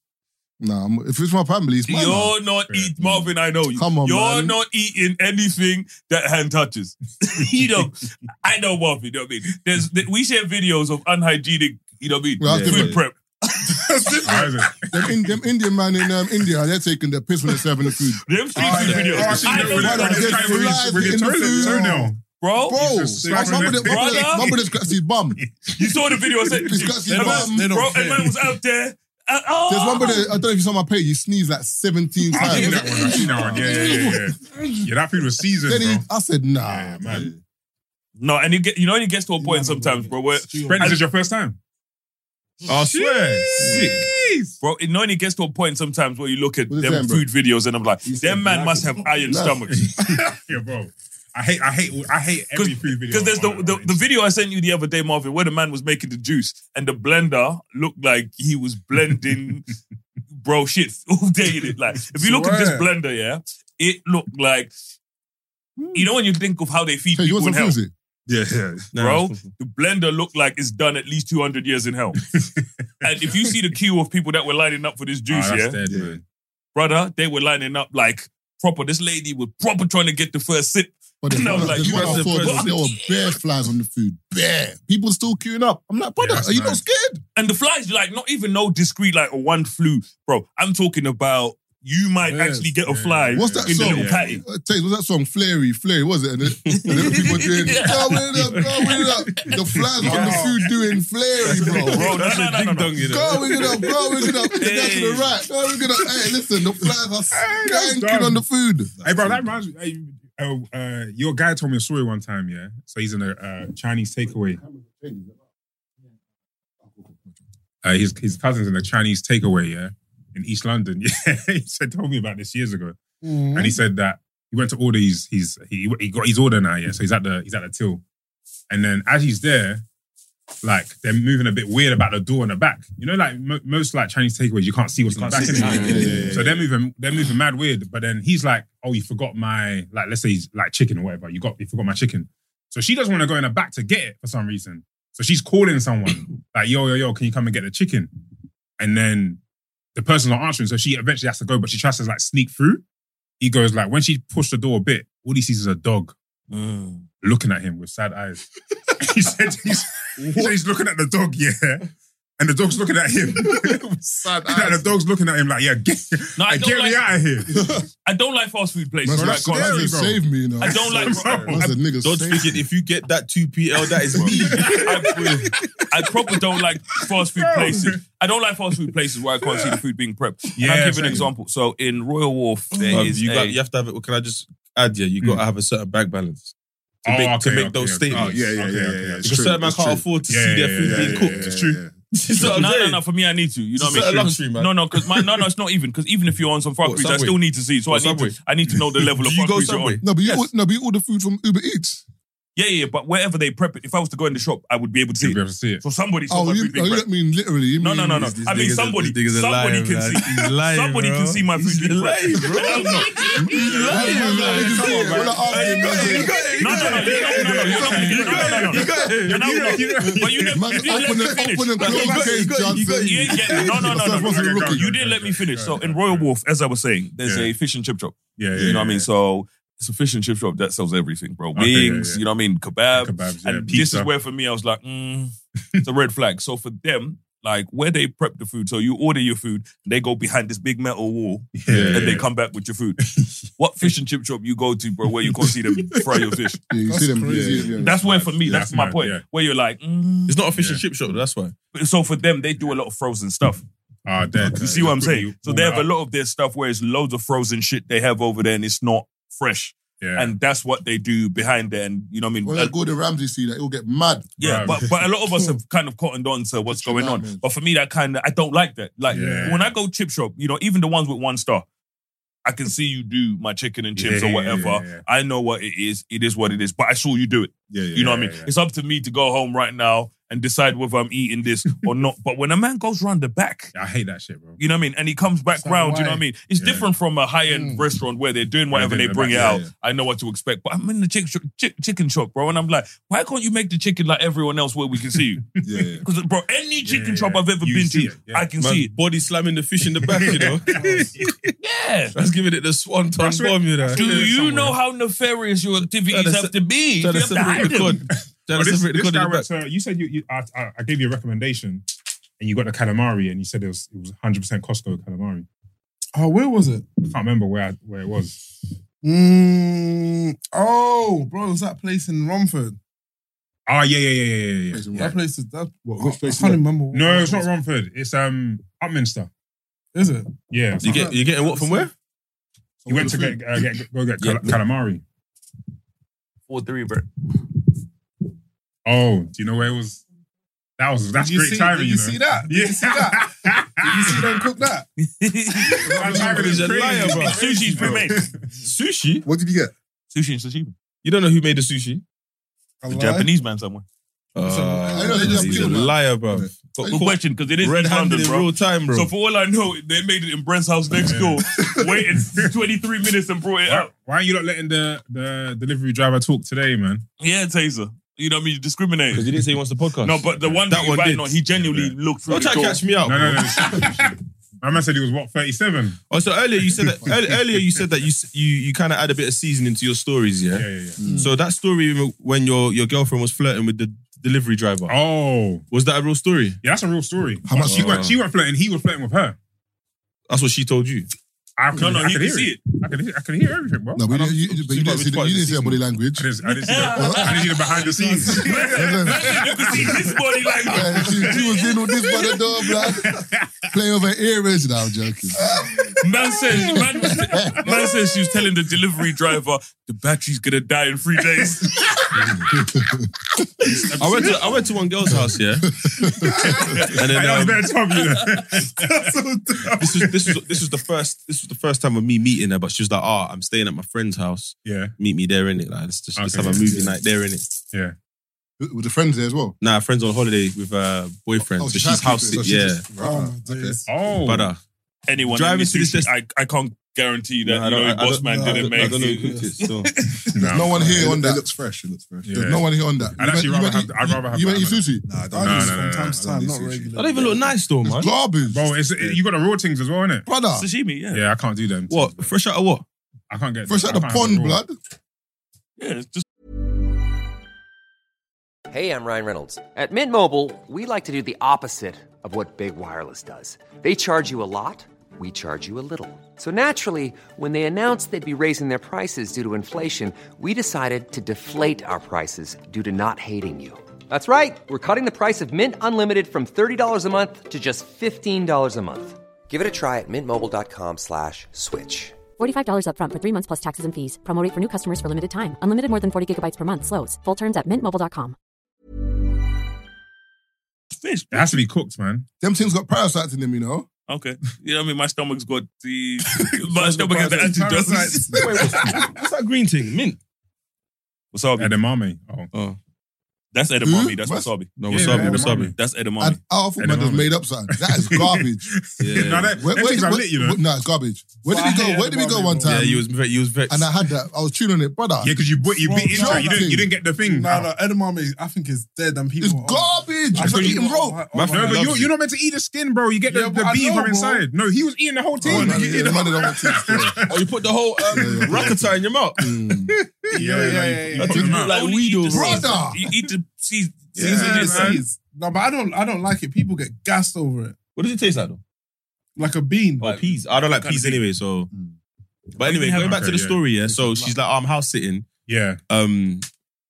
[SPEAKER 10] nah, I'm- if it's my family, it's my mum.
[SPEAKER 6] You're not eating, Marvin. I know you.
[SPEAKER 10] Come on,
[SPEAKER 6] You're
[SPEAKER 10] man.
[SPEAKER 6] not eating anything that hand touches. you know, I know Marvin. You know what I mean? There's th- we share videos of unhygienic. You know what I mean?
[SPEAKER 10] Well, that's
[SPEAKER 6] Food
[SPEAKER 10] different.
[SPEAKER 6] prep.
[SPEAKER 5] How is it?
[SPEAKER 10] Them, in, them Indian man in um, India, they're taking the piss when they're serving the food.
[SPEAKER 6] Them street
[SPEAKER 5] Oh,
[SPEAKER 6] food
[SPEAKER 5] yeah.
[SPEAKER 6] videos.
[SPEAKER 5] Oh, I see
[SPEAKER 6] I
[SPEAKER 5] that
[SPEAKER 6] know
[SPEAKER 5] with
[SPEAKER 10] brother,
[SPEAKER 6] Marvin.
[SPEAKER 5] the-
[SPEAKER 10] get
[SPEAKER 5] with the-
[SPEAKER 10] flies
[SPEAKER 5] with
[SPEAKER 10] in
[SPEAKER 5] the
[SPEAKER 10] the
[SPEAKER 5] toilet-
[SPEAKER 10] food.
[SPEAKER 5] toenail.
[SPEAKER 6] Bro,
[SPEAKER 10] Bro,
[SPEAKER 5] just
[SPEAKER 10] my
[SPEAKER 5] slapping
[SPEAKER 10] mum
[SPEAKER 5] it.
[SPEAKER 10] just- my mum just- my mum just scratched his bum.
[SPEAKER 6] you saw the video. I said,
[SPEAKER 10] It's got-
[SPEAKER 6] And man-
[SPEAKER 10] they don't
[SPEAKER 6] bro,
[SPEAKER 10] care.
[SPEAKER 6] and man was out there. and- oh,
[SPEAKER 10] There's one brother, I don't know if you saw my page, he sneezed like 17
[SPEAKER 5] I've seen
[SPEAKER 10] times.
[SPEAKER 5] that one. I've seen that one. Yeah, yeah, yeah, yeah. Yeah, that food was seasoned,
[SPEAKER 10] Then
[SPEAKER 5] bro.
[SPEAKER 10] he, I said, nah,
[SPEAKER 5] Yeah, man.
[SPEAKER 6] No, and you get, you know, it gets to a point sometimes, bro. Where,
[SPEAKER 5] Brent, this is your first time.
[SPEAKER 4] I swear. Sick.
[SPEAKER 5] Jeez.
[SPEAKER 6] bro, it not only gets to a point sometimes where you look at
[SPEAKER 10] What is
[SPEAKER 6] them
[SPEAKER 10] that, bro?
[SPEAKER 6] food videos and I'm like, them man must have iron
[SPEAKER 10] Nah.
[SPEAKER 6] stomachs.
[SPEAKER 5] Yeah, bro. I hate, I hate, I hate every food video.
[SPEAKER 6] Because there's the,
[SPEAKER 5] on- on
[SPEAKER 6] the, the
[SPEAKER 5] Instagram.
[SPEAKER 6] video I sent you the other day, Marvin, where the man was making the juice and the blender looked like he was blending, bro, shit all day in it. Like, if you look at this
[SPEAKER 8] Swear.
[SPEAKER 6] blender, yeah, it looked like, you know, when you think of how they feed
[SPEAKER 10] So you
[SPEAKER 6] people
[SPEAKER 10] want
[SPEAKER 6] in
[SPEAKER 10] some
[SPEAKER 6] hell,
[SPEAKER 10] music?
[SPEAKER 4] Yeah, yeah.
[SPEAKER 6] bro, the blender looked like it's done at least 200 years in hell. and if you see the queue of people that were lining up for this
[SPEAKER 5] Oh,
[SPEAKER 6] juice,
[SPEAKER 5] that's
[SPEAKER 6] yeah,
[SPEAKER 5] dead, man.
[SPEAKER 6] brother, they were lining up like proper. This lady was proper trying to get the first sip.
[SPEAKER 10] But
[SPEAKER 6] No, like,
[SPEAKER 10] there's
[SPEAKER 6] you
[SPEAKER 10] one
[SPEAKER 6] guys
[SPEAKER 10] I
[SPEAKER 6] are
[SPEAKER 10] saw, there was-
[SPEAKER 6] first.
[SPEAKER 10] there were bear flies on the food. Bear. People still queuing up. I'm like, brother,
[SPEAKER 5] Yeah, that's
[SPEAKER 10] are you not
[SPEAKER 5] nice.
[SPEAKER 10] scared?
[SPEAKER 6] And the flies, like, not even no discreet, like, one flew. Bro, I'm talking about you might
[SPEAKER 10] Yes,
[SPEAKER 6] actually get a fly
[SPEAKER 10] What's that
[SPEAKER 6] in
[SPEAKER 10] song?
[SPEAKER 6] the little patty.
[SPEAKER 10] Uh, Tay, was that song Flary, Flary, was it? And then, and then people doing, go win it up, go win it up. The flies on the
[SPEAKER 6] Wow.
[SPEAKER 10] food doing Flary, bro.
[SPEAKER 6] Bro, that's a ding dong, you know.
[SPEAKER 10] Go win it up, go win it up. Get down to the
[SPEAKER 6] Hey.
[SPEAKER 10] right. Go win it up. Hey, listen, the flies are
[SPEAKER 5] that's
[SPEAKER 10] skanking on
[SPEAKER 5] dumb.
[SPEAKER 10] the food.
[SPEAKER 5] Hey, bro, that reminds me. Hey, oh, uh, your guy told me a story one time, yeah? So he's in a uh, Chinese takeaway. Uh, his, his cousin's in a Chinese takeaway, yeah? In East London. Yeah, he said, told me about this years ago. And he said that he went to order his, his he, he got his order now, yeah? So he's at the, he's at the till. And then as he's there, like they're moving a bit weird about the door in the back. You know, like mo- most like Chinese takeaways, you can't see what's in the
[SPEAKER 4] can't
[SPEAKER 5] back.
[SPEAKER 4] see-
[SPEAKER 5] innit?
[SPEAKER 4] Yeah, yeah,
[SPEAKER 5] So they're moving, they're moving mad weird. But then he's like, "Oh, you forgot my like, let's say he's like chicken or whatever. You got, you forgot my chicken." So she doesn't want to go in the back to get it for some reason. So she's calling someone like, "Yo, yo, yo, can you come and get the chicken?" And then the person's not answering, so she eventually has to go. But she tries to like sneak through. He goes like, when she pushed the door a bit, all he sees is a dog
[SPEAKER 10] Mm.
[SPEAKER 5] looking at him with sad eyes. he said he's, he said he's looking at the dog, yeah. And the dog's looking at him.
[SPEAKER 10] Sad
[SPEAKER 5] He's like,
[SPEAKER 10] eyes.
[SPEAKER 5] the dog's looking at him like, yeah, get,
[SPEAKER 6] No, I
[SPEAKER 5] like,
[SPEAKER 6] don't
[SPEAKER 5] get me
[SPEAKER 6] like.
[SPEAKER 5] out of here.
[SPEAKER 6] I don't like fast food
[SPEAKER 10] Man,
[SPEAKER 6] places.
[SPEAKER 10] that
[SPEAKER 6] Right?
[SPEAKER 10] shit
[SPEAKER 5] God,
[SPEAKER 10] doesn't
[SPEAKER 5] that's bro.
[SPEAKER 10] save me, you know.
[SPEAKER 6] I don't like.
[SPEAKER 10] That's a nigga
[SPEAKER 4] Don't
[SPEAKER 10] save
[SPEAKER 4] forget, if you get that 2PL, that is me.
[SPEAKER 6] I, I probably don't like fast food
[SPEAKER 5] Bro.
[SPEAKER 6] places. I don't like fast food places where I can't see the food being prepped. And
[SPEAKER 5] Yeah,
[SPEAKER 6] I'll give you
[SPEAKER 5] same.
[SPEAKER 6] an example. So in Royal Wharf, there
[SPEAKER 4] Bruv,
[SPEAKER 6] is
[SPEAKER 4] you,
[SPEAKER 6] a-
[SPEAKER 4] got, you have to have it. Can I just add? Yeah, you got to have a certain bank balance to
[SPEAKER 5] Oh,
[SPEAKER 4] make, to
[SPEAKER 5] okay,
[SPEAKER 4] make
[SPEAKER 5] okay,
[SPEAKER 4] those
[SPEAKER 5] okay.
[SPEAKER 4] statements.
[SPEAKER 5] Oh, yeah, yeah, yeah, yeah, yeah.
[SPEAKER 4] Because certain man
[SPEAKER 10] it's
[SPEAKER 4] can't
[SPEAKER 10] true.
[SPEAKER 4] afford to
[SPEAKER 5] Yeah,
[SPEAKER 4] see their
[SPEAKER 5] yeah,
[SPEAKER 4] food
[SPEAKER 5] yeah,
[SPEAKER 4] being
[SPEAKER 5] yeah,
[SPEAKER 4] cooked.
[SPEAKER 5] yeah,
[SPEAKER 4] it's
[SPEAKER 5] yeah,
[SPEAKER 4] true.
[SPEAKER 5] yeah.
[SPEAKER 4] It's
[SPEAKER 6] No,
[SPEAKER 4] what I'm
[SPEAKER 6] no,
[SPEAKER 4] saying.
[SPEAKER 6] no. For me, I need to. You know
[SPEAKER 4] It's
[SPEAKER 6] what I
[SPEAKER 4] a
[SPEAKER 6] mean?
[SPEAKER 4] luxury, man.
[SPEAKER 6] No, no. Because my no, no. It's not even. Because even if you're on some fuck
[SPEAKER 4] What,
[SPEAKER 6] foods, I
[SPEAKER 4] Subway?
[SPEAKER 6] still need to see. So
[SPEAKER 4] What,
[SPEAKER 6] I need
[SPEAKER 4] Subway?
[SPEAKER 6] to. I need to know the level of
[SPEAKER 4] Do you
[SPEAKER 6] fuck
[SPEAKER 4] go
[SPEAKER 6] foods you're
[SPEAKER 4] Subway?
[SPEAKER 6] on.
[SPEAKER 10] No, but you,
[SPEAKER 6] Yes.
[SPEAKER 10] all, no, but you order food from Uber Eats.
[SPEAKER 6] Yeah, yeah. But wherever they prep it, if I was to go in the shop, I would be able to
[SPEAKER 5] You'll
[SPEAKER 6] see.
[SPEAKER 5] be
[SPEAKER 6] It.
[SPEAKER 5] able to see it.
[SPEAKER 6] So somebody saw
[SPEAKER 10] Oh,
[SPEAKER 6] my
[SPEAKER 10] you,
[SPEAKER 6] food
[SPEAKER 10] oh,
[SPEAKER 6] being
[SPEAKER 10] you
[SPEAKER 6] prepped.
[SPEAKER 10] don't mean literally. You
[SPEAKER 6] No,
[SPEAKER 10] mean,
[SPEAKER 6] no, no, no.
[SPEAKER 4] This
[SPEAKER 6] I mean,
[SPEAKER 4] nigga's a-
[SPEAKER 6] somebody,
[SPEAKER 4] this nigga's a
[SPEAKER 6] somebody
[SPEAKER 4] liar,
[SPEAKER 6] can
[SPEAKER 4] man.
[SPEAKER 6] see.
[SPEAKER 4] He's lying,
[SPEAKER 6] somebody
[SPEAKER 4] bro.
[SPEAKER 6] can see my
[SPEAKER 4] He's
[SPEAKER 6] food being
[SPEAKER 4] lying,
[SPEAKER 6] prepped.
[SPEAKER 4] bro.
[SPEAKER 6] And I'm not-
[SPEAKER 10] Hey, man, niggas
[SPEAKER 6] Come
[SPEAKER 10] here.
[SPEAKER 6] on, man.
[SPEAKER 10] All I ask is-
[SPEAKER 6] No, no, no, you don't- no, no, you don't- you don't- no, no, no. You know, no, but you didn't-
[SPEAKER 10] Man,
[SPEAKER 6] you didn't
[SPEAKER 10] open
[SPEAKER 6] let
[SPEAKER 10] and-
[SPEAKER 6] me finish.
[SPEAKER 10] open and
[SPEAKER 6] Like,
[SPEAKER 10] close
[SPEAKER 6] you-
[SPEAKER 10] the case, Johnson.
[SPEAKER 6] you didn't get- No, no, no,
[SPEAKER 10] That's
[SPEAKER 6] no.
[SPEAKER 10] what's a rookie.
[SPEAKER 6] You didn't let me finish. So in Royal Wharf, as I was saying, there's
[SPEAKER 5] Yeah.
[SPEAKER 6] a fish and chip shop.
[SPEAKER 5] Yeah, yeah.
[SPEAKER 6] You know what I
[SPEAKER 5] yeah.
[SPEAKER 6] mean? So it's a fish and chip shop that sells everything, bro.
[SPEAKER 5] Okay, yeah, yeah.
[SPEAKER 6] Wings, you know what I mean? Kebab.
[SPEAKER 5] Kebabs, yeah,
[SPEAKER 6] And this
[SPEAKER 5] pizza.
[SPEAKER 6] is where for me, I was like, mm, it's a red flag. So for them, like where they prep the food, so you order your food, they go behind this big metal wall,
[SPEAKER 5] Yeah,
[SPEAKER 6] and
[SPEAKER 5] yeah,
[SPEAKER 6] they
[SPEAKER 5] yeah.
[SPEAKER 6] come back with your food. what fish and chip shop you go to, bro, where you can't see them fry your fish?
[SPEAKER 10] Yeah, you see them.
[SPEAKER 8] crazy.
[SPEAKER 10] yeah, yeah, yeah.
[SPEAKER 6] That's where for me,
[SPEAKER 5] Yeah,
[SPEAKER 6] that's
[SPEAKER 5] that's
[SPEAKER 6] my
[SPEAKER 5] mad,
[SPEAKER 6] point.
[SPEAKER 5] yeah.
[SPEAKER 6] Where you're like, mm.
[SPEAKER 4] It's not a fish and
[SPEAKER 5] Yeah.
[SPEAKER 4] chip shop, though, that's why.
[SPEAKER 6] so for them, they do a lot of frozen stuff.
[SPEAKER 5] Ah, dead.
[SPEAKER 6] You see what I'm saying? So they have a lot of their stuff where it's loads of frozen shit they have over there, and it's not fresh.
[SPEAKER 5] Yeah.
[SPEAKER 6] And that's what they do behind there, and you know what I mean.
[SPEAKER 10] When
[SPEAKER 6] Uh,
[SPEAKER 10] that Gordon Ramsay see that, he'll get mad.
[SPEAKER 6] Yeah,
[SPEAKER 5] Bruv.
[SPEAKER 6] but, but a lot of us have kind of cottoned on to what's
[SPEAKER 10] What you
[SPEAKER 6] going
[SPEAKER 10] like,
[SPEAKER 6] on.
[SPEAKER 10] man?
[SPEAKER 6] But for me, that kind of I don't like that. Like
[SPEAKER 5] Yeah.
[SPEAKER 6] when I go chip shop, you know, even the ones with one star, I can see you do my chicken and chips
[SPEAKER 5] Yeah,
[SPEAKER 6] or
[SPEAKER 5] yeah,
[SPEAKER 6] whatever.
[SPEAKER 5] yeah, yeah.
[SPEAKER 6] I know what it is. It is what it is. But I saw you do it.
[SPEAKER 5] yeah, yeah,
[SPEAKER 6] You know what I
[SPEAKER 5] yeah,
[SPEAKER 6] mean?
[SPEAKER 5] yeah.
[SPEAKER 6] It's up to me to go home right now and decide whether I'm eating this or not. But when a man goes round the back.
[SPEAKER 5] I hate that shit, bro.
[SPEAKER 6] You know what I mean? And he comes back
[SPEAKER 8] It's like,
[SPEAKER 6] round, you know
[SPEAKER 8] why?
[SPEAKER 6] what I mean? It's
[SPEAKER 5] Yeah.
[SPEAKER 6] different from a high
[SPEAKER 4] Mm.
[SPEAKER 6] end restaurant where they're doing whatever
[SPEAKER 5] they're
[SPEAKER 6] they bring it
[SPEAKER 5] back- yeah,
[SPEAKER 6] out.
[SPEAKER 5] yeah.
[SPEAKER 6] I know what to expect. But I'm in the chick, chick, chicken shop, bro, and I'm like, why can't you make the chicken like everyone else where we can see you?
[SPEAKER 10] Yeah, yeah.
[SPEAKER 6] Because, bro, any chicken
[SPEAKER 5] yeah,
[SPEAKER 6] shop
[SPEAKER 5] yeah.
[SPEAKER 6] I've ever
[SPEAKER 5] You
[SPEAKER 6] been
[SPEAKER 5] see
[SPEAKER 6] to,
[SPEAKER 5] it, yeah.
[SPEAKER 6] I can
[SPEAKER 4] Man,
[SPEAKER 6] see it.
[SPEAKER 4] body slamming the fish in the back, you know.
[SPEAKER 6] Yeah.
[SPEAKER 4] That's giving it the swan
[SPEAKER 5] I
[SPEAKER 4] ton
[SPEAKER 5] swear-
[SPEAKER 4] bomb, you
[SPEAKER 5] I
[SPEAKER 4] know.
[SPEAKER 6] Do
[SPEAKER 5] swear-
[SPEAKER 6] you
[SPEAKER 5] somewhere.
[SPEAKER 6] know how nefarious your activities
[SPEAKER 4] Tryna
[SPEAKER 6] have
[SPEAKER 4] se-
[SPEAKER 6] to be?
[SPEAKER 4] Trying
[SPEAKER 6] You
[SPEAKER 4] to
[SPEAKER 6] have to
[SPEAKER 4] separate
[SPEAKER 6] hide
[SPEAKER 4] the
[SPEAKER 6] them.
[SPEAKER 4] cod. Trying
[SPEAKER 5] Well,
[SPEAKER 4] to
[SPEAKER 5] this,
[SPEAKER 4] separate the
[SPEAKER 5] this
[SPEAKER 4] cod
[SPEAKER 5] guy
[SPEAKER 4] in the
[SPEAKER 5] went
[SPEAKER 4] back.
[SPEAKER 5] to, you said you, you I, I, I gave you a recommendation and you got the calamari and you said it was it was 100% Costco calamari.
[SPEAKER 7] Oh, where was it?
[SPEAKER 5] I can't remember where I, where it was.
[SPEAKER 7] Mm, oh, bro, it was that place in Romford.
[SPEAKER 5] Ah, yeah, yeah, yeah, yeah, yeah, yeah.
[SPEAKER 7] That place is that.
[SPEAKER 8] What-
[SPEAKER 7] I
[SPEAKER 8] which place is
[SPEAKER 7] can't
[SPEAKER 8] that?
[SPEAKER 7] remember. what-
[SPEAKER 5] No, it's not Romford. It's um Upminster.
[SPEAKER 7] Is it?
[SPEAKER 5] Yeah.
[SPEAKER 4] You get, you're getting what from where?
[SPEAKER 5] He went to get, uh, get go get cal-
[SPEAKER 4] Yeah.
[SPEAKER 5] calamari.
[SPEAKER 6] Four, three, bro.
[SPEAKER 5] Oh, do you know where it was? That was that's
[SPEAKER 7] Did you
[SPEAKER 5] great
[SPEAKER 7] see-
[SPEAKER 5] timing.
[SPEAKER 7] did you
[SPEAKER 5] know?
[SPEAKER 7] see that? Did
[SPEAKER 5] yeah.
[SPEAKER 7] you see that? Did you see them cook that?
[SPEAKER 5] that timing
[SPEAKER 4] He's
[SPEAKER 5] is
[SPEAKER 4] a
[SPEAKER 5] crazy.
[SPEAKER 4] liar, bro.
[SPEAKER 6] Sushi's
[SPEAKER 5] bro.
[SPEAKER 6] pre-made.
[SPEAKER 4] Sushi?
[SPEAKER 10] What did you get?
[SPEAKER 6] Sushi and sashimi.
[SPEAKER 4] You don't know who made the sushi? Ah,
[SPEAKER 7] A
[SPEAKER 6] The
[SPEAKER 7] lie?
[SPEAKER 6] Japanese man somewhere.
[SPEAKER 10] I know, they just
[SPEAKER 4] he's a
[SPEAKER 10] people, man.
[SPEAKER 4] liar, bro. Got
[SPEAKER 6] Good
[SPEAKER 4] caught
[SPEAKER 6] question, because it is in
[SPEAKER 4] red-handed
[SPEAKER 6] London,
[SPEAKER 4] in
[SPEAKER 6] bro.
[SPEAKER 4] real time, bro.
[SPEAKER 6] So for all I know, they made it in Brent's house next door, waited 23 minutes and brought it
[SPEAKER 5] Why,
[SPEAKER 6] out.
[SPEAKER 5] why are you not letting the, the delivery driver talk today, man?
[SPEAKER 6] Yeah, Taser. You know what I mean? You
[SPEAKER 4] Because
[SPEAKER 6] discriminated.
[SPEAKER 4] he didn't say he wants the podcast.
[SPEAKER 6] No, but the one
[SPEAKER 4] That
[SPEAKER 6] that, you
[SPEAKER 4] one
[SPEAKER 6] biting
[SPEAKER 4] did.
[SPEAKER 6] on, he genuinely looked through
[SPEAKER 4] Don't
[SPEAKER 6] the door.
[SPEAKER 4] try to catch me out.
[SPEAKER 5] No, no,
[SPEAKER 4] bro.
[SPEAKER 5] no. My man said he was what thirty seven.
[SPEAKER 4] Oh, so earlier you said that earlier, earlier you said that you s- you you kind of add a bit of seasoning to your stories, yeah.
[SPEAKER 5] Yeah, yeah, yeah.
[SPEAKER 4] So that story when your your girlfriend was flirting with the delivery driver
[SPEAKER 5] Oh,
[SPEAKER 4] was that a real story?
[SPEAKER 5] yeah, that's a real story.
[SPEAKER 10] How much-
[SPEAKER 5] She went, she went flirting. He was flirting with her.
[SPEAKER 4] That's what she told you.
[SPEAKER 5] I can,
[SPEAKER 6] No, no,
[SPEAKER 5] I
[SPEAKER 6] you
[SPEAKER 5] can
[SPEAKER 6] can
[SPEAKER 5] hear
[SPEAKER 6] see
[SPEAKER 5] it. I can hear, I can hear everything, bro.
[SPEAKER 10] No, but
[SPEAKER 5] I
[SPEAKER 10] you,
[SPEAKER 5] don't-
[SPEAKER 10] you, you, but you didn't see the, you didn't see our body language.
[SPEAKER 5] I didn't, I didn't see the, I didn't see the behind the scenes.
[SPEAKER 6] You can see his body like
[SPEAKER 10] Yeah, she, she was doing all this by the door, black. Playing over earrings. No, I'm joking.
[SPEAKER 6] man says man, man says she was telling the delivery driver the battery's gonna die in three days.
[SPEAKER 4] I went to I went to one girl's house, yeah, and
[SPEAKER 5] I
[SPEAKER 4] then
[SPEAKER 5] know
[SPEAKER 4] um,
[SPEAKER 5] better tell you that.
[SPEAKER 4] this was this was this was the first this was the first time of me meeting her. But she was like, "Ah, I'm staying at my friend's house.
[SPEAKER 5] Yeah,
[SPEAKER 4] Meet me there in it. Like, let's just let's
[SPEAKER 5] Okay.
[SPEAKER 4] have a movie night there in it."
[SPEAKER 5] yeah.
[SPEAKER 10] With the friends there as well. Oh,
[SPEAKER 4] Nah, friends on holiday with uh boyfriend, so
[SPEAKER 10] she
[SPEAKER 4] she's
[SPEAKER 10] housekeeping, so
[SPEAKER 4] house sick.
[SPEAKER 10] she
[SPEAKER 4] yeah,
[SPEAKER 10] just-
[SPEAKER 7] Oh, my
[SPEAKER 10] okay.
[SPEAKER 7] days.
[SPEAKER 5] Oh,
[SPEAKER 4] but uh,
[SPEAKER 6] Anyone
[SPEAKER 4] Driving
[SPEAKER 6] driving
[SPEAKER 4] to this
[SPEAKER 6] sushi, I, I can't guarantee that
[SPEAKER 4] nah,
[SPEAKER 6] you know
[SPEAKER 4] I
[SPEAKER 6] your boss
[SPEAKER 4] don't-
[SPEAKER 6] man
[SPEAKER 4] nah, I
[SPEAKER 6] didn't
[SPEAKER 4] don't-
[SPEAKER 6] make
[SPEAKER 4] I don't know
[SPEAKER 6] it.
[SPEAKER 4] who cooked it. So
[SPEAKER 5] no.
[SPEAKER 10] No one
[SPEAKER 8] It
[SPEAKER 10] here
[SPEAKER 8] look-
[SPEAKER 10] on
[SPEAKER 8] it
[SPEAKER 10] that.
[SPEAKER 8] looks fresh. It looks fresh.
[SPEAKER 5] Yeah.
[SPEAKER 10] There's no one here on that.
[SPEAKER 5] I'd actually
[SPEAKER 10] You
[SPEAKER 5] rather
[SPEAKER 10] went-
[SPEAKER 5] have-
[SPEAKER 10] you-
[SPEAKER 5] I'd rather have
[SPEAKER 10] You went
[SPEAKER 5] that
[SPEAKER 10] eat
[SPEAKER 5] than-
[SPEAKER 10] sushi.
[SPEAKER 8] Nah, I don't
[SPEAKER 7] I
[SPEAKER 5] No,
[SPEAKER 7] do
[SPEAKER 8] know.
[SPEAKER 5] no, no,
[SPEAKER 7] this
[SPEAKER 5] no,
[SPEAKER 7] from time to
[SPEAKER 8] no, no,
[SPEAKER 7] time, not
[SPEAKER 8] no,
[SPEAKER 4] I
[SPEAKER 7] regularly.
[SPEAKER 4] don't even look nice though, man.
[SPEAKER 10] It's garbage.
[SPEAKER 5] bro, it's, you got the raw things as well, innit?
[SPEAKER 10] Brother,
[SPEAKER 6] Sashimi, yeah. yeah.
[SPEAKER 5] Yeah, I can't do them.
[SPEAKER 4] What fresh out of what?
[SPEAKER 5] I can't get
[SPEAKER 10] fresh
[SPEAKER 5] them.
[SPEAKER 10] out the
[SPEAKER 5] I can't have
[SPEAKER 10] pond,
[SPEAKER 5] raw.
[SPEAKER 10] blood.
[SPEAKER 6] it's just
[SPEAKER 11] Hey, I'm Ryan Reynolds. At Mint Mobile, we like to do the opposite of what Big Wireless does. They charge you a lot, we charge you a little. So naturally, when they announced they'd be raising their prices due to inflation, we decided to deflate our prices due to not hating you. That's right. We're cutting the price of Mint Unlimited from $30 a month to just $15 a month. Give it a try at mintmobile.com slash switch.
[SPEAKER 12] $45 upfront for three months plus taxes and fees. Promo rate for new customers for limited time. Unlimited more than 40 gigabytes per month. Slows. Full terms at mintmobile.com.
[SPEAKER 6] fish.
[SPEAKER 5] It has to be cooked, man.
[SPEAKER 10] Them things got parasites in them, you know.
[SPEAKER 6] Okay. You know what I mean? My stomach's got the my stomach has the
[SPEAKER 5] Parasites.
[SPEAKER 6] antidotes.
[SPEAKER 4] Wait, what's, what's that green thing? Mint?
[SPEAKER 6] Wasabi.
[SPEAKER 5] Edamame. Oh,
[SPEAKER 4] Oh
[SPEAKER 6] That's edamame.
[SPEAKER 10] Who?
[SPEAKER 6] That's
[SPEAKER 10] What's-
[SPEAKER 6] wasabi.
[SPEAKER 4] no,
[SPEAKER 5] Yeah,
[SPEAKER 4] wasabi,
[SPEAKER 5] yeah,
[SPEAKER 4] wasabi.
[SPEAKER 6] That's
[SPEAKER 10] I,
[SPEAKER 6] edamame.
[SPEAKER 10] I thought man just
[SPEAKER 5] Edamame.
[SPEAKER 10] made up something. That is garbage.
[SPEAKER 4] Yeah.
[SPEAKER 5] no, that,
[SPEAKER 10] Where-
[SPEAKER 5] them
[SPEAKER 10] where-
[SPEAKER 5] things are
[SPEAKER 10] where-
[SPEAKER 5] lit, you know.
[SPEAKER 10] where- Nah, it's garbage. Where did we
[SPEAKER 5] But I
[SPEAKER 10] go?
[SPEAKER 5] hate
[SPEAKER 10] Where did we go
[SPEAKER 5] edamame,
[SPEAKER 10] one
[SPEAKER 5] bro.
[SPEAKER 4] yeah,
[SPEAKER 10] time?
[SPEAKER 4] you was ve- you was vexed.
[SPEAKER 10] um, And I had that. I was chewing on it, brother.
[SPEAKER 5] yeah, because you bit, you
[SPEAKER 7] Wrong
[SPEAKER 5] bit into it. You didn't, you
[SPEAKER 10] thing.
[SPEAKER 5] didn't get the thing.
[SPEAKER 7] Nah, nah, edamame, I think is dead and people.
[SPEAKER 10] It's
[SPEAKER 7] are-
[SPEAKER 10] garbage.
[SPEAKER 7] I
[SPEAKER 10] It's like
[SPEAKER 7] think
[SPEAKER 10] eating
[SPEAKER 7] people
[SPEAKER 10] rope.
[SPEAKER 7] are-
[SPEAKER 4] My
[SPEAKER 7] oh
[SPEAKER 5] No,
[SPEAKER 4] friend
[SPEAKER 5] but
[SPEAKER 4] loves
[SPEAKER 5] you,
[SPEAKER 4] it.
[SPEAKER 5] you're not meant to eat the skin, bro. You get
[SPEAKER 7] Yeah,
[SPEAKER 5] the,
[SPEAKER 7] but
[SPEAKER 5] the
[SPEAKER 7] I
[SPEAKER 5] beef
[SPEAKER 7] know,
[SPEAKER 5] from
[SPEAKER 7] bro.
[SPEAKER 5] inside. No, he was eating the whole
[SPEAKER 10] Oh,
[SPEAKER 5] thing.
[SPEAKER 10] nah, yeah, the man that don't taste, yeah.
[SPEAKER 4] Oh, you put the whole um, rakata in your mouth.
[SPEAKER 5] yeah, yeah, yeah, yeah, yeah.
[SPEAKER 4] That's what you look like
[SPEAKER 6] Only
[SPEAKER 4] we
[SPEAKER 6] eat
[SPEAKER 4] do,
[SPEAKER 6] the seeds.
[SPEAKER 10] Brother.
[SPEAKER 6] You eat the seeds.
[SPEAKER 7] Yeah,
[SPEAKER 6] seeds in your
[SPEAKER 7] man.
[SPEAKER 6] seeds.
[SPEAKER 7] No, but I don't. I don't like it. People get gassed over it,
[SPEAKER 4] What does it taste like though?
[SPEAKER 7] like a bean.
[SPEAKER 4] Oh, peas. I don't like
[SPEAKER 6] Kind of
[SPEAKER 4] peas
[SPEAKER 6] thing.
[SPEAKER 4] anyway. So, but
[SPEAKER 5] you
[SPEAKER 4] anyway,
[SPEAKER 5] can have-
[SPEAKER 4] going back to
[SPEAKER 5] okay,
[SPEAKER 4] the
[SPEAKER 5] yeah.
[SPEAKER 4] story. Yeah. So she's like, oh, "I'm house sitting.
[SPEAKER 5] Yeah.
[SPEAKER 4] Um,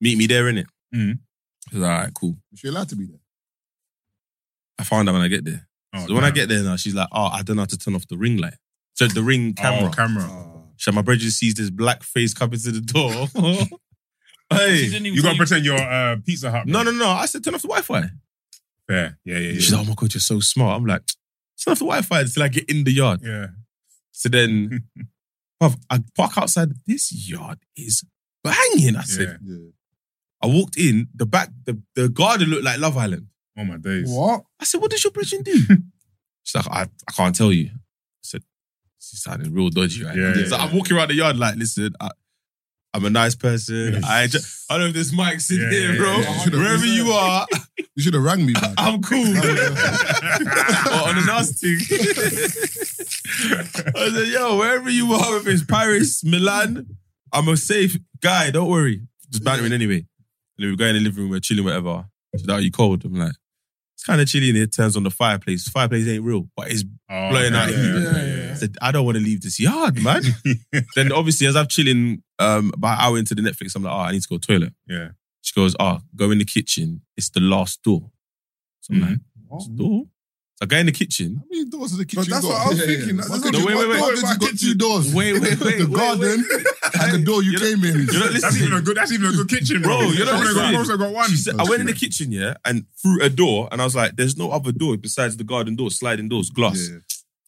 [SPEAKER 4] meet me there, innit?"
[SPEAKER 5] Mm.
[SPEAKER 4] I was like, "All right, cool."
[SPEAKER 10] She allowed to be there.
[SPEAKER 4] I found out when I get there.
[SPEAKER 5] Oh,
[SPEAKER 4] so when I
[SPEAKER 5] damn.
[SPEAKER 4] get there now, she's like, "Oh, I don't know how to turn off the ring light." So the ring camera.
[SPEAKER 5] Oh, camera.
[SPEAKER 4] So my brother just sees this black face coming to the door.
[SPEAKER 6] She
[SPEAKER 4] hey,
[SPEAKER 6] didn't even
[SPEAKER 5] You
[SPEAKER 6] tell
[SPEAKER 5] gotta pretend you're uh, Pizza Hut.
[SPEAKER 4] no,
[SPEAKER 5] bro.
[SPEAKER 4] no, no! I said turn off the Wi-Fi.
[SPEAKER 5] Fair. Yeah, yeah,
[SPEAKER 4] She's
[SPEAKER 5] yeah.
[SPEAKER 4] like, "Oh my god, you're so smart." I'm like, "Turn off the Wi-Fi until I get in the yard."
[SPEAKER 5] Yeah.
[SPEAKER 4] So then, bruv, I park outside. This yard is banging. I said,
[SPEAKER 5] Yeah.
[SPEAKER 4] I walked in, the back, the, the garden looked like Love Island.
[SPEAKER 5] Oh my days.
[SPEAKER 7] What?
[SPEAKER 4] I said, what does your bridging do? She's like, I, I can't tell you. I said, she sounded real dodgy, right?
[SPEAKER 5] Yeah,
[SPEAKER 4] so
[SPEAKER 5] yeah,
[SPEAKER 4] I'm walking around the yard like, listen, I, I'm a nice person.
[SPEAKER 5] Yeah.
[SPEAKER 4] I, ju- I don't know if this mic's in
[SPEAKER 5] Yeah,
[SPEAKER 4] here,
[SPEAKER 5] yeah,
[SPEAKER 4] bro.
[SPEAKER 5] yeah, yeah.
[SPEAKER 4] Wherever you are,
[SPEAKER 10] You should have rang me back.
[SPEAKER 4] I'm cool. or on the last thing. I said, yo, wherever you are, if it's Paris, Milan, I'm a safe guy, don't worry. Just bantering anyway. And we go in the living room, we're chilling, whatever. She's like, are you cold? I'm like, it's kind of chilly in here. Turns on the fireplace. Fireplace ain't real, but it's
[SPEAKER 5] Oh,
[SPEAKER 4] blowing out
[SPEAKER 5] yeah,
[SPEAKER 4] heat.
[SPEAKER 5] yeah, yeah.
[SPEAKER 4] I said, I don't want to leave this yard, man. then obviously, as I'm chilling um, about an hour into the Netflix, I'm like, oh, I need to go to the toilet.
[SPEAKER 5] Yeah.
[SPEAKER 4] She goes, oh, go in the kitchen. It's the last door. So I'm like,
[SPEAKER 5] Mm-hmm.
[SPEAKER 4] last door? So I go in the kitchen.
[SPEAKER 10] How many doors is the kitchen
[SPEAKER 7] But that's
[SPEAKER 10] door?
[SPEAKER 7] what I was
[SPEAKER 10] Yeah, yeah,
[SPEAKER 7] thinking.
[SPEAKER 10] yeah.
[SPEAKER 7] That's
[SPEAKER 10] Why
[SPEAKER 7] what
[SPEAKER 10] did
[SPEAKER 7] I'm
[SPEAKER 10] you-
[SPEAKER 4] No, wait, wait,
[SPEAKER 10] why
[SPEAKER 4] wait,
[SPEAKER 10] did you
[SPEAKER 7] wait, wait,
[SPEAKER 10] got two doors?
[SPEAKER 4] Wait, wait, wait,
[SPEAKER 10] The
[SPEAKER 4] wait,
[SPEAKER 10] garden and the door you
[SPEAKER 4] You're
[SPEAKER 10] came in.
[SPEAKER 4] You're not
[SPEAKER 5] That's even a
[SPEAKER 4] listening.
[SPEAKER 5] good. That's even a good kitchen, bro.
[SPEAKER 4] Bro, you're not
[SPEAKER 5] I've only got- I've
[SPEAKER 4] listening.
[SPEAKER 5] also got one.
[SPEAKER 4] She said, I went in the kitchen, yeah, and through a door, and I was like, there's no other door besides the garden door, sliding doors, glass.
[SPEAKER 10] Yeah.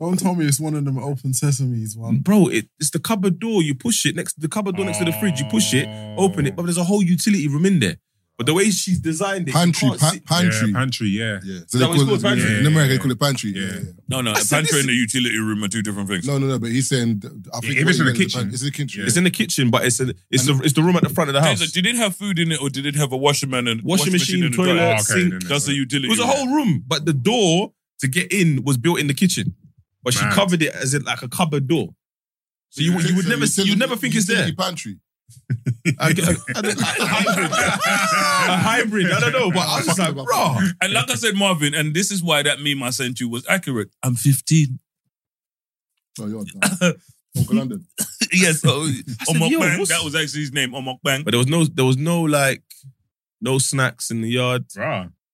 [SPEAKER 7] Don't tell me it's one of them open sesames one.
[SPEAKER 4] Bro, it, it's the cupboard door. You push it next to the cupboard door next to the fridge. You push it, open it. But there's a whole utility room in there. But the way she's designed it, you
[SPEAKER 10] Pantry,
[SPEAKER 4] can't
[SPEAKER 10] pa-
[SPEAKER 4] sit-
[SPEAKER 10] pantry.
[SPEAKER 5] Yeah, pantry. Yeah.
[SPEAKER 10] Yeah. So
[SPEAKER 4] that
[SPEAKER 10] they
[SPEAKER 4] what it's
[SPEAKER 10] call
[SPEAKER 4] called,
[SPEAKER 10] it,
[SPEAKER 4] pantry?
[SPEAKER 10] in America,
[SPEAKER 5] Yeah.
[SPEAKER 10] they call it pantry. Yeah.
[SPEAKER 5] Yeah.
[SPEAKER 10] yeah.
[SPEAKER 6] No, no. A
[SPEAKER 4] said,
[SPEAKER 6] pantry
[SPEAKER 4] this-
[SPEAKER 6] and a utility room are two different things.
[SPEAKER 10] No, no, no. But he's saying, th- I think
[SPEAKER 5] If
[SPEAKER 10] what
[SPEAKER 5] it's in
[SPEAKER 10] he meant is
[SPEAKER 5] the kitchen.
[SPEAKER 10] pan- it's in the kitchen.
[SPEAKER 5] Yeah.
[SPEAKER 4] It's in the kitchen, but it's a, it's the it's the room at the front of the house.
[SPEAKER 6] Taser, did it have food in it or did it have a washerman and
[SPEAKER 4] Washing machine,
[SPEAKER 6] and a
[SPEAKER 4] toilet,
[SPEAKER 6] dryer?
[SPEAKER 5] Oh, okay,
[SPEAKER 4] sink.
[SPEAKER 5] then it's
[SPEAKER 6] That's a
[SPEAKER 5] fine.
[SPEAKER 6] utility.
[SPEAKER 4] It was a
[SPEAKER 6] room.
[SPEAKER 4] whole room, but the door to get in was built in the kitchen. But she
[SPEAKER 5] Mad.
[SPEAKER 4] covered it as it like a cupboard door. So you, you would
[SPEAKER 10] So
[SPEAKER 4] never
[SPEAKER 10] it's
[SPEAKER 4] see,
[SPEAKER 10] in
[SPEAKER 4] you'd
[SPEAKER 10] the-
[SPEAKER 4] never think it's there.
[SPEAKER 10] utility Pantry.
[SPEAKER 4] I- I- I- a hybrid. A hybrid. I don't know. But I was just like, bro.
[SPEAKER 6] And like I said, Marvin, and this is why that meme I sent you was accurate. I'm 15.
[SPEAKER 10] Oh, you're done. Uncle London.
[SPEAKER 4] yes,
[SPEAKER 10] oh,
[SPEAKER 4] so
[SPEAKER 6] said,
[SPEAKER 4] Omok
[SPEAKER 6] "Yo,
[SPEAKER 4] Bang.
[SPEAKER 6] what's-
[SPEAKER 4] That was actually his name, Omok Bang. But there was no, there was no like, no snacks in the yard.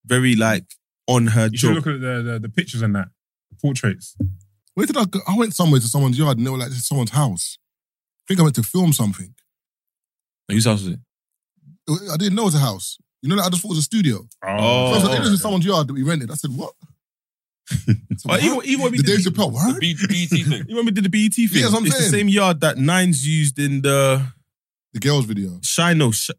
[SPEAKER 4] Very like on her
[SPEAKER 5] You should
[SPEAKER 4] job.
[SPEAKER 5] look at the, the, the pictures and that. Portraits.
[SPEAKER 10] Where did I go? I went somewhere to someone's yard and they were like, this is someone's house. I think I went to film something.
[SPEAKER 4] Whose house was it?
[SPEAKER 10] I didn't know it was a house. You know that I just thought it was a studio. So
[SPEAKER 4] Oh.
[SPEAKER 10] I was like, "Hey, this is someone's yard that we rented. I said, what? So
[SPEAKER 4] But even-
[SPEAKER 10] what?
[SPEAKER 4] even when we
[SPEAKER 10] the
[SPEAKER 4] did
[SPEAKER 10] Dave Chappelle, what?
[SPEAKER 6] B- BT thing.
[SPEAKER 4] You remember we did the BET thing?
[SPEAKER 10] Yeah, that's what I'm
[SPEAKER 4] it's
[SPEAKER 10] saying.
[SPEAKER 4] the same yard that Nines used in the
[SPEAKER 10] the girls video.
[SPEAKER 4] Shine, no, sh-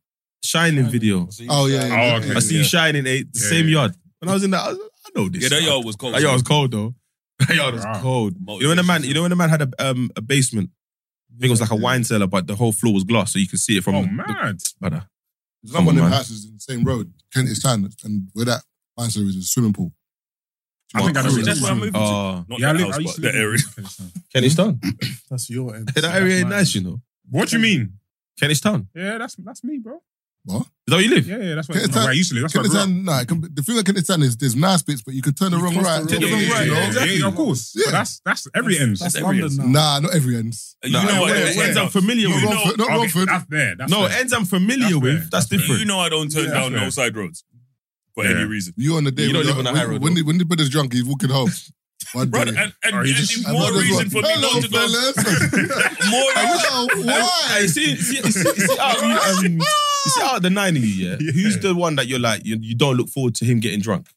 [SPEAKER 4] shining video.
[SPEAKER 10] Oh, yeah. yeah, yeah, yeah.
[SPEAKER 4] I see you shining. eh? the same yard. When I was in that, I, was, like, I know this.
[SPEAKER 6] Yeah, that
[SPEAKER 4] yard.
[SPEAKER 6] yard was cold.
[SPEAKER 4] That yard was cold though. That yard was cold. You know when the man, you know when the man had a um a basement. I think it was like a wine cellar, but the whole floor was glass, so you can see it from.
[SPEAKER 10] Oh,
[SPEAKER 4] the,
[SPEAKER 10] mad.
[SPEAKER 4] The,
[SPEAKER 10] There's another one
[SPEAKER 4] Come on,
[SPEAKER 10] in
[SPEAKER 4] man.
[SPEAKER 10] houses in the same road, Kentish Town, and where that man service is a swimming pool.
[SPEAKER 5] I think I know
[SPEAKER 10] Well,
[SPEAKER 5] where
[SPEAKER 10] that's
[SPEAKER 5] this
[SPEAKER 10] where I'm
[SPEAKER 5] is.
[SPEAKER 10] moving to.
[SPEAKER 4] Oh.
[SPEAKER 5] Not
[SPEAKER 10] Yeah, I
[SPEAKER 5] that
[SPEAKER 10] live-
[SPEAKER 5] house,
[SPEAKER 10] I used
[SPEAKER 5] but
[SPEAKER 10] to live in
[SPEAKER 5] that area.
[SPEAKER 4] Kentish Town.
[SPEAKER 8] That's your end.
[SPEAKER 4] that area ain't nice, you know.
[SPEAKER 5] What do you mean?
[SPEAKER 4] Kentish Town.
[SPEAKER 5] Yeah, that's that's me, bro.
[SPEAKER 10] What? Is
[SPEAKER 4] that where you live?
[SPEAKER 5] Yeah, yeah, that's where,
[SPEAKER 10] Kentish
[SPEAKER 5] no, where I used to live. That's where I
[SPEAKER 10] Kentish
[SPEAKER 5] grew up.
[SPEAKER 10] Town, nah, it can be- the thing with Kentish Town is there's nice bits, but you can turn the wrong right.
[SPEAKER 5] Yeah, yeah, yeah, yeah, exactly. of course. But that's that's every end.
[SPEAKER 10] That's Nah, not every end.
[SPEAKER 6] You know what?
[SPEAKER 10] where-
[SPEAKER 6] Ends
[SPEAKER 10] where-
[SPEAKER 6] I'm familiar
[SPEAKER 10] Not
[SPEAKER 6] with.
[SPEAKER 10] Romford, not
[SPEAKER 6] Okay,
[SPEAKER 10] Romford.
[SPEAKER 5] that's there. That's
[SPEAKER 4] no,
[SPEAKER 5] fair.
[SPEAKER 4] ends I'm familiar with. That's, different.
[SPEAKER 6] You know I don't turn
[SPEAKER 10] Yeah,
[SPEAKER 6] down
[SPEAKER 10] that's
[SPEAKER 6] no
[SPEAKER 10] fair.
[SPEAKER 6] side roads for any reason.
[SPEAKER 10] You on the day
[SPEAKER 6] You don't
[SPEAKER 10] when
[SPEAKER 6] live
[SPEAKER 10] you're-
[SPEAKER 6] on a high
[SPEAKER 10] when-
[SPEAKER 6] road,
[SPEAKER 10] When the, when the brother's drunk, he's walking home. One
[SPEAKER 6] Bro,
[SPEAKER 10] day.
[SPEAKER 6] and, and, and,
[SPEAKER 10] Or he just-
[SPEAKER 6] it's
[SPEAKER 10] and
[SPEAKER 6] more
[SPEAKER 10] brother's
[SPEAKER 6] reason
[SPEAKER 10] like,
[SPEAKER 6] for me
[SPEAKER 10] "Hello,
[SPEAKER 6] not to go.
[SPEAKER 10] More reason.
[SPEAKER 4] Hey, see, see, see, see how you, um, you see how the nine of you, yeah? Who's the one that you're like, you, you don't look forward to him getting drunk?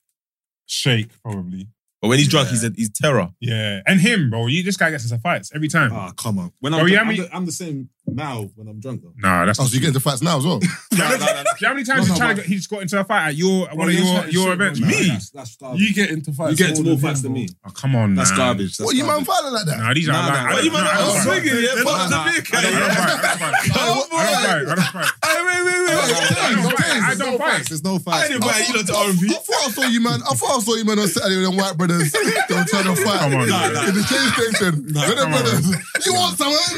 [SPEAKER 5] Shake, probably.
[SPEAKER 4] But when he's drunk, he's a, he's terror.
[SPEAKER 5] Yeah, and him, bro. You, this guy gets into fights every time.
[SPEAKER 4] Ah,
[SPEAKER 5] come on.
[SPEAKER 4] When
[SPEAKER 5] When bro,
[SPEAKER 4] I'm
[SPEAKER 5] you know
[SPEAKER 4] drunk-
[SPEAKER 5] how
[SPEAKER 4] I'm
[SPEAKER 5] many-
[SPEAKER 4] the-
[SPEAKER 8] I'm the same now when I'm drunk though.
[SPEAKER 5] Nah, that's
[SPEAKER 10] oh, so you get into fights now as well.
[SPEAKER 5] Do you know how many times
[SPEAKER 10] No,
[SPEAKER 5] he,
[SPEAKER 10] no,
[SPEAKER 5] tried to get, he just got into a fight at your at
[SPEAKER 8] Bro,
[SPEAKER 5] one of
[SPEAKER 8] you're
[SPEAKER 5] your,
[SPEAKER 8] chatting
[SPEAKER 5] your
[SPEAKER 8] shit,
[SPEAKER 5] events?
[SPEAKER 8] bro.
[SPEAKER 5] Me?
[SPEAKER 8] That's- that's garbage.
[SPEAKER 5] you get into
[SPEAKER 8] You get into more fights than me.
[SPEAKER 5] Oh, come on,
[SPEAKER 8] That's
[SPEAKER 5] man.
[SPEAKER 8] garbage. That's
[SPEAKER 10] What, you man violent like that?
[SPEAKER 5] Nah, these are
[SPEAKER 8] Nah,
[SPEAKER 5] like,
[SPEAKER 8] nah,
[SPEAKER 5] I
[SPEAKER 8] what,
[SPEAKER 5] don't-
[SPEAKER 8] you man
[SPEAKER 5] I don't
[SPEAKER 8] out
[SPEAKER 5] fight.
[SPEAKER 8] swinging, yeah?
[SPEAKER 5] I don't
[SPEAKER 8] Fuck the
[SPEAKER 5] fight.
[SPEAKER 8] dick,
[SPEAKER 5] I don't- I don't
[SPEAKER 8] yeah?
[SPEAKER 5] fight. I
[SPEAKER 8] Oh,
[SPEAKER 5] don't fight. I don't fight. I don't fight.
[SPEAKER 10] I
[SPEAKER 5] I don't fight.
[SPEAKER 8] There's no fights.
[SPEAKER 10] I thought- I thought I saw you, man. I thought I saw you, man, on Saturday with them white brothers. They were trying to fight.
[SPEAKER 5] Come
[SPEAKER 10] In
[SPEAKER 5] on, man.
[SPEAKER 10] the train station. with them
[SPEAKER 5] come on.
[SPEAKER 10] brothers. You want someone?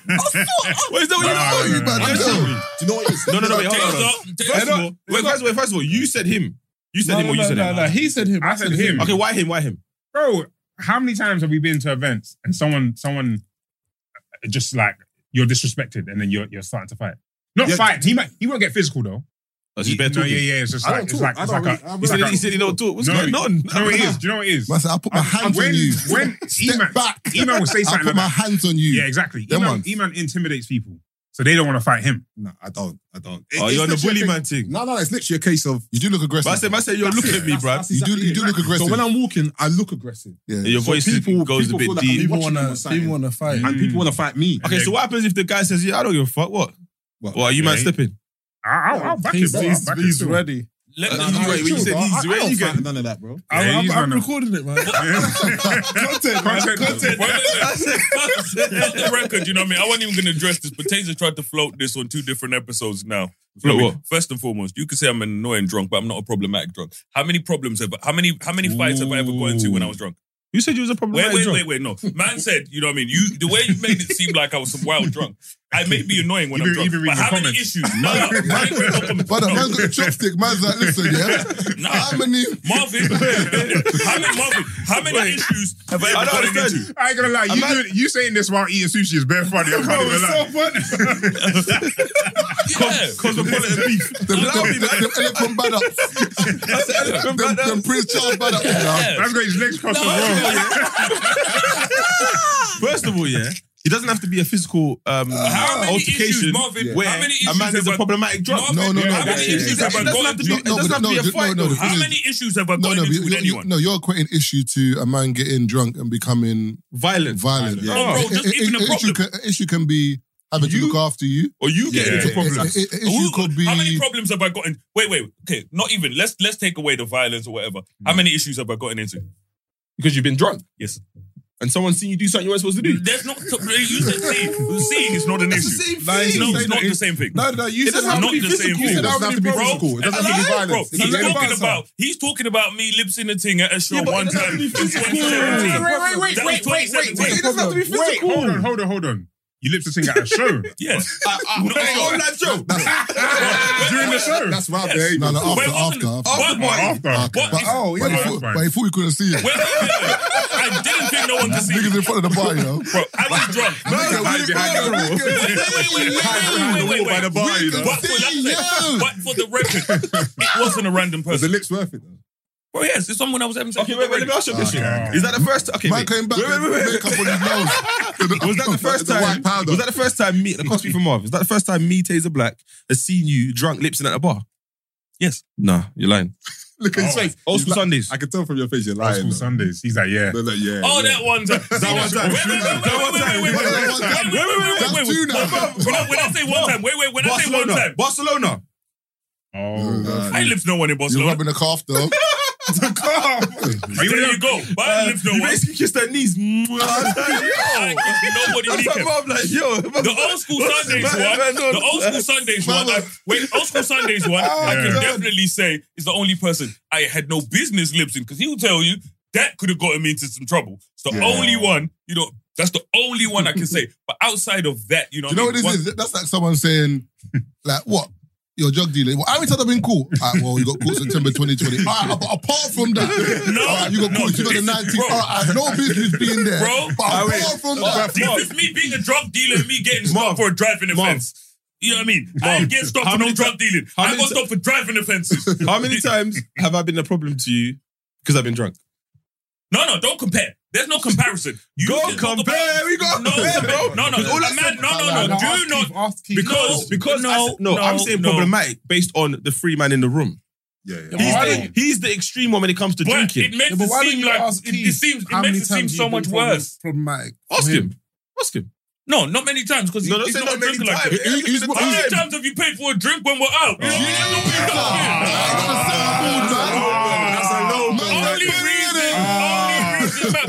[SPEAKER 10] Yeah. I saw
[SPEAKER 4] What is that? What you
[SPEAKER 10] I saw you, man. I know.
[SPEAKER 8] Do you know what?
[SPEAKER 4] No, no, no, wait, hold on, hold on.
[SPEAKER 6] Take us up,
[SPEAKER 4] First
[SPEAKER 6] take
[SPEAKER 4] of all, wait, first of all, wait, first of all, you said him. You said
[SPEAKER 5] No,
[SPEAKER 4] him
[SPEAKER 5] no,
[SPEAKER 4] or you
[SPEAKER 5] no,
[SPEAKER 4] said
[SPEAKER 5] no,
[SPEAKER 4] him?
[SPEAKER 5] no, he
[SPEAKER 8] said him.
[SPEAKER 5] I said him.
[SPEAKER 4] Okay, why him? Why him?
[SPEAKER 5] bro, how many times have we been to events and someone, someone, uh, just like you're disrespected and then you're you're starting to fight? Not
[SPEAKER 8] Yeah.
[SPEAKER 5] fight. He might he won't get physical though.
[SPEAKER 4] That's
[SPEAKER 5] He-
[SPEAKER 4] just bare
[SPEAKER 5] no,
[SPEAKER 4] talking.
[SPEAKER 5] yeah, yeah. It's just
[SPEAKER 8] I
[SPEAKER 5] like
[SPEAKER 8] don't
[SPEAKER 5] it's
[SPEAKER 8] talk.
[SPEAKER 5] like
[SPEAKER 8] I
[SPEAKER 5] it's
[SPEAKER 8] don't
[SPEAKER 5] like a-
[SPEAKER 8] really- I
[SPEAKER 5] it's
[SPEAKER 8] really-
[SPEAKER 5] like
[SPEAKER 4] He
[SPEAKER 5] a-
[SPEAKER 4] said he don't talk. What's
[SPEAKER 5] No,
[SPEAKER 4] going on?
[SPEAKER 5] No, it is. Do you know what it is?
[SPEAKER 10] Man, I said, I put my hands
[SPEAKER 5] when,
[SPEAKER 10] on you.
[SPEAKER 5] When Eman,
[SPEAKER 10] back.
[SPEAKER 5] Eman will say
[SPEAKER 10] I
[SPEAKER 5] something
[SPEAKER 10] put
[SPEAKER 5] like
[SPEAKER 10] my
[SPEAKER 5] that.
[SPEAKER 10] hands on you.
[SPEAKER 5] Yeah, exactly.
[SPEAKER 10] Them
[SPEAKER 5] Eman,
[SPEAKER 10] ones.
[SPEAKER 5] Eman intimidates people, so they don't want to fight him.
[SPEAKER 8] No, I don't. I don't.
[SPEAKER 4] Oh,
[SPEAKER 8] It's
[SPEAKER 4] you're on the
[SPEAKER 8] literally
[SPEAKER 4] bully
[SPEAKER 8] a
[SPEAKER 4] man thing.
[SPEAKER 8] No, no, it's literally a case of.
[SPEAKER 10] You do look
[SPEAKER 4] But I said,
[SPEAKER 10] aggressive.
[SPEAKER 4] man, I said, you're looking at me,
[SPEAKER 8] That's-
[SPEAKER 4] bruv.
[SPEAKER 8] that's
[SPEAKER 10] You do,
[SPEAKER 8] exactly
[SPEAKER 10] you do
[SPEAKER 8] it.
[SPEAKER 10] look aggressive.
[SPEAKER 8] So when I'm walking, I look aggressive.
[SPEAKER 10] yeah.
[SPEAKER 4] Your voice
[SPEAKER 8] so people,
[SPEAKER 4] goes
[SPEAKER 8] people
[SPEAKER 4] a bit
[SPEAKER 8] feel like
[SPEAKER 4] deep.
[SPEAKER 8] I'm
[SPEAKER 7] People
[SPEAKER 8] watching them
[SPEAKER 7] wanna,
[SPEAKER 8] on Saturday.
[SPEAKER 7] people wanna fight.
[SPEAKER 8] and
[SPEAKER 4] Mm.
[SPEAKER 8] people want to fight me.
[SPEAKER 4] Okay, so what happens if the guy says, yeah, I don't give a fuck? What?
[SPEAKER 8] What?
[SPEAKER 4] Well, are you man
[SPEAKER 5] Yeah.
[SPEAKER 4] stepping?
[SPEAKER 5] I- I'll, I'll back him.
[SPEAKER 8] He's,
[SPEAKER 5] bro. I'll
[SPEAKER 8] he's,
[SPEAKER 5] back him
[SPEAKER 8] he's
[SPEAKER 5] still.
[SPEAKER 8] ready.
[SPEAKER 6] Let-
[SPEAKER 8] Nah,
[SPEAKER 4] you
[SPEAKER 8] nah,
[SPEAKER 4] right,
[SPEAKER 8] it's
[SPEAKER 4] you
[SPEAKER 8] true,
[SPEAKER 4] said
[SPEAKER 8] bro.
[SPEAKER 4] he's
[SPEAKER 8] I- I
[SPEAKER 4] ready,
[SPEAKER 8] don't
[SPEAKER 4] you
[SPEAKER 8] fight
[SPEAKER 4] get-
[SPEAKER 8] none of that, bro.
[SPEAKER 5] Yeah,
[SPEAKER 8] I'm,
[SPEAKER 5] he's
[SPEAKER 8] I'm, I'm
[SPEAKER 5] gonna-
[SPEAKER 8] recording it, man. content, man. content.
[SPEAKER 5] Content.
[SPEAKER 6] Let the record, you know what I mean? I wasn't even going to address this, but Taser tried to float this on two different episodes now.
[SPEAKER 4] Float
[SPEAKER 6] You know
[SPEAKER 4] what?
[SPEAKER 6] mean? First and foremost, you could say I'm an annoying drunk, but I'm not a problematic drunk. How many problems have how many how many fights have I ever got into when I was drunk?
[SPEAKER 4] You said you was a
[SPEAKER 6] Wait,
[SPEAKER 4] problematic
[SPEAKER 6] wait,
[SPEAKER 4] drunk.
[SPEAKER 6] wait, wait, no. Man said, you know what I mean? You the way you made it seem like I was some wild drunk. I may be annoying when
[SPEAKER 5] You've
[SPEAKER 6] I'm
[SPEAKER 5] been-
[SPEAKER 6] drunk.
[SPEAKER 5] you've been
[SPEAKER 6] But
[SPEAKER 5] reading the
[SPEAKER 6] how many
[SPEAKER 5] comments.
[SPEAKER 6] issues? No, no, I ain't got no comments.
[SPEAKER 10] But the
[SPEAKER 6] No.
[SPEAKER 10] man's got a chopstick. Man's like, listen, yeah.
[SPEAKER 6] Nah.
[SPEAKER 10] How many?
[SPEAKER 6] Marvin, how many Marvin, how many issues have I
[SPEAKER 4] I
[SPEAKER 6] ever
[SPEAKER 4] don't
[SPEAKER 6] gotten
[SPEAKER 4] understand.
[SPEAKER 6] into?
[SPEAKER 5] I ain't gonna lie, you,
[SPEAKER 4] Imagine-
[SPEAKER 5] doing- you saying this while eating sushi is bare funny. I'm not even lying.
[SPEAKER 6] Yeah.
[SPEAKER 4] Cosmopolitan beef.
[SPEAKER 10] Them, them,
[SPEAKER 4] Allow me,
[SPEAKER 10] them,
[SPEAKER 4] man.
[SPEAKER 10] them elephant bad ups.
[SPEAKER 4] I said,
[SPEAKER 10] Them,
[SPEAKER 4] "Elephant man,
[SPEAKER 10] them Prince Charles bad ups.
[SPEAKER 6] Yeah.
[SPEAKER 5] That's got his legs crossed as well.
[SPEAKER 4] First of all, yeah, it doesn't have to be a physical um,
[SPEAKER 6] How many
[SPEAKER 4] altercation
[SPEAKER 6] issues, Marvin?
[SPEAKER 4] where
[SPEAKER 6] How many
[SPEAKER 4] a man
[SPEAKER 6] issues
[SPEAKER 4] is a
[SPEAKER 6] have I-
[SPEAKER 4] problematic drunk.
[SPEAKER 10] No, no, no.
[SPEAKER 6] How many
[SPEAKER 10] yeah,
[SPEAKER 6] issues
[SPEAKER 10] yeah,
[SPEAKER 6] have I
[SPEAKER 10] yeah.
[SPEAKER 6] gotten
[SPEAKER 10] No,
[SPEAKER 6] into?
[SPEAKER 10] no,
[SPEAKER 4] It doesn't
[SPEAKER 10] but
[SPEAKER 4] have to be
[SPEAKER 10] no,
[SPEAKER 4] a
[SPEAKER 10] no,
[SPEAKER 4] fight,
[SPEAKER 10] no,
[SPEAKER 4] though.
[SPEAKER 10] the
[SPEAKER 6] How
[SPEAKER 10] thing is-
[SPEAKER 6] many issues have I
[SPEAKER 10] No,
[SPEAKER 6] gotten
[SPEAKER 10] no, but
[SPEAKER 6] into
[SPEAKER 10] you-
[SPEAKER 6] with
[SPEAKER 10] you-
[SPEAKER 6] anyone?
[SPEAKER 10] no, you're equating issue to a man getting drunk and becoming
[SPEAKER 4] Violent.
[SPEAKER 10] violent.
[SPEAKER 6] Oh, bro, just
[SPEAKER 10] An- an-
[SPEAKER 6] even a
[SPEAKER 10] an issue
[SPEAKER 6] problem.
[SPEAKER 10] can, an issue can be having to
[SPEAKER 4] You-
[SPEAKER 10] look after you.
[SPEAKER 4] Or you get
[SPEAKER 5] Yeah.
[SPEAKER 4] into
[SPEAKER 5] Yeah.
[SPEAKER 4] problems.
[SPEAKER 10] An issue
[SPEAKER 6] Who-
[SPEAKER 10] could be
[SPEAKER 6] How many problems have I gotten? Wait, wait. Okay, not even. Let's let's take away the violence or whatever. How many issues have I gotten into?
[SPEAKER 4] Because you've been drunk.
[SPEAKER 6] Yes.
[SPEAKER 4] And someone's seen you do something you weren't supposed to do.
[SPEAKER 6] There's not. You said seeing. Seeing is not an
[SPEAKER 4] That's
[SPEAKER 6] issue.
[SPEAKER 4] the same
[SPEAKER 6] No, it's
[SPEAKER 4] thing.
[SPEAKER 6] not- it's not the same thing.
[SPEAKER 8] No, no, you
[SPEAKER 6] It
[SPEAKER 8] said
[SPEAKER 6] doesn't
[SPEAKER 8] how
[SPEAKER 6] have to
[SPEAKER 8] many
[SPEAKER 6] be
[SPEAKER 8] physical.
[SPEAKER 6] physical.
[SPEAKER 8] You said
[SPEAKER 6] It
[SPEAKER 8] how
[SPEAKER 6] doesn't
[SPEAKER 8] many
[SPEAKER 6] have to be
[SPEAKER 8] bro.
[SPEAKER 6] physical.
[SPEAKER 8] It doesn't have to be
[SPEAKER 6] Bro,
[SPEAKER 8] violence.
[SPEAKER 6] he's talking about he's talking about me lipsing a thing at a show
[SPEAKER 4] but
[SPEAKER 6] one
[SPEAKER 4] it doesn't have
[SPEAKER 6] time.
[SPEAKER 4] to be physical.
[SPEAKER 5] Wait, wait, wait,
[SPEAKER 6] That was
[SPEAKER 5] wait, wait, wait, wait,
[SPEAKER 6] 2017.
[SPEAKER 5] wait, hold on, hold on, hold on. You lip sync at a show.
[SPEAKER 6] yeah.
[SPEAKER 8] Ah,
[SPEAKER 5] Not a show. During the show.
[SPEAKER 10] That's wild behavior. No, no, after,
[SPEAKER 5] Wait,
[SPEAKER 10] after, after.
[SPEAKER 5] After party. After.
[SPEAKER 10] But, oh, yeah,
[SPEAKER 5] But
[SPEAKER 10] he
[SPEAKER 5] it's
[SPEAKER 10] thought,
[SPEAKER 5] fine.
[SPEAKER 10] but he thought he couldn't see it.
[SPEAKER 6] I didn't think no one could see.
[SPEAKER 10] Niggas in front of the bar, you know.
[SPEAKER 6] Bro, I was drunk.
[SPEAKER 10] No, no, we- no, we
[SPEAKER 6] Wait,
[SPEAKER 10] can-
[SPEAKER 6] wait, wait, wait, wait, wait, wait.
[SPEAKER 10] We can
[SPEAKER 6] But for
[SPEAKER 10] see
[SPEAKER 6] that-
[SPEAKER 10] you.
[SPEAKER 6] But for the record, it wasn't a random person.
[SPEAKER 8] Was the lips worth it? though?
[SPEAKER 6] Well, yes, it's someone I was having sex
[SPEAKER 4] Okay,
[SPEAKER 6] with.
[SPEAKER 4] wait, wait, let me ask you a question.
[SPEAKER 6] already.
[SPEAKER 4] Is that the first? Okay,
[SPEAKER 10] Man
[SPEAKER 4] wait.
[SPEAKER 10] came back
[SPEAKER 4] Wait, wait,
[SPEAKER 10] and
[SPEAKER 4] wait, wait.
[SPEAKER 10] makeup on his nose.
[SPEAKER 4] was that the first
[SPEAKER 10] The
[SPEAKER 4] time?
[SPEAKER 10] white powder.
[SPEAKER 4] Was that the first time me? Across me from Marv. Is that the first time me, Taser Black, has seen you drunk lipsing at a bar?
[SPEAKER 6] Yes.
[SPEAKER 4] Nah, you're lying.
[SPEAKER 10] Look at his
[SPEAKER 6] Oh,
[SPEAKER 10] face.
[SPEAKER 4] Old
[SPEAKER 10] He's
[SPEAKER 4] school
[SPEAKER 10] like-
[SPEAKER 4] Sundays.
[SPEAKER 8] I can tell from your face you're
[SPEAKER 5] Old
[SPEAKER 8] lying.
[SPEAKER 5] school
[SPEAKER 8] though.
[SPEAKER 5] Sundays. He's like, yeah.
[SPEAKER 8] They're like, yeah.
[SPEAKER 6] Oh,
[SPEAKER 8] yeah.
[SPEAKER 6] that one time.
[SPEAKER 8] That one time.
[SPEAKER 6] Wait, wait, wait, wait, wait, wait, wait, wait, wait,
[SPEAKER 10] That's
[SPEAKER 6] wait, wait, wait, wait,
[SPEAKER 10] That's
[SPEAKER 6] wait,
[SPEAKER 10] two
[SPEAKER 6] wait.
[SPEAKER 10] now.
[SPEAKER 6] When I- when I say one time, wait, wait, when I say one
[SPEAKER 4] Barcelona.
[SPEAKER 6] time,
[SPEAKER 4] Barcelona.
[SPEAKER 5] Oh.
[SPEAKER 10] Nah,
[SPEAKER 6] I ain't lived no one in
[SPEAKER 10] You're
[SPEAKER 6] Barcelona.
[SPEAKER 10] rubbing the calf though.
[SPEAKER 4] Oh.
[SPEAKER 6] There you go. But I ain't lived no
[SPEAKER 4] you
[SPEAKER 6] one.
[SPEAKER 4] basically kissed her knees. Mm,
[SPEAKER 6] I ain't kissed nobody
[SPEAKER 4] That's
[SPEAKER 6] leaking.
[SPEAKER 4] what Marv like, yo.
[SPEAKER 6] The old school Sundays
[SPEAKER 4] Man,
[SPEAKER 6] one.
[SPEAKER 4] man, no,
[SPEAKER 6] the old school Sundays
[SPEAKER 10] Mama. Oh,
[SPEAKER 6] one. I, wait, old school Sundays one. I can
[SPEAKER 10] Yeah.
[SPEAKER 6] definitely say is the only person I had no business lipsing because he will tell you that could have gotten me into some trouble. It's the
[SPEAKER 10] Yeah.
[SPEAKER 6] only one. You know, that's the only one I can say. But outside of that, you know,
[SPEAKER 10] Do you know
[SPEAKER 6] I
[SPEAKER 10] what
[SPEAKER 6] mean?
[SPEAKER 10] this is? That's like someone saying, like, what? Your drug dealer. Well, how many times I've been caught? All right, well, you got caught September 2020. All right, but apart from that,
[SPEAKER 6] No,
[SPEAKER 10] all right, you got
[SPEAKER 6] no,
[SPEAKER 10] caught, you got the
[SPEAKER 6] it's-
[SPEAKER 10] 19.
[SPEAKER 6] bro.
[SPEAKER 10] All right, I had Ah, no business being there.
[SPEAKER 6] Bro,
[SPEAKER 10] but
[SPEAKER 6] I
[SPEAKER 10] apart
[SPEAKER 6] wait.
[SPEAKER 10] from
[SPEAKER 6] One,
[SPEAKER 10] that,
[SPEAKER 6] this is me being a drug dealer and me getting stopped
[SPEAKER 4] Marv.
[SPEAKER 6] for a driving
[SPEAKER 4] Marv.
[SPEAKER 6] offense. You know what I mean? I ain't getting stopped
[SPEAKER 4] How
[SPEAKER 6] for no
[SPEAKER 4] many
[SPEAKER 6] drug dealing.
[SPEAKER 4] how
[SPEAKER 6] I
[SPEAKER 4] many
[SPEAKER 6] got
[SPEAKER 4] ti-
[SPEAKER 6] stopped for driving offenses.
[SPEAKER 4] How many times have I been a problem to you because I've been drunk?
[SPEAKER 6] No, no, don't compare. There's no comparison. You
[SPEAKER 4] Go
[SPEAKER 6] can talk
[SPEAKER 4] compare.
[SPEAKER 6] about-
[SPEAKER 4] We go
[SPEAKER 6] no,
[SPEAKER 4] compare, bro.
[SPEAKER 6] No, no,
[SPEAKER 4] Because all
[SPEAKER 6] man,
[SPEAKER 4] that
[SPEAKER 6] no, no, no. Do
[SPEAKER 8] ask
[SPEAKER 6] not
[SPEAKER 8] Keith, ask Keith.
[SPEAKER 6] because because
[SPEAKER 4] I
[SPEAKER 6] no,
[SPEAKER 4] said- no,
[SPEAKER 6] no,
[SPEAKER 4] I'm saying
[SPEAKER 6] no.
[SPEAKER 4] problematic based on the free man in the room.
[SPEAKER 8] Yeah, yeah.
[SPEAKER 4] He's,
[SPEAKER 5] Why
[SPEAKER 4] the, he's the extreme one when it comes to
[SPEAKER 6] But it
[SPEAKER 4] drinking.
[SPEAKER 6] makes
[SPEAKER 7] Yeah,
[SPEAKER 6] it
[SPEAKER 7] but why don't
[SPEAKER 6] seem
[SPEAKER 7] you
[SPEAKER 6] like
[SPEAKER 7] ask
[SPEAKER 6] it, it
[SPEAKER 7] Keith
[SPEAKER 6] seems it
[SPEAKER 7] how
[SPEAKER 6] makes
[SPEAKER 7] many
[SPEAKER 6] it seem
[SPEAKER 7] times
[SPEAKER 6] so
[SPEAKER 7] you've
[SPEAKER 6] much
[SPEAKER 7] been problem-
[SPEAKER 6] worse.
[SPEAKER 7] Problematic.
[SPEAKER 4] Ask
[SPEAKER 7] for
[SPEAKER 4] him. Ask him.
[SPEAKER 6] No, not many times because
[SPEAKER 4] No,
[SPEAKER 6] he,
[SPEAKER 4] don't
[SPEAKER 6] he's
[SPEAKER 4] say
[SPEAKER 6] not,
[SPEAKER 4] not many
[SPEAKER 6] drinking like
[SPEAKER 4] times.
[SPEAKER 6] that.
[SPEAKER 4] Every
[SPEAKER 10] he's-
[SPEAKER 4] single
[SPEAKER 6] How
[SPEAKER 4] time.
[SPEAKER 6] many times have you paid for a drink when we're out? You know, you know what you're
[SPEAKER 10] Ah,
[SPEAKER 6] talking.
[SPEAKER 10] that's a low man.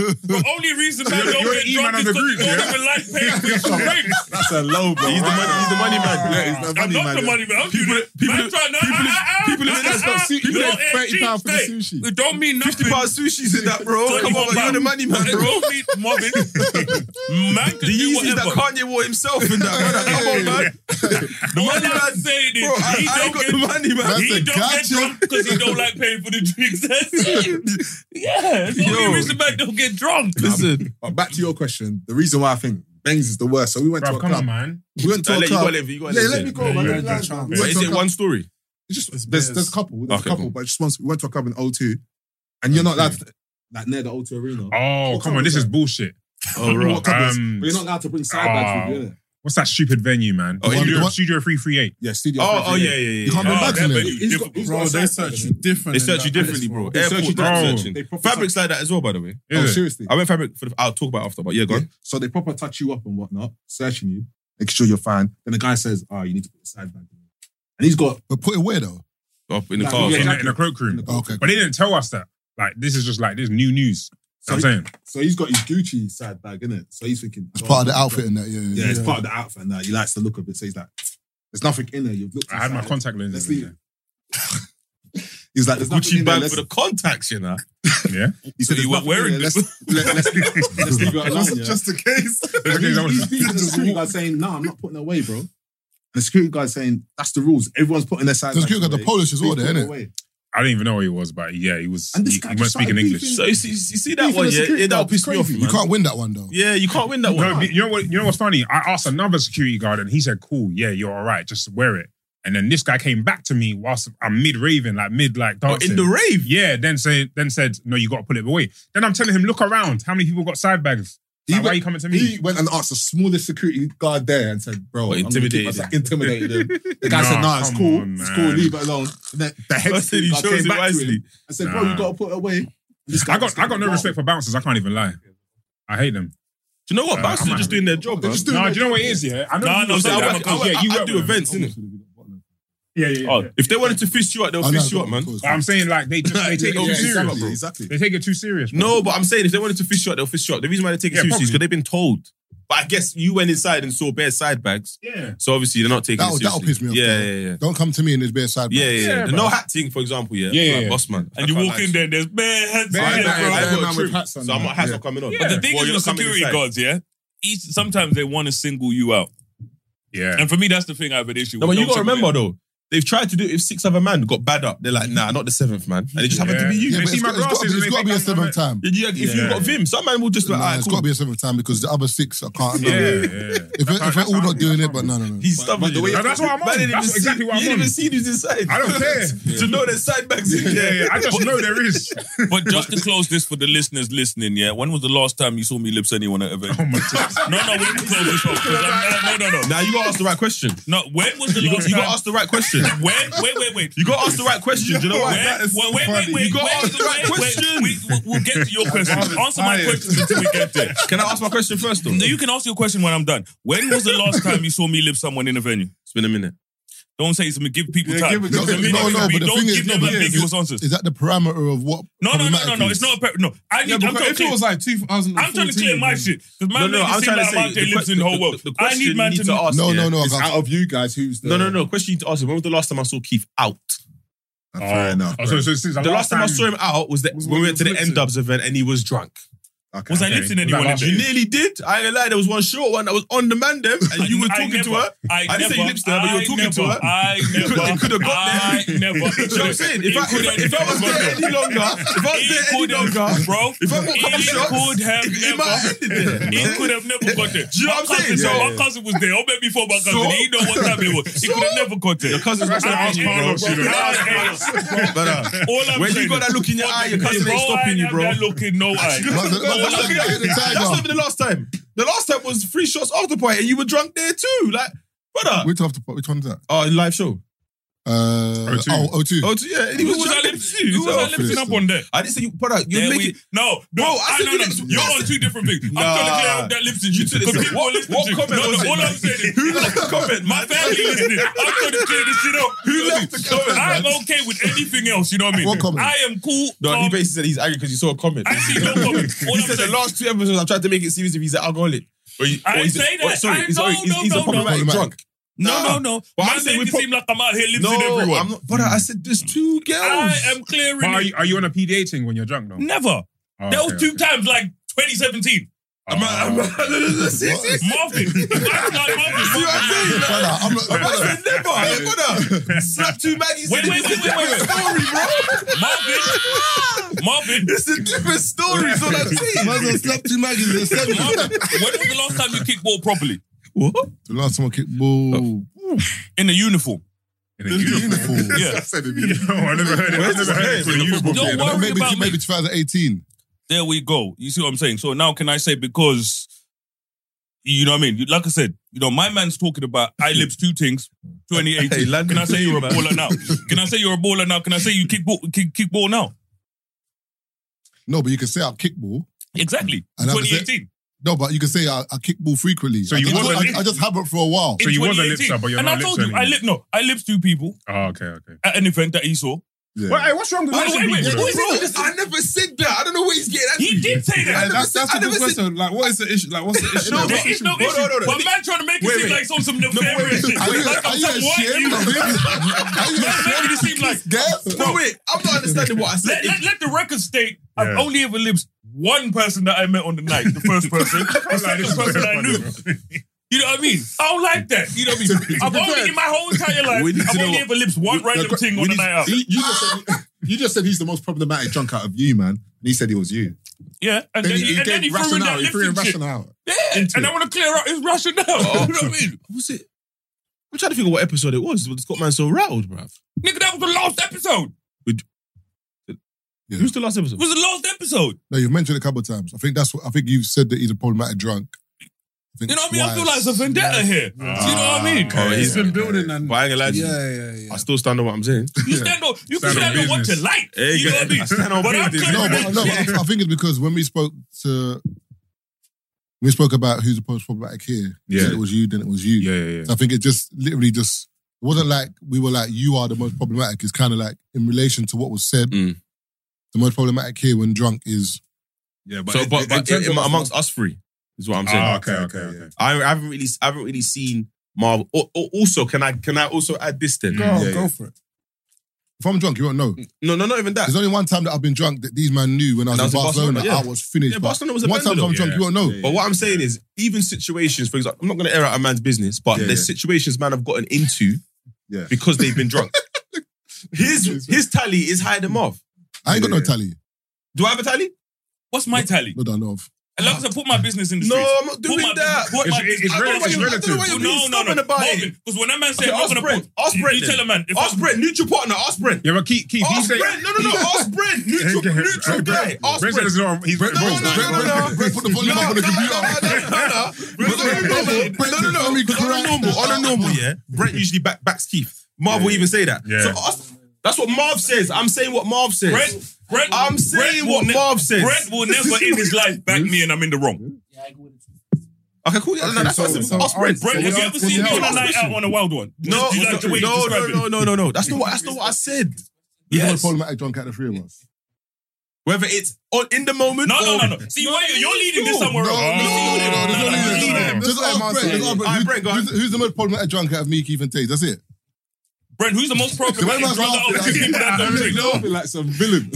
[SPEAKER 6] Only reason, only reason, man, the only reason man
[SPEAKER 5] You're-
[SPEAKER 6] don't
[SPEAKER 5] you're
[SPEAKER 6] get
[SPEAKER 5] E-man
[SPEAKER 6] drunk
[SPEAKER 5] of
[SPEAKER 6] is
[SPEAKER 5] the
[SPEAKER 6] because you
[SPEAKER 5] group,
[SPEAKER 6] don't
[SPEAKER 5] yeah?
[SPEAKER 6] even like paying for your drinks.
[SPEAKER 8] That's a low, bro. He's the money, he's the money man. Yeah, he's the
[SPEAKER 6] I'm
[SPEAKER 8] money
[SPEAKER 6] not
[SPEAKER 8] man.
[SPEAKER 6] the money man. I'm
[SPEAKER 4] People-
[SPEAKER 6] doing it.
[SPEAKER 4] people-
[SPEAKER 6] man trying to
[SPEAKER 4] people- people in
[SPEAKER 8] there stop see- people
[SPEAKER 6] Don't
[SPEAKER 8] in 30
[SPEAKER 6] cheap
[SPEAKER 8] pound for the
[SPEAKER 6] steak.
[SPEAKER 8] sushi.
[SPEAKER 6] It don't mean nothing.
[SPEAKER 4] 50 pound sushi's in that, bro. Come on, man. You're Oh, the money man,
[SPEAKER 6] It
[SPEAKER 4] bro.
[SPEAKER 6] don't mean nothing. Man
[SPEAKER 4] The
[SPEAKER 6] can do
[SPEAKER 4] Yeezys that
[SPEAKER 6] whatever.
[SPEAKER 4] Kanye wore himself in that, brother. Come on, man.
[SPEAKER 6] All
[SPEAKER 4] money
[SPEAKER 6] I'm
[SPEAKER 4] man-
[SPEAKER 6] saying
[SPEAKER 4] Bro,
[SPEAKER 6] is he
[SPEAKER 4] I, I ain't
[SPEAKER 6] don't
[SPEAKER 4] got
[SPEAKER 6] get
[SPEAKER 4] the money, man.
[SPEAKER 6] He
[SPEAKER 10] That's a
[SPEAKER 6] don't get
[SPEAKER 10] gotcha.
[SPEAKER 6] drunk because he don't like paying for the drinks. That's it. Yeah, it's the
[SPEAKER 4] Yo.
[SPEAKER 6] only reason man don't get drunk.
[SPEAKER 4] Listen,
[SPEAKER 8] But back to your question, the reason why I think Bangs is the worst. So we went to
[SPEAKER 5] Bruv,
[SPEAKER 8] a
[SPEAKER 5] come
[SPEAKER 8] club.
[SPEAKER 5] on, man.
[SPEAKER 8] We went to a
[SPEAKER 4] I'll let you go,
[SPEAKER 8] club.
[SPEAKER 4] I'll let you go. I'll
[SPEAKER 8] Yeah,
[SPEAKER 4] let you
[SPEAKER 8] let
[SPEAKER 4] go.
[SPEAKER 8] me go. man.
[SPEAKER 5] Yeah,
[SPEAKER 8] Let me
[SPEAKER 5] yeah,
[SPEAKER 8] land,
[SPEAKER 5] yeah.
[SPEAKER 8] man. We
[SPEAKER 4] But
[SPEAKER 8] went
[SPEAKER 4] is
[SPEAKER 8] to a
[SPEAKER 4] it
[SPEAKER 8] club.
[SPEAKER 4] one story?
[SPEAKER 8] It's just there's, there's a couple, there's
[SPEAKER 4] Okay,
[SPEAKER 8] a couple,
[SPEAKER 4] cool.
[SPEAKER 8] but just once we went to a club in O2, and you're not allowed to, like near the O2 arena. What
[SPEAKER 5] Oh, come
[SPEAKER 8] club
[SPEAKER 5] on.
[SPEAKER 8] was
[SPEAKER 5] This is
[SPEAKER 8] that?
[SPEAKER 5] bullshit.
[SPEAKER 4] Oh,
[SPEAKER 8] What
[SPEAKER 4] right.
[SPEAKER 8] club was-
[SPEAKER 5] Um,
[SPEAKER 8] but you're not allowed to bring side bags with
[SPEAKER 10] Ah.
[SPEAKER 5] oh.
[SPEAKER 8] you. innit?
[SPEAKER 5] What's that stupid venue, man?
[SPEAKER 4] Oh,
[SPEAKER 5] Studio,
[SPEAKER 10] you-
[SPEAKER 5] Studio 338.
[SPEAKER 8] Yeah, studio.
[SPEAKER 4] Oh, oh,
[SPEAKER 8] fridge,
[SPEAKER 4] yeah, yeah, yeah.
[SPEAKER 10] You can't
[SPEAKER 4] yeah.
[SPEAKER 10] bring bags in
[SPEAKER 6] that
[SPEAKER 10] it.
[SPEAKER 6] venue.
[SPEAKER 8] He's got, he's
[SPEAKER 7] Bro,
[SPEAKER 8] got
[SPEAKER 7] they
[SPEAKER 8] a
[SPEAKER 7] search
[SPEAKER 8] search
[SPEAKER 7] you different.
[SPEAKER 4] They
[SPEAKER 7] in
[SPEAKER 4] search
[SPEAKER 7] that
[SPEAKER 4] you
[SPEAKER 7] place,
[SPEAKER 4] differently, bro.
[SPEAKER 7] They search
[SPEAKER 4] Airport
[SPEAKER 8] you
[SPEAKER 4] direct
[SPEAKER 5] differently.
[SPEAKER 4] searching.
[SPEAKER 8] They proper
[SPEAKER 4] Fabric's like that as well, by the way.
[SPEAKER 8] Oh,
[SPEAKER 5] Is it?
[SPEAKER 8] seriously.
[SPEAKER 4] I went fabric. For the, I'll talk about it after, but yeah, go
[SPEAKER 8] Yeah.
[SPEAKER 4] on.
[SPEAKER 8] So they proper touch you up and whatnot, searching you, making sure you're fine. Then the guy says, "Oh, you need to put the side bag." in." And he's got
[SPEAKER 10] But put it where though?
[SPEAKER 4] Up in the
[SPEAKER 8] Nah,
[SPEAKER 4] car.
[SPEAKER 8] yeah,
[SPEAKER 5] in,
[SPEAKER 8] that-
[SPEAKER 5] the, in the cloakroom.
[SPEAKER 8] In the-
[SPEAKER 10] Okay.
[SPEAKER 5] But they didn't tell us that. Like, this is just like, this new news.
[SPEAKER 8] so,
[SPEAKER 5] I'm
[SPEAKER 8] he-
[SPEAKER 5] saying.
[SPEAKER 8] so he's got his Gucci side bag in it. So he's thinking
[SPEAKER 10] It's
[SPEAKER 8] oh,
[SPEAKER 10] part of the
[SPEAKER 8] yeah.
[SPEAKER 10] outfit and that. Yeah,
[SPEAKER 8] Yeah,
[SPEAKER 10] yeah.
[SPEAKER 8] it's part of the outfit now. He likes the look of it. So he's like, "There's nothing in there." You've looked.
[SPEAKER 5] I had my
[SPEAKER 8] inside.
[SPEAKER 5] contact lenses.
[SPEAKER 8] Let's
[SPEAKER 5] in
[SPEAKER 8] leave. it. He's like, "There's nothing
[SPEAKER 4] Gucci
[SPEAKER 8] in there.
[SPEAKER 4] bag
[SPEAKER 8] Let's
[SPEAKER 4] for the contacts, you know.
[SPEAKER 5] there.
[SPEAKER 8] He said
[SPEAKER 4] So
[SPEAKER 8] he's
[SPEAKER 4] you weren't
[SPEAKER 8] not wearing
[SPEAKER 4] wearing
[SPEAKER 8] this. Let's, let, let's, let's leave it alone. yeah.
[SPEAKER 10] Just in case.
[SPEAKER 5] Yeah.
[SPEAKER 8] And he's, he's beating the security guard saying, "No, I'm not putting it away, bro." And the security guard saying, "That's the rules. Everyone's putting their side."
[SPEAKER 10] The
[SPEAKER 8] bags
[SPEAKER 10] security guard, the
[SPEAKER 8] away.
[SPEAKER 10] Polish is all
[SPEAKER 8] Please
[SPEAKER 10] there,
[SPEAKER 8] put it
[SPEAKER 10] innit?
[SPEAKER 8] away."
[SPEAKER 5] I didn't even know who he was, but yeah, he was.
[SPEAKER 8] And this
[SPEAKER 5] He,
[SPEAKER 8] guy
[SPEAKER 5] he
[SPEAKER 8] just
[SPEAKER 5] wasn't speaking
[SPEAKER 8] started
[SPEAKER 5] English.
[SPEAKER 8] beefing.
[SPEAKER 4] So you see, you see that
[SPEAKER 8] Beefing
[SPEAKER 4] one,
[SPEAKER 8] the
[SPEAKER 4] yeah?
[SPEAKER 8] security
[SPEAKER 4] yeah that'll
[SPEAKER 8] guard, it's
[SPEAKER 4] piss me off,
[SPEAKER 8] crazy.
[SPEAKER 10] You
[SPEAKER 4] man.
[SPEAKER 10] can't win that one though.
[SPEAKER 4] Yeah, you can't win that one.
[SPEAKER 5] No, but you know what? You know what's funny? I asked another security guard, and he said, "Cool, yeah, you're all right. Just wear it." And then this guy came back to me whilst I'm mid raving, like mid like
[SPEAKER 4] Oh,
[SPEAKER 5] dancing.
[SPEAKER 4] in the rave.
[SPEAKER 5] yeah, then say, then said, "No, you got to put it away." Then I'm telling him, "Look around. How many people got side bags?
[SPEAKER 8] He
[SPEAKER 5] Like, why
[SPEAKER 8] went-
[SPEAKER 5] are you coming to me?"
[SPEAKER 8] He went and asked the smallest security guard there and said, "Bro,
[SPEAKER 4] What,
[SPEAKER 8] I'm gonna keep
[SPEAKER 4] intimidated
[SPEAKER 8] us," like, intimidated him." The guy
[SPEAKER 5] Nah,
[SPEAKER 8] said, "Nah, it's
[SPEAKER 5] come
[SPEAKER 8] cool.
[SPEAKER 5] on,
[SPEAKER 8] it's cool.
[SPEAKER 5] man.
[SPEAKER 8] Leave it alone." And then the head
[SPEAKER 4] I said
[SPEAKER 8] security
[SPEAKER 4] he
[SPEAKER 8] guard
[SPEAKER 4] chose
[SPEAKER 8] came
[SPEAKER 4] it
[SPEAKER 8] back to
[SPEAKER 4] wisely.
[SPEAKER 8] him and said, "Bro,
[SPEAKER 5] Nah.
[SPEAKER 8] you got to put it away." And this guy
[SPEAKER 5] I got
[SPEAKER 8] was
[SPEAKER 5] I got no
[SPEAKER 8] like,
[SPEAKER 5] respect for bouncers. I can't even lie. I hate them.
[SPEAKER 4] Do you know what?
[SPEAKER 5] Uh,
[SPEAKER 4] Bouncers
[SPEAKER 5] I'm
[SPEAKER 4] are just
[SPEAKER 5] happy.
[SPEAKER 4] doing their job, bro.
[SPEAKER 8] just
[SPEAKER 5] No,
[SPEAKER 8] doing
[SPEAKER 5] do you know what it is? Yeah, I know.
[SPEAKER 6] Nah,
[SPEAKER 5] people
[SPEAKER 6] no,
[SPEAKER 5] say
[SPEAKER 6] I-
[SPEAKER 5] that
[SPEAKER 6] I-
[SPEAKER 5] because,
[SPEAKER 4] I-
[SPEAKER 5] yeah, you
[SPEAKER 4] I
[SPEAKER 5] work
[SPEAKER 4] do
[SPEAKER 5] with them.
[SPEAKER 4] events, innit?
[SPEAKER 5] Yeah, yeah, yeah.
[SPEAKER 6] Oh,
[SPEAKER 5] yeah.
[SPEAKER 4] If they wanted to fist you up, they'll
[SPEAKER 10] I know,
[SPEAKER 4] fist you
[SPEAKER 10] of
[SPEAKER 4] up, man.
[SPEAKER 10] course.
[SPEAKER 5] But I'm saying like they just they take it
[SPEAKER 4] Yeah,
[SPEAKER 5] too
[SPEAKER 4] yeah,
[SPEAKER 5] serious.
[SPEAKER 8] Yeah, exactly.
[SPEAKER 5] They take it too serious. bro.
[SPEAKER 4] No, but I'm saying if they wanted to fish you out, they'll fish you out. The reason why they take it
[SPEAKER 5] Yeah,
[SPEAKER 4] seriously is
[SPEAKER 5] probably.
[SPEAKER 4] because they've been told. But I guess you went inside and saw bare side bags,
[SPEAKER 5] Yeah.
[SPEAKER 4] so obviously they're not taking
[SPEAKER 10] That'll-
[SPEAKER 4] it
[SPEAKER 10] that'll
[SPEAKER 4] seriously.
[SPEAKER 10] piss me off,
[SPEAKER 4] Yeah,
[SPEAKER 10] though.
[SPEAKER 4] yeah, yeah.
[SPEAKER 10] Don't come to me in this bare side.
[SPEAKER 4] Yeah, yeah, yeah.
[SPEAKER 5] Yeah,
[SPEAKER 4] The
[SPEAKER 5] bro.
[SPEAKER 4] no hat thing, for example, yeah.
[SPEAKER 5] Yeah, yeah,
[SPEAKER 4] like
[SPEAKER 5] yeah.
[SPEAKER 4] boss man. I
[SPEAKER 6] And you
[SPEAKER 4] can't
[SPEAKER 6] walk
[SPEAKER 4] lie.
[SPEAKER 6] in there, and there's bare heads.
[SPEAKER 8] Bare man,
[SPEAKER 6] in there, bro.
[SPEAKER 8] bare
[SPEAKER 4] I got
[SPEAKER 8] man
[SPEAKER 4] a
[SPEAKER 8] with
[SPEAKER 4] trim,
[SPEAKER 8] hats on,
[SPEAKER 4] So I'm
[SPEAKER 8] man.
[SPEAKER 4] hats
[SPEAKER 8] Yeah.
[SPEAKER 4] are coming on.
[SPEAKER 5] Yeah.
[SPEAKER 6] But the thing
[SPEAKER 4] Well,
[SPEAKER 6] is
[SPEAKER 4] you're
[SPEAKER 6] with
[SPEAKER 4] coming
[SPEAKER 6] security
[SPEAKER 4] inside.
[SPEAKER 6] guards, yeah, each, sometimes they want to single you out.
[SPEAKER 5] Yeah.
[SPEAKER 6] And for me, that's the thing I have an issue
[SPEAKER 4] No,
[SPEAKER 6] with.
[SPEAKER 4] but you
[SPEAKER 6] Don't
[SPEAKER 4] got to
[SPEAKER 6] single me
[SPEAKER 4] remember
[SPEAKER 6] out.
[SPEAKER 4] though, they've tried to do it if six other man got bad up. They're like, nah, not the seventh man, and it just happened to be you.
[SPEAKER 10] Yeah, but it's got- it's got to be- it's got to be a seventh time.
[SPEAKER 4] Did you- if you got Vim, some man will just like,
[SPEAKER 10] Nah,
[SPEAKER 4] alright,
[SPEAKER 10] it's
[SPEAKER 4] cool.
[SPEAKER 10] got to be a seventh time because the other six I can't.
[SPEAKER 4] Yeah,
[SPEAKER 10] no.
[SPEAKER 4] yeah.
[SPEAKER 10] If,
[SPEAKER 4] That's
[SPEAKER 10] we're-
[SPEAKER 4] how-
[SPEAKER 10] if we're
[SPEAKER 4] that's
[SPEAKER 10] all
[SPEAKER 4] how-
[SPEAKER 10] not doing it, but no, no, no.
[SPEAKER 4] He's stubborn.
[SPEAKER 10] the way-
[SPEAKER 5] No, that's what I'm
[SPEAKER 4] Man
[SPEAKER 5] on.
[SPEAKER 4] didn't
[SPEAKER 5] That's
[SPEAKER 4] even
[SPEAKER 5] exactly
[SPEAKER 4] see,
[SPEAKER 5] what I'm
[SPEAKER 4] you didn't
[SPEAKER 5] on.
[SPEAKER 4] even see who's inside.
[SPEAKER 5] I don't care.
[SPEAKER 4] to know there's side bags in
[SPEAKER 5] Yeah,
[SPEAKER 4] there.
[SPEAKER 5] yeah, I just know there is.
[SPEAKER 6] But just to close this for the listeners listening, yeah, when was the last time you saw me lips anyone at
[SPEAKER 10] Oh
[SPEAKER 6] event? no, no, we need to close this off. 'cause I'm- No, no, no.
[SPEAKER 4] Now you got to ask the right question.
[SPEAKER 6] No, when was the
[SPEAKER 4] You got
[SPEAKER 6] last
[SPEAKER 4] you got to
[SPEAKER 6] time?
[SPEAKER 4] ask the right question.
[SPEAKER 6] Wait, wait, wait, wait.
[SPEAKER 4] You got to ask the right question. Do you know
[SPEAKER 6] Wait, wait,
[SPEAKER 4] what?
[SPEAKER 6] wait, wait, wait.
[SPEAKER 4] You got to ask the right
[SPEAKER 6] wait, wait,
[SPEAKER 4] question.
[SPEAKER 6] wait. We- We'll get to your question. Answer my question until we get there.
[SPEAKER 4] Can I ask my question first, though?
[SPEAKER 6] No, you can ask your question when I'm done. When was the last time you saw me lip someone in a venue?
[SPEAKER 4] It's been a minute.
[SPEAKER 6] Don't say it's me. Give people
[SPEAKER 5] Yeah,
[SPEAKER 6] time.
[SPEAKER 5] give it-
[SPEAKER 10] No,
[SPEAKER 6] It's a minute,
[SPEAKER 10] no, no,
[SPEAKER 6] we
[SPEAKER 10] but the
[SPEAKER 6] don't
[SPEAKER 10] thing
[SPEAKER 6] give
[SPEAKER 10] is, no,
[SPEAKER 6] them
[SPEAKER 10] but
[SPEAKER 6] ambiguous
[SPEAKER 10] is,
[SPEAKER 6] answers.
[SPEAKER 10] is that the parameter of what?
[SPEAKER 6] No, no, no, no,
[SPEAKER 10] problematic
[SPEAKER 6] no.
[SPEAKER 10] is?
[SPEAKER 6] It's not a per- no. I
[SPEAKER 5] Yeah,
[SPEAKER 6] need. I'm
[SPEAKER 5] because
[SPEAKER 6] trying
[SPEAKER 5] if it was
[SPEAKER 6] to.
[SPEAKER 5] like 2014,
[SPEAKER 6] I'm trying to clear my
[SPEAKER 5] then-
[SPEAKER 6] shit because
[SPEAKER 4] No,
[SPEAKER 6] man
[SPEAKER 4] no,
[SPEAKER 6] made
[SPEAKER 4] I'm
[SPEAKER 6] it seem
[SPEAKER 4] trying to
[SPEAKER 6] like I'm
[SPEAKER 4] say
[SPEAKER 6] out there
[SPEAKER 4] the
[SPEAKER 6] lips in the
[SPEAKER 4] que-
[SPEAKER 6] whole
[SPEAKER 4] the-
[SPEAKER 6] world.
[SPEAKER 4] the- the
[SPEAKER 6] I
[SPEAKER 4] question
[SPEAKER 6] need man
[SPEAKER 4] you
[SPEAKER 6] to
[SPEAKER 4] need to
[SPEAKER 6] know.
[SPEAKER 4] ask-
[SPEAKER 10] No,
[SPEAKER 4] Yeah.
[SPEAKER 10] no, no.
[SPEAKER 8] It's
[SPEAKER 10] I
[SPEAKER 8] out of you guys who's the.
[SPEAKER 4] No, no, no. Question you need to ask him. When was the last time I saw Keith out?
[SPEAKER 8] Fair enough.
[SPEAKER 5] Oh, so, so since the,
[SPEAKER 4] The last time I saw him out was that
[SPEAKER 8] Was
[SPEAKER 4] when we
[SPEAKER 8] when
[SPEAKER 4] went to
[SPEAKER 8] he
[SPEAKER 4] the
[SPEAKER 8] was
[SPEAKER 4] N Dubs event and he was drunk.
[SPEAKER 8] Okay,
[SPEAKER 6] Was I
[SPEAKER 8] okay.
[SPEAKER 6] lips in anyone in
[SPEAKER 5] last
[SPEAKER 6] there?
[SPEAKER 5] year?
[SPEAKER 4] You nearly did. I ain't gonna lie, there was one short one that was on the man them, and you were
[SPEAKER 6] I
[SPEAKER 4] talking to
[SPEAKER 6] never-
[SPEAKER 4] her.
[SPEAKER 6] I,
[SPEAKER 4] I
[SPEAKER 6] never,
[SPEAKER 4] didn't say lips there, but you
[SPEAKER 6] I
[SPEAKER 4] were talking
[SPEAKER 6] never,
[SPEAKER 4] to her.
[SPEAKER 6] I never.
[SPEAKER 4] could- it could have
[SPEAKER 6] I
[SPEAKER 4] got there.
[SPEAKER 6] never.
[SPEAKER 4] Do you know what I'm saying? If I, if, I- if I was there any longer, if I was there
[SPEAKER 6] It
[SPEAKER 4] any
[SPEAKER 6] could have,
[SPEAKER 4] longer,
[SPEAKER 6] bro.
[SPEAKER 4] if I walked a couple
[SPEAKER 6] it
[SPEAKER 4] shots,
[SPEAKER 6] could have
[SPEAKER 4] it, it
[SPEAKER 6] never.
[SPEAKER 4] might have ended there.
[SPEAKER 6] It could have never got there.
[SPEAKER 4] you know
[SPEAKER 6] My
[SPEAKER 4] what I'm saying?
[SPEAKER 6] cousin- so My
[SPEAKER 4] Yeah.
[SPEAKER 6] cousin was there. I bet before my cousin.
[SPEAKER 4] So?
[SPEAKER 6] He know what time it was. He could have never got there. Your
[SPEAKER 4] cousin's not
[SPEAKER 5] gonna ask Carlos, you know.
[SPEAKER 4] But, uh,
[SPEAKER 6] All I'm
[SPEAKER 4] when
[SPEAKER 6] saying
[SPEAKER 4] you got that
[SPEAKER 6] is-
[SPEAKER 4] look in your eye, your cousin
[SPEAKER 6] Bro, I
[SPEAKER 4] ain't stopping you,
[SPEAKER 6] have
[SPEAKER 4] bro.
[SPEAKER 6] That look in no eye.
[SPEAKER 10] But the- but the-
[SPEAKER 4] That's not
[SPEAKER 10] the tiger.
[SPEAKER 4] even the last time. The last time was three shots after party, and you were drunk there too. Like, brother.
[SPEAKER 10] Which after which one's that?
[SPEAKER 4] Oh, live show.
[SPEAKER 10] Uh,
[SPEAKER 5] O2.
[SPEAKER 10] oh, O2.
[SPEAKER 4] Oh, t- yeah. and He
[SPEAKER 6] Who
[SPEAKER 4] was
[SPEAKER 6] was I
[SPEAKER 4] drunk.
[SPEAKER 6] lipsing? Who was I lipsing up on there?
[SPEAKER 4] I didn't say you, brother. You're
[SPEAKER 6] Yeah, we-
[SPEAKER 4] making.
[SPEAKER 6] no, no,
[SPEAKER 4] Bro,
[SPEAKER 6] I,
[SPEAKER 4] I said
[SPEAKER 6] no, no,
[SPEAKER 4] you didn't-
[SPEAKER 6] You're on two different things. I'm trying to clear
[SPEAKER 4] Nah.
[SPEAKER 6] out that Lipton shit.
[SPEAKER 4] took it-
[SPEAKER 6] Because people
[SPEAKER 4] what-
[SPEAKER 6] are listening
[SPEAKER 4] what
[SPEAKER 6] to you.
[SPEAKER 4] comment
[SPEAKER 6] no,
[SPEAKER 4] was
[SPEAKER 6] no,
[SPEAKER 4] it,
[SPEAKER 6] all I'm
[SPEAKER 4] man?
[SPEAKER 6] saying is,
[SPEAKER 4] Who left the comment?
[SPEAKER 6] My family listening. I'm trying to clear this shit up. Who
[SPEAKER 10] left the comment,
[SPEAKER 6] I'm
[SPEAKER 10] man?
[SPEAKER 6] okay with anything else, you know what I mean?
[SPEAKER 10] What comment?
[SPEAKER 6] I am cool.
[SPEAKER 4] No, he
[SPEAKER 6] calm.
[SPEAKER 4] basically said he's angry because he saw a comment.
[SPEAKER 6] I see no comment. All I'm
[SPEAKER 4] he said the
[SPEAKER 6] saying-
[SPEAKER 4] last two episodes I've tried to make it seem as if he's an alcoholic. Or he,
[SPEAKER 6] I
[SPEAKER 4] or he's-
[SPEAKER 6] didn't say
[SPEAKER 4] or-
[SPEAKER 6] that.
[SPEAKER 4] sorry,
[SPEAKER 6] I- no,
[SPEAKER 4] sorry, he's,
[SPEAKER 6] no,
[SPEAKER 4] he's
[SPEAKER 6] no,
[SPEAKER 4] a
[SPEAKER 6] no.
[SPEAKER 4] problematic drunk.
[SPEAKER 6] No, no,
[SPEAKER 4] Nah.
[SPEAKER 6] no.
[SPEAKER 4] But
[SPEAKER 6] My
[SPEAKER 4] I'm saying
[SPEAKER 6] name
[SPEAKER 4] we
[SPEAKER 6] seem like I'm out here lipsing everyone.
[SPEAKER 4] I'm not, brother, I said there's two girls.
[SPEAKER 6] I am clearing
[SPEAKER 5] But are
[SPEAKER 6] it.
[SPEAKER 5] you, are you on a PDA thing when you're drunk though?
[SPEAKER 6] Never.
[SPEAKER 5] Oh,
[SPEAKER 6] that was
[SPEAKER 5] okay,
[SPEAKER 6] two
[SPEAKER 5] okay.
[SPEAKER 6] times, like 2017.
[SPEAKER 4] I'm, I'm,
[SPEAKER 10] What?
[SPEAKER 6] Marvin. That's not Marvin.
[SPEAKER 10] Brother, I'm not. brother,
[SPEAKER 4] I said never. I'm gonna slap two Maggie's.
[SPEAKER 6] Wait, wait, wait, wait, wait.
[SPEAKER 4] Story, bro.
[SPEAKER 6] Marvin. Marvin.
[SPEAKER 4] It's a different story. Is what I'm saying.
[SPEAKER 10] Might as well slap two magazines and slap
[SPEAKER 6] Marvin,
[SPEAKER 10] you.
[SPEAKER 6] when was the last time you kickball properly?
[SPEAKER 4] What?
[SPEAKER 10] The last time I kicked
[SPEAKER 4] Oh.
[SPEAKER 10] ball.
[SPEAKER 6] In a uniform.
[SPEAKER 5] In a uniform.
[SPEAKER 6] Yeah.
[SPEAKER 10] I said it.
[SPEAKER 5] No, I never heard it. I never heard it. In a uniform.
[SPEAKER 6] Don't worry
[SPEAKER 10] Maybe,
[SPEAKER 6] about
[SPEAKER 10] maybe
[SPEAKER 6] me.
[SPEAKER 10] 2018.
[SPEAKER 6] There we go. You see what I'm saying? So now can I say because you know what I mean? You- Like I said, you know, my man's talking about I lips two things, 2018.
[SPEAKER 4] Hey, London
[SPEAKER 6] can I say
[SPEAKER 4] for you,
[SPEAKER 6] you're a
[SPEAKER 4] man.
[SPEAKER 6] baller now? Can I say you're a baller now? Can I say you kick ball, kick, kick ball now?
[SPEAKER 10] No, but you can say I kick ball.
[SPEAKER 6] Exactly.
[SPEAKER 10] And like I said-
[SPEAKER 6] 2018.
[SPEAKER 10] No, but you can say I, I kick ball frequently.
[SPEAKER 5] So
[SPEAKER 10] I
[SPEAKER 5] you
[SPEAKER 10] just,
[SPEAKER 5] was a lip-
[SPEAKER 10] I, I just haven't for a while.
[SPEAKER 5] So
[SPEAKER 6] In
[SPEAKER 5] you was a
[SPEAKER 6] 2018.
[SPEAKER 5] lipser, but you're
[SPEAKER 6] And
[SPEAKER 5] not
[SPEAKER 6] I
[SPEAKER 5] a
[SPEAKER 6] told
[SPEAKER 5] lipser
[SPEAKER 6] you, I
[SPEAKER 5] anymore.
[SPEAKER 6] lip no, I lips two people
[SPEAKER 5] Oh, okay, okay.
[SPEAKER 6] at an event that he saw.
[SPEAKER 10] Yeah.
[SPEAKER 5] Well, hey, what's wrong with
[SPEAKER 6] Wait,
[SPEAKER 5] lipsing
[SPEAKER 6] wait, wait,
[SPEAKER 5] people,
[SPEAKER 6] what
[SPEAKER 5] though?
[SPEAKER 6] is-
[SPEAKER 4] I never said that. I don't know what he's getting. at.
[SPEAKER 6] He did say that.
[SPEAKER 4] I never
[SPEAKER 8] That's,
[SPEAKER 4] said-
[SPEAKER 8] that's
[SPEAKER 4] I
[SPEAKER 8] a
[SPEAKER 4] never
[SPEAKER 8] good
[SPEAKER 4] said-
[SPEAKER 8] question. Like, what is the issue? Like, what's the issue?
[SPEAKER 4] No,
[SPEAKER 6] There is no
[SPEAKER 4] Hold
[SPEAKER 6] issue.
[SPEAKER 4] on, hold on.
[SPEAKER 6] But man trying to make it
[SPEAKER 4] Wait,
[SPEAKER 6] seem
[SPEAKER 4] wait.
[SPEAKER 6] like some some nefarious shit.
[SPEAKER 10] Are you,
[SPEAKER 6] Like
[SPEAKER 10] are
[SPEAKER 6] I'm
[SPEAKER 10] you
[SPEAKER 6] some white
[SPEAKER 10] ashamed of
[SPEAKER 6] dude.
[SPEAKER 10] him? Are you
[SPEAKER 6] Man making
[SPEAKER 10] ashamed
[SPEAKER 6] it seem like
[SPEAKER 10] Guess?
[SPEAKER 4] No, wait. I'm not understanding what I said.
[SPEAKER 6] Let, let, let the record state I've
[SPEAKER 5] Yeah.
[SPEAKER 6] only ever lived one person that I met on the night, the first person, the
[SPEAKER 5] Like,
[SPEAKER 6] second
[SPEAKER 5] this is
[SPEAKER 6] person
[SPEAKER 5] very
[SPEAKER 6] I knew.
[SPEAKER 5] funny,
[SPEAKER 6] You know what I mean? I don't like that. You know what I mean? I've only in my whole entire
[SPEAKER 8] We need
[SPEAKER 6] life,
[SPEAKER 8] to
[SPEAKER 6] I've
[SPEAKER 8] know
[SPEAKER 6] only
[SPEAKER 8] what-
[SPEAKER 6] ever lived one
[SPEAKER 8] We-
[SPEAKER 6] random
[SPEAKER 8] no,
[SPEAKER 6] thing
[SPEAKER 8] we
[SPEAKER 6] on the
[SPEAKER 8] need-
[SPEAKER 6] night out.
[SPEAKER 8] You, you just said, you just said he's the most problematic drunk out of you, man. And he said it was you.
[SPEAKER 6] Yeah, and then, he, and then he threw in that
[SPEAKER 8] He threw in
[SPEAKER 6] lifting shit.
[SPEAKER 8] rationale. Oh.
[SPEAKER 6] Yeah, and I want to clear out his rationale. you know what I mean?
[SPEAKER 4] What's it? I'm trying to think of what episode it was, but it's got man so rattled, bruv.
[SPEAKER 6] Nigga, that was the last episode.
[SPEAKER 10] Yeah.
[SPEAKER 4] Who's the last episode?
[SPEAKER 6] It was the last episode.
[SPEAKER 10] No, you've mentioned it a couple of times. I think that's what I think you've said that he's a problematic drunk. I think
[SPEAKER 6] You know what I mean? I feel like
[SPEAKER 10] twice.
[SPEAKER 6] it's a vendetta here. you know what I mean?
[SPEAKER 4] Oh, he's
[SPEAKER 7] been
[SPEAKER 4] been
[SPEAKER 7] building and
[SPEAKER 4] But I ain't gonna lie to you.
[SPEAKER 7] yeah, yeah, yeah.
[SPEAKER 4] I still stand on what I'm saying.
[SPEAKER 6] You stand on, you
[SPEAKER 5] Stand
[SPEAKER 6] can
[SPEAKER 5] on
[SPEAKER 6] stand on what you
[SPEAKER 5] business.
[SPEAKER 6] like. You know what I mean?
[SPEAKER 4] I stand on
[SPEAKER 6] But I'm
[SPEAKER 4] business.
[SPEAKER 10] No,
[SPEAKER 6] clearing
[SPEAKER 10] but, no, but I I think it's because when we spoke to we spoke about who's the most problematic here. you
[SPEAKER 5] Yeah.
[SPEAKER 10] said it was you, then it was you.
[SPEAKER 5] Yeah, yeah, yeah.
[SPEAKER 10] So I think it just literally just it wasn't like we were like you are the most problematic. It's kind of like in relation to what was said.
[SPEAKER 4] Mm.
[SPEAKER 10] The most problematic here when drunk is
[SPEAKER 8] Yeah,
[SPEAKER 4] so, but, but in- in- amongst us three is what I'm saying.
[SPEAKER 5] Ah, okay, okay, okay.
[SPEAKER 4] I, I haven't really, Oh, I haven't
[SPEAKER 7] Oh,
[SPEAKER 4] really seen Marvel. Al- al- also, can I, can I also add this then?
[SPEAKER 7] Go, on, go for it.
[SPEAKER 10] If I'm drunk, you won't know.
[SPEAKER 4] No, no, not even that.
[SPEAKER 10] There's only one time that I've been drunk that these men knew when I was, in Barcelona.
[SPEAKER 4] yeah.
[SPEAKER 10] I was finished.
[SPEAKER 4] Yeah,
[SPEAKER 10] but
[SPEAKER 4] Barcelona was a
[SPEAKER 10] One
[SPEAKER 4] bender,
[SPEAKER 10] time
[SPEAKER 4] though.
[SPEAKER 10] I'm drunk, you won't know.
[SPEAKER 4] But what I'm saying is, even situations, for example, I'm not going to air out a man's business, but
[SPEAKER 10] Yeah,
[SPEAKER 4] there's
[SPEAKER 10] yeah.
[SPEAKER 4] situations man have gotten into
[SPEAKER 10] Yeah.
[SPEAKER 4] because they've been drunk. his his tally is higher than Marv.
[SPEAKER 10] I ain't got no tally.
[SPEAKER 4] Do I have a tally?
[SPEAKER 6] What's my tally?
[SPEAKER 10] Not that I know of.
[SPEAKER 6] And like I said, put my business in the
[SPEAKER 4] No,
[SPEAKER 6] streets.
[SPEAKER 4] I'm not
[SPEAKER 6] Put
[SPEAKER 4] doing
[SPEAKER 6] my
[SPEAKER 4] that.
[SPEAKER 6] business- put my
[SPEAKER 4] It's-
[SPEAKER 6] business-
[SPEAKER 4] it's
[SPEAKER 6] I don't know why you- I don't know
[SPEAKER 4] relative.
[SPEAKER 6] why
[SPEAKER 4] It's
[SPEAKER 6] you're being
[SPEAKER 4] relative. No, no,
[SPEAKER 6] stubborn
[SPEAKER 4] no.
[SPEAKER 6] about it.
[SPEAKER 4] Marvin,
[SPEAKER 6] Because when a man says,
[SPEAKER 4] Okay,
[SPEAKER 6] I'm not
[SPEAKER 4] ask
[SPEAKER 6] gonna
[SPEAKER 4] Brent.
[SPEAKER 6] put-
[SPEAKER 4] Ask
[SPEAKER 6] You-
[SPEAKER 4] Brent
[SPEAKER 6] You
[SPEAKER 4] then.
[SPEAKER 6] tell a man. if
[SPEAKER 4] Ask
[SPEAKER 6] I-
[SPEAKER 4] Brent, neutral partner, ask Brent.
[SPEAKER 5] Yeah, but keep, keep.
[SPEAKER 4] Ask Brent. No, no, no. Ask Brent. Neutral, neutral guy. Ask
[SPEAKER 5] Brent said it's not- he's-
[SPEAKER 4] no, no, no,
[SPEAKER 5] Brent's-
[SPEAKER 4] no, no, no.
[SPEAKER 10] Brent put the volume up on the computer. Brent,
[SPEAKER 4] Brent, no, no,
[SPEAKER 10] Brent,
[SPEAKER 4] no, no, no,
[SPEAKER 10] let me
[SPEAKER 4] because on a
[SPEAKER 10] correct
[SPEAKER 4] normal,
[SPEAKER 10] that.
[SPEAKER 4] on a normal, yeah, Brent usually back, backs Keith. Marv will even say that.
[SPEAKER 5] Yeah.
[SPEAKER 4] So us, that's what Marv says. I'm saying what Marv says.
[SPEAKER 6] Brent, Brent,
[SPEAKER 4] I'm saying what
[SPEAKER 6] ne-
[SPEAKER 4] Marv says.
[SPEAKER 6] Brent will never in his life back me and I'm in the
[SPEAKER 5] Hmm?
[SPEAKER 6] wrong.
[SPEAKER 4] Okay, cool. Yeah, no, that's
[SPEAKER 10] so-
[SPEAKER 4] what I'm saying.
[SPEAKER 10] so-
[SPEAKER 4] Ask Brent.
[SPEAKER 6] Brent, have you ever seen me on a night out on a wild one?
[SPEAKER 4] No,
[SPEAKER 6] Do you like the way you
[SPEAKER 4] no, no,
[SPEAKER 6] describe it?
[SPEAKER 4] no, no, no, no. That's not what. That's not what I said.
[SPEAKER 10] You're the most
[SPEAKER 4] Yes.
[SPEAKER 10] problematic drunk out of the three of us.
[SPEAKER 4] Whether it's on in the moment.
[SPEAKER 6] No, no,
[SPEAKER 4] or-
[SPEAKER 6] no, no. See, why you're, you're leading this
[SPEAKER 4] No,
[SPEAKER 6] somewhere
[SPEAKER 10] No,
[SPEAKER 6] else.
[SPEAKER 10] no, no, no,
[SPEAKER 6] no,
[SPEAKER 10] no,
[SPEAKER 6] no,
[SPEAKER 10] no,
[SPEAKER 6] no,
[SPEAKER 10] no,
[SPEAKER 6] no,
[SPEAKER 10] no,
[SPEAKER 6] no.
[SPEAKER 10] no. Just ask Brent. Just ask
[SPEAKER 4] Alright, Brent,
[SPEAKER 10] Brent.
[SPEAKER 4] go on.
[SPEAKER 10] Who's- Who's the most problematic drunk out of me, Keith, and Tay? That's it.
[SPEAKER 6] Brent, who's the most
[SPEAKER 10] The way
[SPEAKER 6] problematic
[SPEAKER 10] man's
[SPEAKER 6] brother out of the
[SPEAKER 10] laughing,
[SPEAKER 6] people that don't drink?
[SPEAKER 10] like some villain.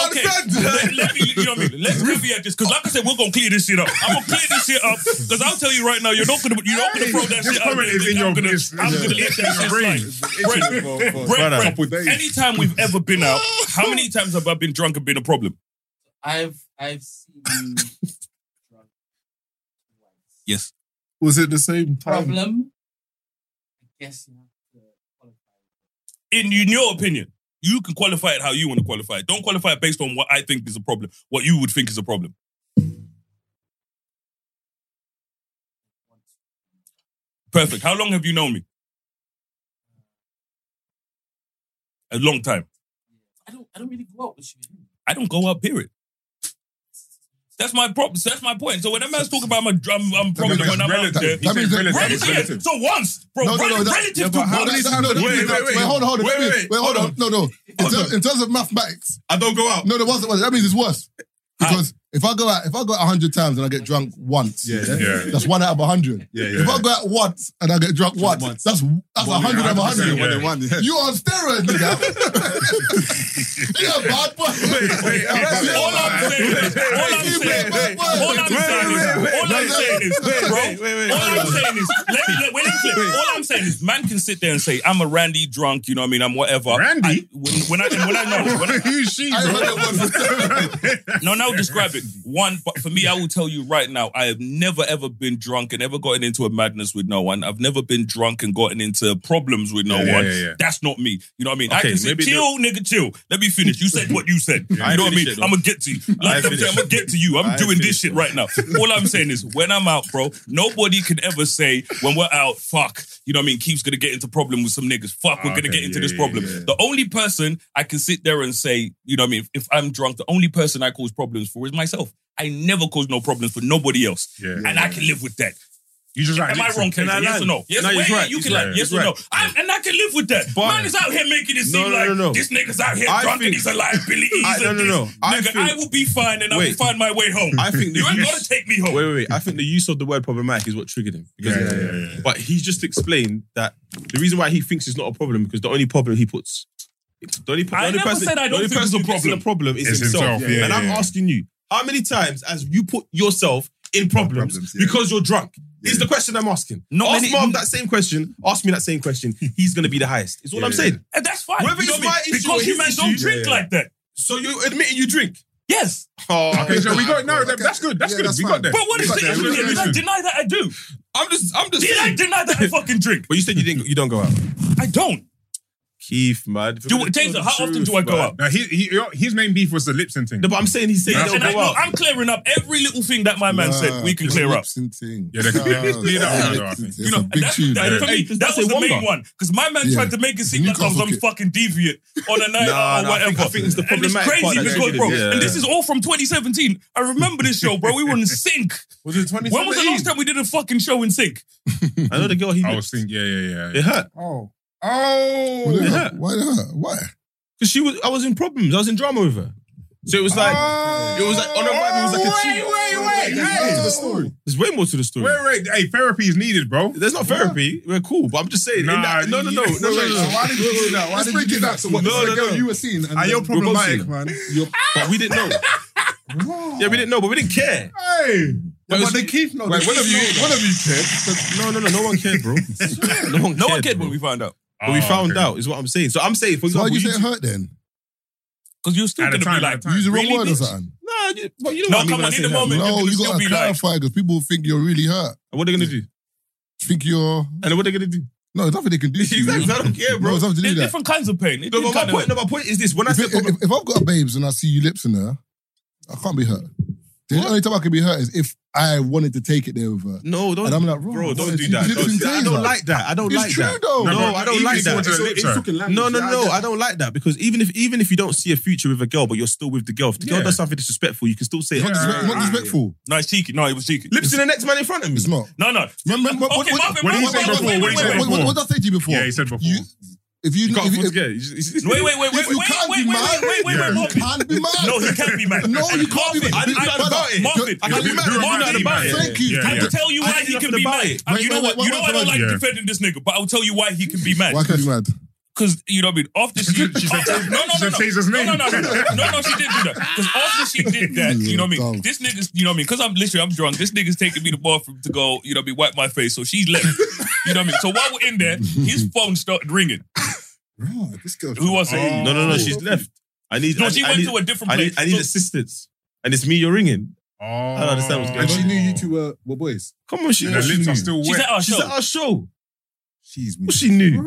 [SPEAKER 6] Okay, let, let me, you know what I mean? Let's caveat this because, like I said, we're gonna clear this shit up. I'm gonna clear this shit up because I'll tell you right now, you're not gonna, you're not gonna throw that
[SPEAKER 5] This
[SPEAKER 6] shit out.
[SPEAKER 5] comment
[SPEAKER 6] there.
[SPEAKER 5] is in
[SPEAKER 6] I'm
[SPEAKER 5] your
[SPEAKER 6] gonna,
[SPEAKER 5] it's-
[SPEAKER 6] I'm
[SPEAKER 5] it's-
[SPEAKER 6] gonna let
[SPEAKER 5] it's
[SPEAKER 6] that
[SPEAKER 5] in your
[SPEAKER 6] shit
[SPEAKER 5] brain.
[SPEAKER 6] slide. Brent, Brent,
[SPEAKER 4] Brother.
[SPEAKER 6] Brent, anytime we've ever been out, how many times have I been drunk and been a problem?
[SPEAKER 13] I've I've seen you
[SPEAKER 6] Yes.
[SPEAKER 7] Was it the same time?
[SPEAKER 13] problem. I guess you have to qualify.
[SPEAKER 6] In, in your opinion, you can qualify it how you want to qualify it. Don't qualify it based on what I think is a problem, what you would think is a problem. Perfect. How long have you known me? A long time.
[SPEAKER 13] I don't I don't really go out with you.
[SPEAKER 6] I don't go out, period. That's my problem. That's my point. So when that man's talking about my drum, I'm problem
[SPEAKER 10] means
[SPEAKER 6] when I'm out
[SPEAKER 10] relative.
[SPEAKER 6] there.
[SPEAKER 10] That means
[SPEAKER 6] He said
[SPEAKER 10] relative.
[SPEAKER 6] relative.
[SPEAKER 10] Relative.
[SPEAKER 6] So once, bro,
[SPEAKER 10] No, no, no,
[SPEAKER 6] rel-
[SPEAKER 10] that-
[SPEAKER 6] relative
[SPEAKER 10] yeah,
[SPEAKER 6] to
[SPEAKER 10] but how many times- no, no,
[SPEAKER 4] Wait,
[SPEAKER 10] no,
[SPEAKER 4] wait, wait.
[SPEAKER 10] wait, hold on, hold on.
[SPEAKER 4] Wait, wait,
[SPEAKER 10] Wait, hold on. No, no. In
[SPEAKER 4] Hold
[SPEAKER 10] ter-
[SPEAKER 4] on.
[SPEAKER 10] In terms of mathematics,
[SPEAKER 4] I don't go out.
[SPEAKER 10] no, there wasn't. That means it's worse because if I go out, if I go out hundred times and I get drunk once,
[SPEAKER 8] Yeah, that's-
[SPEAKER 5] Yeah.
[SPEAKER 10] that's one out of hundred.
[SPEAKER 8] Yeah,
[SPEAKER 10] If I go out once and I get drunk once,
[SPEAKER 8] once.
[SPEAKER 10] that's that's
[SPEAKER 8] One
[SPEAKER 10] hundred out of hundred.
[SPEAKER 8] One in one, yeah.
[SPEAKER 10] You on steroids, nigga? you a bad boy.
[SPEAKER 6] All I'm saying is, all I'm saying is, all I'm saying is, all I'm saying is, bro, all I'm saying is, let me, let, wait, let me flip. All I'm saying is, man can sit there and say, I'm a Randy drunk, you know what I mean? I'm whatever.
[SPEAKER 5] Randy?
[SPEAKER 6] I, when, when I, when I know, when I,
[SPEAKER 5] Who's she,
[SPEAKER 10] I
[SPEAKER 5] bro?
[SPEAKER 10] heard that one.
[SPEAKER 6] no, now describe it. One, but for me, I will tell you right now, I have never ever been drunk and ever gotten into a madness with no one. I've never been drunk and gotten into problems with no
[SPEAKER 5] Yeah, yeah,
[SPEAKER 6] one.
[SPEAKER 5] yeah, yeah.
[SPEAKER 6] That's not me. You know what I mean? I
[SPEAKER 4] Okay,
[SPEAKER 6] can say,
[SPEAKER 4] maybe the-
[SPEAKER 6] chill, nigga, chill. Let me finish. You said what you said.
[SPEAKER 4] I
[SPEAKER 6] you know what I mean?
[SPEAKER 4] finished it,
[SPEAKER 6] I'm gonna get to you. Like I'm,
[SPEAKER 4] finished.
[SPEAKER 6] saying, I'm gonna get to you. I'm
[SPEAKER 4] I
[SPEAKER 6] doing this
[SPEAKER 4] finished
[SPEAKER 6] shit right now. All I'm saying is, when I'm out, bro, nobody can ever say when we're out, fuck. You know what I mean? Keith's gonna get into problem with some niggas. Fuck,
[SPEAKER 4] Ah,
[SPEAKER 6] we're gonna
[SPEAKER 5] Okay,
[SPEAKER 6] get into
[SPEAKER 5] yeah,
[SPEAKER 6] this
[SPEAKER 5] yeah,
[SPEAKER 6] problem.
[SPEAKER 5] yeah.
[SPEAKER 6] The only person I can sit there and say, you know what I mean, if, if I'm drunk, the only person I cause problems for is myself. I never cause no problems for nobody else.
[SPEAKER 5] Yeah.
[SPEAKER 6] and I can live with that.
[SPEAKER 5] You just like
[SPEAKER 6] Am I wrong,
[SPEAKER 5] Can
[SPEAKER 6] Kenny?
[SPEAKER 5] I
[SPEAKER 6] Yes
[SPEAKER 5] lie?
[SPEAKER 6] or no? Yes,
[SPEAKER 4] No, he's
[SPEAKER 6] wait,
[SPEAKER 4] right,
[SPEAKER 6] you
[SPEAKER 4] he's
[SPEAKER 6] can
[SPEAKER 4] right,
[SPEAKER 6] like, yes
[SPEAKER 4] he's
[SPEAKER 6] or no.
[SPEAKER 4] right.
[SPEAKER 6] I'm, and I can live with that.
[SPEAKER 4] But-
[SPEAKER 6] Man is out here making it seem
[SPEAKER 4] No, no,
[SPEAKER 6] like
[SPEAKER 4] no, no.
[SPEAKER 6] this nigga's out here
[SPEAKER 4] I
[SPEAKER 6] drunk and
[SPEAKER 4] think-
[SPEAKER 6] he's a liability. He's
[SPEAKER 4] I- no,
[SPEAKER 6] a
[SPEAKER 4] no,
[SPEAKER 6] this.
[SPEAKER 4] no. I
[SPEAKER 6] Nigga,
[SPEAKER 4] think-
[SPEAKER 6] I will be fine and I will
[SPEAKER 4] Wait.
[SPEAKER 6] find my way home.
[SPEAKER 4] I think the
[SPEAKER 6] you ain't
[SPEAKER 4] use-
[SPEAKER 6] got to take me home.
[SPEAKER 4] Wait, wait, wait. I think the use of the word problematic is what triggered him. Because
[SPEAKER 5] Yeah, yeah, yeah, yeah.
[SPEAKER 4] But he just explained that the reason why he thinks it's not a problem because the only problem he puts, the only, the
[SPEAKER 6] I
[SPEAKER 4] only
[SPEAKER 6] never
[SPEAKER 4] person,
[SPEAKER 6] said I
[SPEAKER 4] the
[SPEAKER 6] don't
[SPEAKER 4] only
[SPEAKER 6] think
[SPEAKER 4] person
[SPEAKER 6] it's
[SPEAKER 4] who
[SPEAKER 6] a
[SPEAKER 4] puts in a problem is
[SPEAKER 5] It's
[SPEAKER 4] himself.
[SPEAKER 5] himself, yeah,
[SPEAKER 4] and
[SPEAKER 5] yeah,
[SPEAKER 4] I'm
[SPEAKER 5] yeah.
[SPEAKER 4] asking you, how many times as you put yourself in problems,
[SPEAKER 8] Problems, yeah.
[SPEAKER 4] because you're drunk? Is the question I'm asking.
[SPEAKER 6] Not
[SPEAKER 4] ask
[SPEAKER 6] many-
[SPEAKER 4] Marv that same question. Ask me that same question. He's gonna be the highest. It's all
[SPEAKER 8] Yeah,
[SPEAKER 4] I'm
[SPEAKER 8] yeah.
[SPEAKER 4] saying.
[SPEAKER 6] And that's fine.
[SPEAKER 4] Whether
[SPEAKER 6] You know
[SPEAKER 4] it's
[SPEAKER 6] what I
[SPEAKER 4] my
[SPEAKER 6] mean?
[SPEAKER 4] issue or
[SPEAKER 6] Because you
[SPEAKER 4] his
[SPEAKER 6] man don't
[SPEAKER 4] issue-
[SPEAKER 6] drink
[SPEAKER 4] Yeah, yeah.
[SPEAKER 6] like that.
[SPEAKER 4] So you're admitting you drink?
[SPEAKER 6] Yes.
[SPEAKER 4] Oh,
[SPEAKER 5] Okay, so we got no.
[SPEAKER 10] Okay.
[SPEAKER 5] that- That's good. That's
[SPEAKER 10] Yeah,
[SPEAKER 5] good.
[SPEAKER 10] that's
[SPEAKER 5] we
[SPEAKER 10] fine.
[SPEAKER 5] got that.
[SPEAKER 6] But what
[SPEAKER 5] We
[SPEAKER 6] is
[SPEAKER 5] got
[SPEAKER 6] the
[SPEAKER 5] that.
[SPEAKER 6] issue? Did I deny that I do?
[SPEAKER 4] I'm just, I'm just.
[SPEAKER 6] Did I
[SPEAKER 4] saying.
[SPEAKER 6] deny that I fucking drink?
[SPEAKER 4] But you said you didn't. You don't go out.
[SPEAKER 6] I don't.
[SPEAKER 4] Keith, man. If
[SPEAKER 6] Do-
[SPEAKER 4] we're gonna
[SPEAKER 6] Taser,
[SPEAKER 4] tell the
[SPEAKER 6] how often
[SPEAKER 4] truth,
[SPEAKER 6] do I go
[SPEAKER 4] man.
[SPEAKER 6] out?
[SPEAKER 5] Now, he, he, his main beef was the Lipson thing.
[SPEAKER 4] No, but I'm saying he's saying he
[SPEAKER 6] And I,
[SPEAKER 4] don't go out.
[SPEAKER 6] am clearing up every little thing that my man said. We can
[SPEAKER 10] Nah,
[SPEAKER 6] clear up.
[SPEAKER 10] Gibson thing.
[SPEAKER 5] Yeah, they can-
[SPEAKER 10] Nah,
[SPEAKER 5] clear that one,
[SPEAKER 10] it's-
[SPEAKER 5] though, I think.
[SPEAKER 10] it's
[SPEAKER 6] You know,
[SPEAKER 10] a
[SPEAKER 6] and
[SPEAKER 10] big
[SPEAKER 6] that's,
[SPEAKER 10] tune.
[SPEAKER 6] that,
[SPEAKER 10] yeah.
[SPEAKER 6] for me,
[SPEAKER 4] Hey,
[SPEAKER 6] that
[SPEAKER 4] that's
[SPEAKER 6] was
[SPEAKER 4] a
[SPEAKER 6] the main
[SPEAKER 4] wonder.
[SPEAKER 6] one because my man
[SPEAKER 10] Yeah.
[SPEAKER 6] tried to make it seem like I was
[SPEAKER 10] Newcastle
[SPEAKER 6] some
[SPEAKER 10] kid.
[SPEAKER 6] fucking deviant on a night
[SPEAKER 4] Nah,
[SPEAKER 6] out or
[SPEAKER 4] nah, I think-
[SPEAKER 6] whatever.
[SPEAKER 4] I think it's the
[SPEAKER 6] and it's
[SPEAKER 4] problematic
[SPEAKER 6] crazy
[SPEAKER 4] part that
[SPEAKER 6] because,
[SPEAKER 4] triggered
[SPEAKER 6] bro,
[SPEAKER 4] it. Yeah.
[SPEAKER 6] and this is all from 2017. I remember this show, bro. We were in sync.
[SPEAKER 8] Was it 2017?
[SPEAKER 6] When was the last time we did a fucking show in sync?
[SPEAKER 4] I know the girl he
[SPEAKER 5] I
[SPEAKER 4] was.
[SPEAKER 5] was thinking, yeah, yeah, yeah.
[SPEAKER 4] It hurt
[SPEAKER 7] Oh.
[SPEAKER 10] Well,
[SPEAKER 5] Oh,
[SPEAKER 10] yeah.
[SPEAKER 4] Yeah.
[SPEAKER 10] Why? not? Why?
[SPEAKER 4] because she was. I was in problems. I was in drama with her. So it was like it was like on a vibe. It was like
[SPEAKER 6] Oh,
[SPEAKER 4] a cheat.
[SPEAKER 5] Wait, wait,
[SPEAKER 4] There's more
[SPEAKER 5] wait.
[SPEAKER 4] to the
[SPEAKER 5] story.
[SPEAKER 4] There's way more to the story.
[SPEAKER 5] Wait, wait. Hey, therapy is needed, bro.
[SPEAKER 4] There's not therapy. We're cool, but I'm just saying. in
[SPEAKER 5] Nah,
[SPEAKER 4] that- no, no, no,
[SPEAKER 5] you-
[SPEAKER 4] no, no,
[SPEAKER 5] wait,
[SPEAKER 4] no.
[SPEAKER 5] so why did you do that? Why
[SPEAKER 10] Let's
[SPEAKER 5] did
[SPEAKER 10] break
[SPEAKER 5] you
[SPEAKER 10] it
[SPEAKER 5] do
[SPEAKER 10] down.
[SPEAKER 5] that?
[SPEAKER 10] So what
[SPEAKER 4] No,
[SPEAKER 10] no,
[SPEAKER 4] no,
[SPEAKER 10] girl
[SPEAKER 4] no.
[SPEAKER 10] you were seeing?
[SPEAKER 4] Ah, you're
[SPEAKER 10] then we were both
[SPEAKER 4] problematic,
[SPEAKER 10] seeing.
[SPEAKER 5] man.
[SPEAKER 10] You're,
[SPEAKER 4] But we didn't know. yeah, we didn't know, but we didn't care.
[SPEAKER 5] Hey.
[SPEAKER 4] But, it was-
[SPEAKER 10] the Keith, no,
[SPEAKER 4] Wait,
[SPEAKER 10] the
[SPEAKER 4] one
[SPEAKER 10] Keith
[SPEAKER 4] of you,
[SPEAKER 10] knows.
[SPEAKER 4] one of you cared. No, no, no, no one cared, bro. no one cared,
[SPEAKER 6] No one cared
[SPEAKER 4] bro.
[SPEAKER 6] when we found out.
[SPEAKER 4] But we
[SPEAKER 6] Oh,
[SPEAKER 4] found
[SPEAKER 6] okay.
[SPEAKER 4] out is what I'm saying. So I'm saying, for
[SPEAKER 10] So why
[SPEAKER 4] example,
[SPEAKER 10] did you
[SPEAKER 4] you
[SPEAKER 10] say it hurt then?
[SPEAKER 6] Because you're still
[SPEAKER 4] At the
[SPEAKER 6] going to be
[SPEAKER 4] time, at
[SPEAKER 6] like,
[SPEAKER 4] the time.
[SPEAKER 10] Use the wrong
[SPEAKER 6] really,
[SPEAKER 10] word or
[SPEAKER 6] bitch?
[SPEAKER 10] something?
[SPEAKER 4] Nah, you, but you know
[SPEAKER 6] No,
[SPEAKER 4] what I
[SPEAKER 6] come
[SPEAKER 4] mean when
[SPEAKER 6] on,
[SPEAKER 4] I
[SPEAKER 6] in
[SPEAKER 4] say
[SPEAKER 6] the
[SPEAKER 4] that.
[SPEAKER 6] moment,
[SPEAKER 10] No,
[SPEAKER 6] You're
[SPEAKER 10] you
[SPEAKER 6] still
[SPEAKER 10] gotta
[SPEAKER 6] be like-
[SPEAKER 10] clarify because people think you're really hurt.
[SPEAKER 4] And what are they gonna do?
[SPEAKER 10] Think you're
[SPEAKER 4] And what are they gonna do?
[SPEAKER 10] no, there's nothing they can do. to you.
[SPEAKER 4] Exactly, I don't care,
[SPEAKER 10] No,
[SPEAKER 4] bro.
[SPEAKER 10] there's nothing to do
[SPEAKER 6] There's
[SPEAKER 10] that.
[SPEAKER 6] different kinds of pain. It
[SPEAKER 4] No, but
[SPEAKER 6] didn't
[SPEAKER 4] my
[SPEAKER 6] kinda-
[SPEAKER 4] point, no, my point is this: when I
[SPEAKER 10] If,
[SPEAKER 4] say
[SPEAKER 10] if, if, if I've got a babes and I see you lips in her, I can't be hurt. The only time I can be hurt is if I wanted to take it there with her.
[SPEAKER 4] no, don't,
[SPEAKER 10] And I'm like, bro,
[SPEAKER 4] bro,
[SPEAKER 10] what
[SPEAKER 4] don't
[SPEAKER 10] is
[SPEAKER 4] do that.
[SPEAKER 10] this
[SPEAKER 4] Don't,
[SPEAKER 10] in
[SPEAKER 4] I
[SPEAKER 10] days,
[SPEAKER 4] don't
[SPEAKER 10] like?
[SPEAKER 4] like that. I don't
[SPEAKER 10] It's
[SPEAKER 4] like
[SPEAKER 10] true,
[SPEAKER 4] that.
[SPEAKER 10] though.
[SPEAKER 4] No,
[SPEAKER 10] No,
[SPEAKER 4] I don't like
[SPEAKER 5] even
[SPEAKER 4] that.
[SPEAKER 5] towards the
[SPEAKER 4] It's-
[SPEAKER 5] lips,
[SPEAKER 4] it's-
[SPEAKER 5] sir.
[SPEAKER 4] No, no, no, I don't like that because even if even if you don't see a future with a girl, but you're still with the girl, if the girl
[SPEAKER 5] Yeah.
[SPEAKER 4] does something disrespectful, you can still say,
[SPEAKER 10] Not,
[SPEAKER 4] "Oh,
[SPEAKER 10] disre- not disrespectful.
[SPEAKER 6] No, it's cheeky. No, it was cheeky.
[SPEAKER 4] "Lips to the next man in front of me."
[SPEAKER 10] It's not.
[SPEAKER 6] No, no.
[SPEAKER 10] Remember, what,
[SPEAKER 6] Okay,
[SPEAKER 10] what,
[SPEAKER 6] Marvin,
[SPEAKER 5] what did he
[SPEAKER 6] Marvin,
[SPEAKER 5] say
[SPEAKER 6] wait, wait,
[SPEAKER 5] before? What did he
[SPEAKER 6] wait, wait,
[SPEAKER 5] say
[SPEAKER 10] what,
[SPEAKER 5] before?
[SPEAKER 10] what, what did I say to you before?
[SPEAKER 5] Yeah, he said before.
[SPEAKER 10] You- if you,
[SPEAKER 4] You can't
[SPEAKER 10] if,
[SPEAKER 4] afford
[SPEAKER 10] you-
[SPEAKER 4] to get it. It's- it's- it's-
[SPEAKER 6] Wait, wait, wait, wait,
[SPEAKER 10] if you
[SPEAKER 6] wait,
[SPEAKER 10] can't
[SPEAKER 6] wait,
[SPEAKER 10] be
[SPEAKER 6] wait,
[SPEAKER 10] mad,
[SPEAKER 6] wait, wait, wait,
[SPEAKER 5] Yeah.
[SPEAKER 10] you
[SPEAKER 6] Marvin.
[SPEAKER 10] can't be mad.
[SPEAKER 6] No, he can't be mad.
[SPEAKER 10] No, you can't
[SPEAKER 6] Marvin,
[SPEAKER 10] be mad.
[SPEAKER 6] I didn't know
[SPEAKER 10] Brother,
[SPEAKER 6] about it.
[SPEAKER 10] you're-
[SPEAKER 6] Marvin, I can't be mad.
[SPEAKER 10] you're
[SPEAKER 6] Marvin,
[SPEAKER 10] mad
[SPEAKER 6] I didn't know about it.
[SPEAKER 10] Thank you.
[SPEAKER 5] Yeah,
[SPEAKER 6] I
[SPEAKER 5] yeah.
[SPEAKER 6] will tell you
[SPEAKER 4] I
[SPEAKER 6] why
[SPEAKER 4] didn't
[SPEAKER 6] he
[SPEAKER 4] have
[SPEAKER 6] can
[SPEAKER 4] to
[SPEAKER 6] be
[SPEAKER 4] buy
[SPEAKER 6] mad.
[SPEAKER 4] it.
[SPEAKER 6] And
[SPEAKER 10] Wait,
[SPEAKER 6] you know
[SPEAKER 10] wait,
[SPEAKER 6] what?
[SPEAKER 10] wait,
[SPEAKER 6] you know
[SPEAKER 10] wait,
[SPEAKER 6] I don't
[SPEAKER 10] wait,
[SPEAKER 6] like
[SPEAKER 5] yeah.
[SPEAKER 6] defending this nigga, but I'll tell you why he can be mad.
[SPEAKER 10] Why can't you be mad?
[SPEAKER 6] Because you know what I mean. After she,
[SPEAKER 5] She said-
[SPEAKER 6] after, no, no,
[SPEAKER 5] she
[SPEAKER 6] no,
[SPEAKER 5] said
[SPEAKER 6] no.
[SPEAKER 5] Taser's name.
[SPEAKER 6] No, no, no, no, no, no, she did do that. Because after she did that, you know what I mean.
[SPEAKER 10] Dumb.
[SPEAKER 6] This nigga's, you know what I mean. Because I'm literally, I'm drunk. This nigga's taking me to the bathroom to go, you know what I mean, wipe my face. So she's left. You know what I mean. So while we're in there, his phone started ringing.
[SPEAKER 10] Bro, this girl.
[SPEAKER 6] Who was it?
[SPEAKER 4] No, no, no. She's left. I need.
[SPEAKER 6] No,
[SPEAKER 4] I,
[SPEAKER 6] she
[SPEAKER 4] I
[SPEAKER 6] went
[SPEAKER 4] need,
[SPEAKER 6] to a different
[SPEAKER 4] I
[SPEAKER 6] place.
[SPEAKER 4] need, I need
[SPEAKER 6] So-
[SPEAKER 4] assistance, and it's me you're ringing.
[SPEAKER 5] Oh.
[SPEAKER 4] I don't understand what's going
[SPEAKER 8] And she
[SPEAKER 4] on.
[SPEAKER 8] knew you two were, were boys.
[SPEAKER 4] Come on, she.
[SPEAKER 5] The
[SPEAKER 4] she
[SPEAKER 5] lips
[SPEAKER 4] knew.
[SPEAKER 5] are still
[SPEAKER 6] She's
[SPEAKER 5] wet.
[SPEAKER 6] at our
[SPEAKER 4] She's
[SPEAKER 6] show.
[SPEAKER 4] at our show.
[SPEAKER 8] She's me.
[SPEAKER 4] Well, she knew.
[SPEAKER 5] She
[SPEAKER 4] But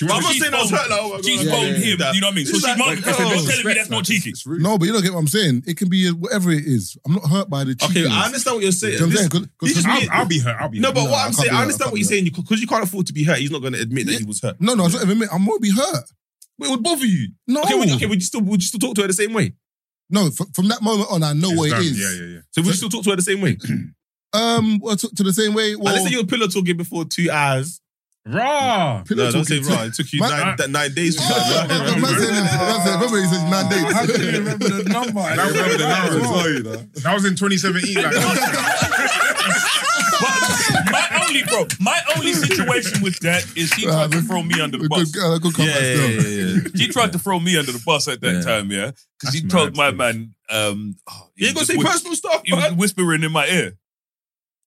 [SPEAKER 4] I'm
[SPEAKER 5] to-
[SPEAKER 4] not
[SPEAKER 6] she's
[SPEAKER 4] saying I was
[SPEAKER 6] bold.
[SPEAKER 4] hurt. Like, oh my God.
[SPEAKER 6] She's
[SPEAKER 4] Yeah,
[SPEAKER 6] phoned
[SPEAKER 4] yeah,
[SPEAKER 6] him.
[SPEAKER 4] yeah.
[SPEAKER 6] You know what I mean. So
[SPEAKER 4] It's
[SPEAKER 6] she's
[SPEAKER 4] like,
[SPEAKER 6] marking.
[SPEAKER 4] oh,
[SPEAKER 6] Don't tell me that's not cheeky.
[SPEAKER 10] No, but you don't get what I'm saying. It can be a, whatever it is. I'm not hurt by the cheating.
[SPEAKER 4] Okay, I understand what you're saying.
[SPEAKER 10] You know what I'm
[SPEAKER 4] This-
[SPEAKER 10] saying? 'Cause- 'cause
[SPEAKER 4] you just
[SPEAKER 10] I'll-
[SPEAKER 4] mean-
[SPEAKER 5] I'll be hurt. I'll be
[SPEAKER 4] No,
[SPEAKER 5] hurt.
[SPEAKER 4] but
[SPEAKER 10] No, I
[SPEAKER 4] what I'm
[SPEAKER 10] can't
[SPEAKER 4] saying,
[SPEAKER 10] be hurt.
[SPEAKER 4] I
[SPEAKER 10] I
[SPEAKER 4] understand what
[SPEAKER 10] can't
[SPEAKER 4] you're
[SPEAKER 10] be
[SPEAKER 4] saying because you can't afford to be hurt. He's not going to admit that he was hurt.
[SPEAKER 10] No, no, I don't admit, I'm gonna be hurt.
[SPEAKER 4] It would bother you.
[SPEAKER 10] No,
[SPEAKER 4] Okay, would, okay, would you still would you still talk to her the same way?
[SPEAKER 10] no. From, from that moment on, I know
[SPEAKER 5] It's
[SPEAKER 10] what
[SPEAKER 5] done.
[SPEAKER 10] it is.
[SPEAKER 5] Yeah, yeah, yeah.
[SPEAKER 4] So would you still talk to her the same way?
[SPEAKER 10] Um, well, to, to the same way. Well,
[SPEAKER 4] Unless let's say you're pillow talking before two hours.
[SPEAKER 5] Raw.
[SPEAKER 10] Pillow
[SPEAKER 4] no, don't say
[SPEAKER 10] talking.
[SPEAKER 4] right. It took you
[SPEAKER 10] Man,
[SPEAKER 4] nine, that nine days.
[SPEAKER 10] Oh,
[SPEAKER 5] Right,
[SPEAKER 10] man,
[SPEAKER 5] right,
[SPEAKER 10] man
[SPEAKER 5] right.
[SPEAKER 10] said- man said- Remember, he said nine days.
[SPEAKER 7] I couldn't remember the number. I
[SPEAKER 5] Now
[SPEAKER 7] didn't
[SPEAKER 5] remember the
[SPEAKER 7] that as
[SPEAKER 5] number.
[SPEAKER 7] well.
[SPEAKER 5] That was in 2017. Like,
[SPEAKER 6] But my only bro, my only situation with that is she tried to throw me under the
[SPEAKER 10] Good-
[SPEAKER 6] bus.
[SPEAKER 10] uh, good
[SPEAKER 4] yeah,
[SPEAKER 10] comeback
[SPEAKER 4] yeah,
[SPEAKER 10] still.
[SPEAKER 4] yeah, yeah.
[SPEAKER 6] She tried to throw me under the bus at that
[SPEAKER 4] Yeah.
[SPEAKER 6] time, yeah, because she
[SPEAKER 5] That's
[SPEAKER 6] told my
[SPEAKER 5] mad,
[SPEAKER 6] man, um, oh,
[SPEAKER 4] You ain't gonna
[SPEAKER 6] was
[SPEAKER 4] say
[SPEAKER 6] whis-
[SPEAKER 4] personal stuff,
[SPEAKER 6] He was
[SPEAKER 4] man.
[SPEAKER 6] whispering in my ear.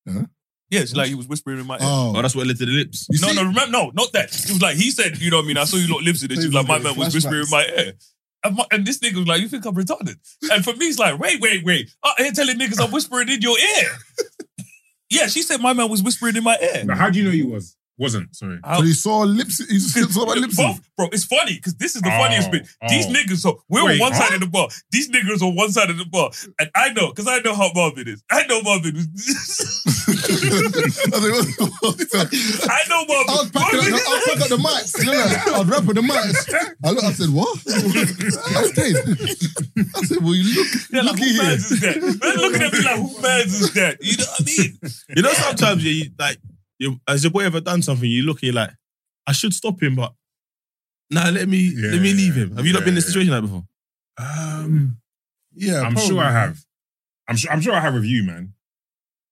[SPEAKER 10] Huh?
[SPEAKER 6] Yeah, it's like he was whispering in my ear.
[SPEAKER 4] Oh,
[SPEAKER 10] Oh,
[SPEAKER 4] that's what led to the lips.
[SPEAKER 10] you
[SPEAKER 6] no,
[SPEAKER 10] see,
[SPEAKER 6] no, remember, no, not that. It was like he said, you know what I mean. I saw you lot lips in it. She was like, my man was whispering in my ear. And, my, and this nigga was like, you think I'm retarded? And for me, it's like, wait, wait, wait. Out here telling niggas I'm whispering in your ear. yeah, she said my man was whispering in my ear.
[SPEAKER 5] But how do you know you was? Wasn't, sorry.
[SPEAKER 10] So he saw lips. He saw my lips.
[SPEAKER 6] Both, bro, it's funny because this is the
[SPEAKER 5] Oh,
[SPEAKER 6] funniest bit. These
[SPEAKER 5] oh.
[SPEAKER 6] niggas, so we're on
[SPEAKER 5] Wait,
[SPEAKER 6] one
[SPEAKER 5] huh?
[SPEAKER 6] side of the bar. These niggas on one side of the bar, and I know because I know how Marvin is. I know Marvin. is-
[SPEAKER 10] I
[SPEAKER 6] I know Marvin.
[SPEAKER 10] was packing up,
[SPEAKER 6] Marvin-
[SPEAKER 10] the- I was packing up the mics. No, no, I was wrapping the mics. I looked. I said, "What?" I stayed. I said, "Well, you look,
[SPEAKER 6] They're like,
[SPEAKER 10] looky
[SPEAKER 6] who
[SPEAKER 10] here."
[SPEAKER 6] man's is that? They're looking at me like, who man's is that? You know what I mean?
[SPEAKER 4] You know, sometimes you you- like, you, has your boy ever done something? You look and you're like, I should stop him, but nah, let me let me
[SPEAKER 5] Yeah,
[SPEAKER 4] leave him. Have you not been in a
[SPEAKER 5] yeah.
[SPEAKER 4] situation like before?
[SPEAKER 5] Um,
[SPEAKER 7] Yeah,
[SPEAKER 5] I'm
[SPEAKER 7] probably.
[SPEAKER 5] sure I have. I'm sure, I'm sure I have with you, man.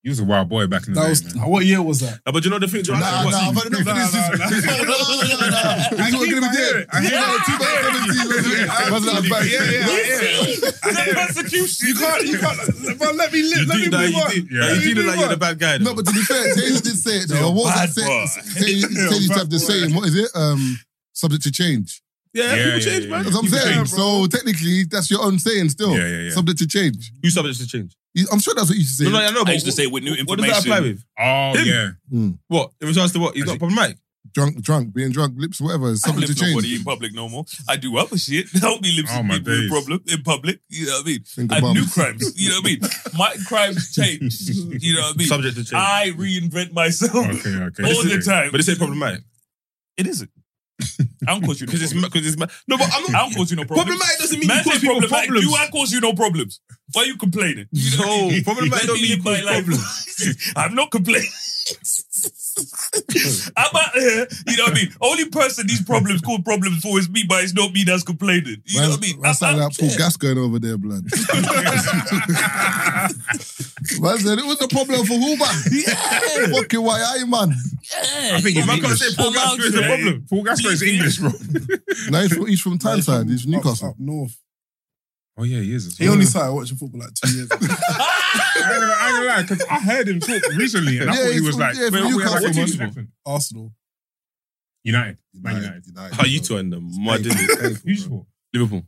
[SPEAKER 5] You was a wild boy back in the
[SPEAKER 7] That
[SPEAKER 5] day,
[SPEAKER 7] was
[SPEAKER 5] man.
[SPEAKER 7] what year was that?
[SPEAKER 4] Nah, but you know the thing. do you know
[SPEAKER 10] Nah,
[SPEAKER 4] what-
[SPEAKER 10] nah, I've had enough of this.
[SPEAKER 5] Nah, nah, nah.
[SPEAKER 10] This is- Nah, nah, nah.
[SPEAKER 5] I
[SPEAKER 10] This is what
[SPEAKER 5] keep-
[SPEAKER 10] we're gonna
[SPEAKER 5] I hear
[SPEAKER 10] get.
[SPEAKER 5] it. I hear
[SPEAKER 10] Yeah,
[SPEAKER 5] it.
[SPEAKER 10] 2017, let's do it. Wasn't that bad?
[SPEAKER 5] Yeah, yeah, yeah.
[SPEAKER 6] The persecution.
[SPEAKER 5] You can't, you can't, but let me
[SPEAKER 4] You
[SPEAKER 5] live,
[SPEAKER 4] do that, you do- nah,
[SPEAKER 5] Yeah.
[SPEAKER 4] you do look like you're the
[SPEAKER 5] what?
[SPEAKER 4] bad guy.
[SPEAKER 10] No,
[SPEAKER 4] though.
[SPEAKER 10] but to be fair, Taylor did say it. Though. What
[SPEAKER 6] bad
[SPEAKER 10] was
[SPEAKER 6] boy.
[SPEAKER 10] that saying? Taylor used to have the same. What is it? Um, subject to change.
[SPEAKER 4] yeah,
[SPEAKER 5] Yeah,
[SPEAKER 4] people
[SPEAKER 5] yeah,
[SPEAKER 4] change, man.
[SPEAKER 5] yeah, yeah.
[SPEAKER 10] That's what I'm
[SPEAKER 5] People
[SPEAKER 10] saying.
[SPEAKER 5] change.
[SPEAKER 10] So technically, that's your own saying still.
[SPEAKER 5] Yeah, yeah, yeah.
[SPEAKER 10] Subject to change.
[SPEAKER 4] You subject to change.
[SPEAKER 10] You- I'm sure that's what you should say.
[SPEAKER 4] No, no, I know.
[SPEAKER 6] I
[SPEAKER 4] but
[SPEAKER 6] used to say with new
[SPEAKER 4] What does that
[SPEAKER 6] information.
[SPEAKER 4] apply with?
[SPEAKER 5] Oh,
[SPEAKER 4] Him.
[SPEAKER 5] yeah.
[SPEAKER 4] What in regards to what? He's
[SPEAKER 5] As
[SPEAKER 4] not
[SPEAKER 5] in-
[SPEAKER 4] problematic.
[SPEAKER 10] Drunk, drunk, being drunk, lips, whatever. it's
[SPEAKER 6] I don't
[SPEAKER 10] Subject to
[SPEAKER 6] lift nobody in
[SPEAKER 10] change.
[SPEAKER 6] public no more. I do other shit. Help me live
[SPEAKER 5] Oh,
[SPEAKER 6] with
[SPEAKER 5] my
[SPEAKER 6] people in
[SPEAKER 5] days.
[SPEAKER 6] problem in public. You know what I mean?
[SPEAKER 10] Finger
[SPEAKER 6] I do
[SPEAKER 10] bums.
[SPEAKER 6] crimes. You know what I mean? My crimes change. You know what I mean?
[SPEAKER 4] Subject to change.
[SPEAKER 6] I reinvent myself
[SPEAKER 5] Okay, okay.
[SPEAKER 6] all the time.
[SPEAKER 4] But they say problematic
[SPEAKER 6] it isn't. I don't cause you no
[SPEAKER 4] because it's
[SPEAKER 6] problems.
[SPEAKER 4] because it's ma- no. But I'm
[SPEAKER 6] I
[SPEAKER 4] not
[SPEAKER 6] don't cause you no problems.
[SPEAKER 4] problematic doesn't mean
[SPEAKER 6] Man
[SPEAKER 4] you cause
[SPEAKER 6] said
[SPEAKER 4] people
[SPEAKER 6] problematic.
[SPEAKER 4] problems.
[SPEAKER 6] You, I cause you no problems. Why you complaining? You know what I
[SPEAKER 4] No,
[SPEAKER 6] mean?
[SPEAKER 4] problematic
[SPEAKER 6] Let
[SPEAKER 4] don't
[SPEAKER 6] me
[SPEAKER 4] mean you
[SPEAKER 6] live my
[SPEAKER 4] cause
[SPEAKER 6] life.
[SPEAKER 4] problems.
[SPEAKER 6] I'm not complaining. I'm out here, you know what I mean? Only person these problems called problems for is me, but it's not me that's complaining. You know what I mean?
[SPEAKER 10] That's
[SPEAKER 6] I'm-
[SPEAKER 10] like
[SPEAKER 6] I'm-
[SPEAKER 10] that Paul Gas going over there, blood. man said it was a problem for Uber. Yeah. Fucking why, aye, man.
[SPEAKER 6] Yeah.
[SPEAKER 5] I think
[SPEAKER 10] Well,
[SPEAKER 5] if
[SPEAKER 10] man
[SPEAKER 5] I can't
[SPEAKER 10] can't
[SPEAKER 5] say
[SPEAKER 10] say
[SPEAKER 5] Paul Gascoigne is a problem. Paul Gascoigne is English, bro.
[SPEAKER 10] No, he's from, he's from Tyneside. He's from
[SPEAKER 7] Up-
[SPEAKER 10] Newcastle.
[SPEAKER 7] Up north.
[SPEAKER 5] Oh yeah, he is. as
[SPEAKER 7] He
[SPEAKER 5] well.
[SPEAKER 7] only started watching football like two years ago.
[SPEAKER 5] I ain't gonna, I ain't gonna lie, because I heard him talk recently, and I
[SPEAKER 7] Yeah,
[SPEAKER 5] thought he
[SPEAKER 7] he's
[SPEAKER 5] was
[SPEAKER 7] from-
[SPEAKER 5] like,
[SPEAKER 7] yeah, from
[SPEAKER 5] wait, wait,
[SPEAKER 7] Newcastle.
[SPEAKER 5] like,
[SPEAKER 7] What do you
[SPEAKER 5] what's his
[SPEAKER 7] do?
[SPEAKER 5] accent?
[SPEAKER 7] Arsenal.
[SPEAKER 5] United, Man United.
[SPEAKER 4] How you two in the mud, innit?
[SPEAKER 5] Useful.
[SPEAKER 4] Liverpool.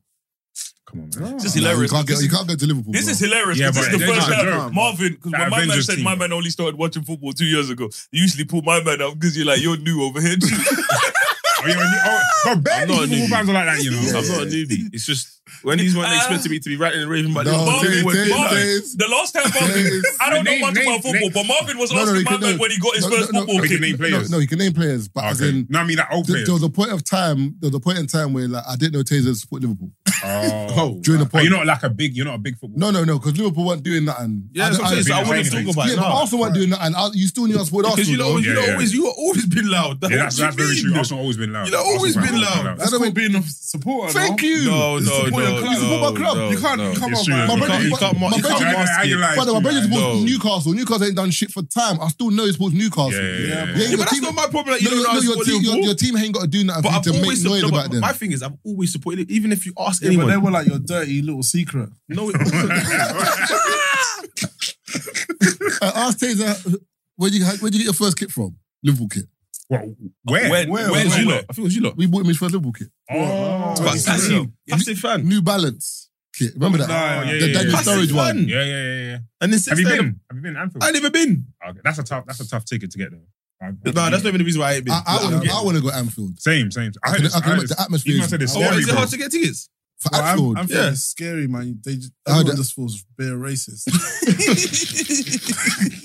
[SPEAKER 6] It's just
[SPEAKER 10] Nah,
[SPEAKER 6] hilarious.
[SPEAKER 10] You can't, get,
[SPEAKER 6] This
[SPEAKER 10] you
[SPEAKER 6] is-
[SPEAKER 10] can't get to Liverpool.
[SPEAKER 6] This
[SPEAKER 10] bro.
[SPEAKER 6] is hilarious
[SPEAKER 10] Yeah,
[SPEAKER 6] because
[SPEAKER 10] but
[SPEAKER 6] this is the
[SPEAKER 10] they're
[SPEAKER 6] first
[SPEAKER 10] just a
[SPEAKER 6] time
[SPEAKER 10] drama.
[SPEAKER 6] Marvin, because
[SPEAKER 10] That
[SPEAKER 6] when my man
[SPEAKER 10] Avengers
[SPEAKER 6] said
[SPEAKER 10] team,
[SPEAKER 6] my man only started watching football two years ago, you usually pull my man out because you're like, you're new over here.
[SPEAKER 5] Oh, you're a new, oh, but barely
[SPEAKER 4] not a
[SPEAKER 5] football
[SPEAKER 4] newbie.
[SPEAKER 5] fans are like that, you know.
[SPEAKER 4] I'm not a newbie. It's just when these weren't expecting me to be writing and raving about
[SPEAKER 5] No,
[SPEAKER 4] Liverpool,
[SPEAKER 5] Dave,
[SPEAKER 4] they were
[SPEAKER 5] Dave,
[SPEAKER 4] doing
[SPEAKER 5] Dave.
[SPEAKER 4] that.
[SPEAKER 6] The last time Marvin, I don't know
[SPEAKER 5] Name-
[SPEAKER 6] much
[SPEAKER 5] name-
[SPEAKER 6] about football,
[SPEAKER 5] name-
[SPEAKER 6] but Marvin was
[SPEAKER 10] No, no,
[SPEAKER 6] asking
[SPEAKER 10] he
[SPEAKER 6] my
[SPEAKER 10] can-
[SPEAKER 6] man
[SPEAKER 10] no.
[SPEAKER 6] when he got his
[SPEAKER 10] No, no,
[SPEAKER 6] first
[SPEAKER 10] no,
[SPEAKER 6] football
[SPEAKER 5] he
[SPEAKER 6] kick.
[SPEAKER 5] can name players.
[SPEAKER 10] No, no, you can name players, but as in,
[SPEAKER 5] No, I mean like old
[SPEAKER 10] th-
[SPEAKER 5] players.
[SPEAKER 10] there was a point of time, there was a point in time where like I didn't know Taser support Liverpool.
[SPEAKER 5] Oh,
[SPEAKER 10] During the
[SPEAKER 5] Are
[SPEAKER 10] point.
[SPEAKER 5] you not like a big? You're not a big football.
[SPEAKER 10] No, no, no, because Liverpool weren't doing nothing.
[SPEAKER 5] Yeah, that's what I'm saying, so I wouldn't talk about it
[SPEAKER 10] Yeah, but
[SPEAKER 5] now.
[SPEAKER 10] Arsenal weren't doing nothing. I- You still knew I support Arsenal.
[SPEAKER 4] Because you know,
[SPEAKER 10] though.
[SPEAKER 4] you know, always, you always been loud.
[SPEAKER 5] Yeah, that's, that's very true. Arsenal always been loud.
[SPEAKER 4] You know, always
[SPEAKER 5] Arsenal
[SPEAKER 4] been
[SPEAKER 5] fans always
[SPEAKER 4] loud.
[SPEAKER 7] That's called being a supporter.
[SPEAKER 10] Thank you.
[SPEAKER 4] No,
[SPEAKER 10] It's
[SPEAKER 4] no,
[SPEAKER 10] a football
[SPEAKER 4] no,
[SPEAKER 10] club. It's a football
[SPEAKER 4] no,
[SPEAKER 10] club.
[SPEAKER 4] no,
[SPEAKER 10] you can't
[SPEAKER 4] no.
[SPEAKER 10] come
[SPEAKER 4] It's
[SPEAKER 10] up.
[SPEAKER 4] true,
[SPEAKER 10] My
[SPEAKER 4] you
[SPEAKER 10] brother,
[SPEAKER 4] can't- you
[SPEAKER 10] my-
[SPEAKER 4] can't-
[SPEAKER 10] my
[SPEAKER 4] you
[SPEAKER 10] brother-
[SPEAKER 4] can't mask it.
[SPEAKER 10] Brother, my
[SPEAKER 4] It's true,
[SPEAKER 10] brother
[SPEAKER 4] man.
[SPEAKER 10] supports
[SPEAKER 4] No.
[SPEAKER 10] Newcastle. Newcastle ain't done shit for time. I still know he supports Newcastle.
[SPEAKER 4] Yeah, yeah, yeah.
[SPEAKER 10] You ain't
[SPEAKER 4] Yeah,
[SPEAKER 10] got
[SPEAKER 4] but that's
[SPEAKER 10] team-
[SPEAKER 4] not my problem, like, you
[SPEAKER 10] No,
[SPEAKER 4] don't
[SPEAKER 10] no,
[SPEAKER 4] know I
[SPEAKER 10] no, your
[SPEAKER 4] support
[SPEAKER 10] team, your,
[SPEAKER 4] Liverpool.
[SPEAKER 10] your team ain't got to do
[SPEAKER 4] But
[SPEAKER 10] nothing
[SPEAKER 4] I've
[SPEAKER 10] to make
[SPEAKER 4] always
[SPEAKER 10] noise
[SPEAKER 4] no, but
[SPEAKER 10] about them.
[SPEAKER 4] My thing is, I've always supported it. Even if you ask
[SPEAKER 7] Yeah,
[SPEAKER 4] anyone,
[SPEAKER 7] but they were like your dirty little secret.
[SPEAKER 4] no,
[SPEAKER 10] Uh, ask Taser, where you where you get your first kit from? Liverpool kit.
[SPEAKER 5] Well, where?
[SPEAKER 4] When?
[SPEAKER 5] Where?
[SPEAKER 4] When?
[SPEAKER 5] Where?
[SPEAKER 4] When?
[SPEAKER 5] Where?
[SPEAKER 4] I think it was you lot.
[SPEAKER 10] We bought him his first Liverpool kit.
[SPEAKER 5] Oh,
[SPEAKER 4] But Passive, passive fan.
[SPEAKER 10] New Balance kit. Remember that?
[SPEAKER 5] Nah, yeah,
[SPEAKER 10] the
[SPEAKER 5] yeah,
[SPEAKER 10] Daniel
[SPEAKER 5] yeah.
[SPEAKER 10] Sturridge one.
[SPEAKER 5] Yeah, yeah, yeah, yeah.
[SPEAKER 4] And then since
[SPEAKER 5] Have you
[SPEAKER 4] then,
[SPEAKER 5] been? Have you been to Anfield?
[SPEAKER 4] I never been.
[SPEAKER 5] Okay, That's a tough. That's a tough ticket to get there. I- I-
[SPEAKER 4] No, that's not even the reason why I ain't been.
[SPEAKER 10] I, I want to.
[SPEAKER 4] Yeah.
[SPEAKER 10] I want to go Anfield.
[SPEAKER 5] Same, same. I
[SPEAKER 10] I
[SPEAKER 5] heard
[SPEAKER 10] can,
[SPEAKER 5] this.
[SPEAKER 10] I
[SPEAKER 5] I
[SPEAKER 10] can
[SPEAKER 5] heard
[SPEAKER 10] remember the
[SPEAKER 5] this.
[SPEAKER 10] atmosphere
[SPEAKER 5] Even I said it's
[SPEAKER 4] Oh, what,
[SPEAKER 5] scary,
[SPEAKER 4] is it
[SPEAKER 5] bro.
[SPEAKER 4] hard to get tickets?
[SPEAKER 10] for
[SPEAKER 7] Well, I'm,
[SPEAKER 10] Anfield.
[SPEAKER 7] I'm
[SPEAKER 4] Yeah.
[SPEAKER 7] feeling scary, man. They just,
[SPEAKER 10] I heard
[SPEAKER 7] everyone
[SPEAKER 10] that.
[SPEAKER 7] just feels bare racist.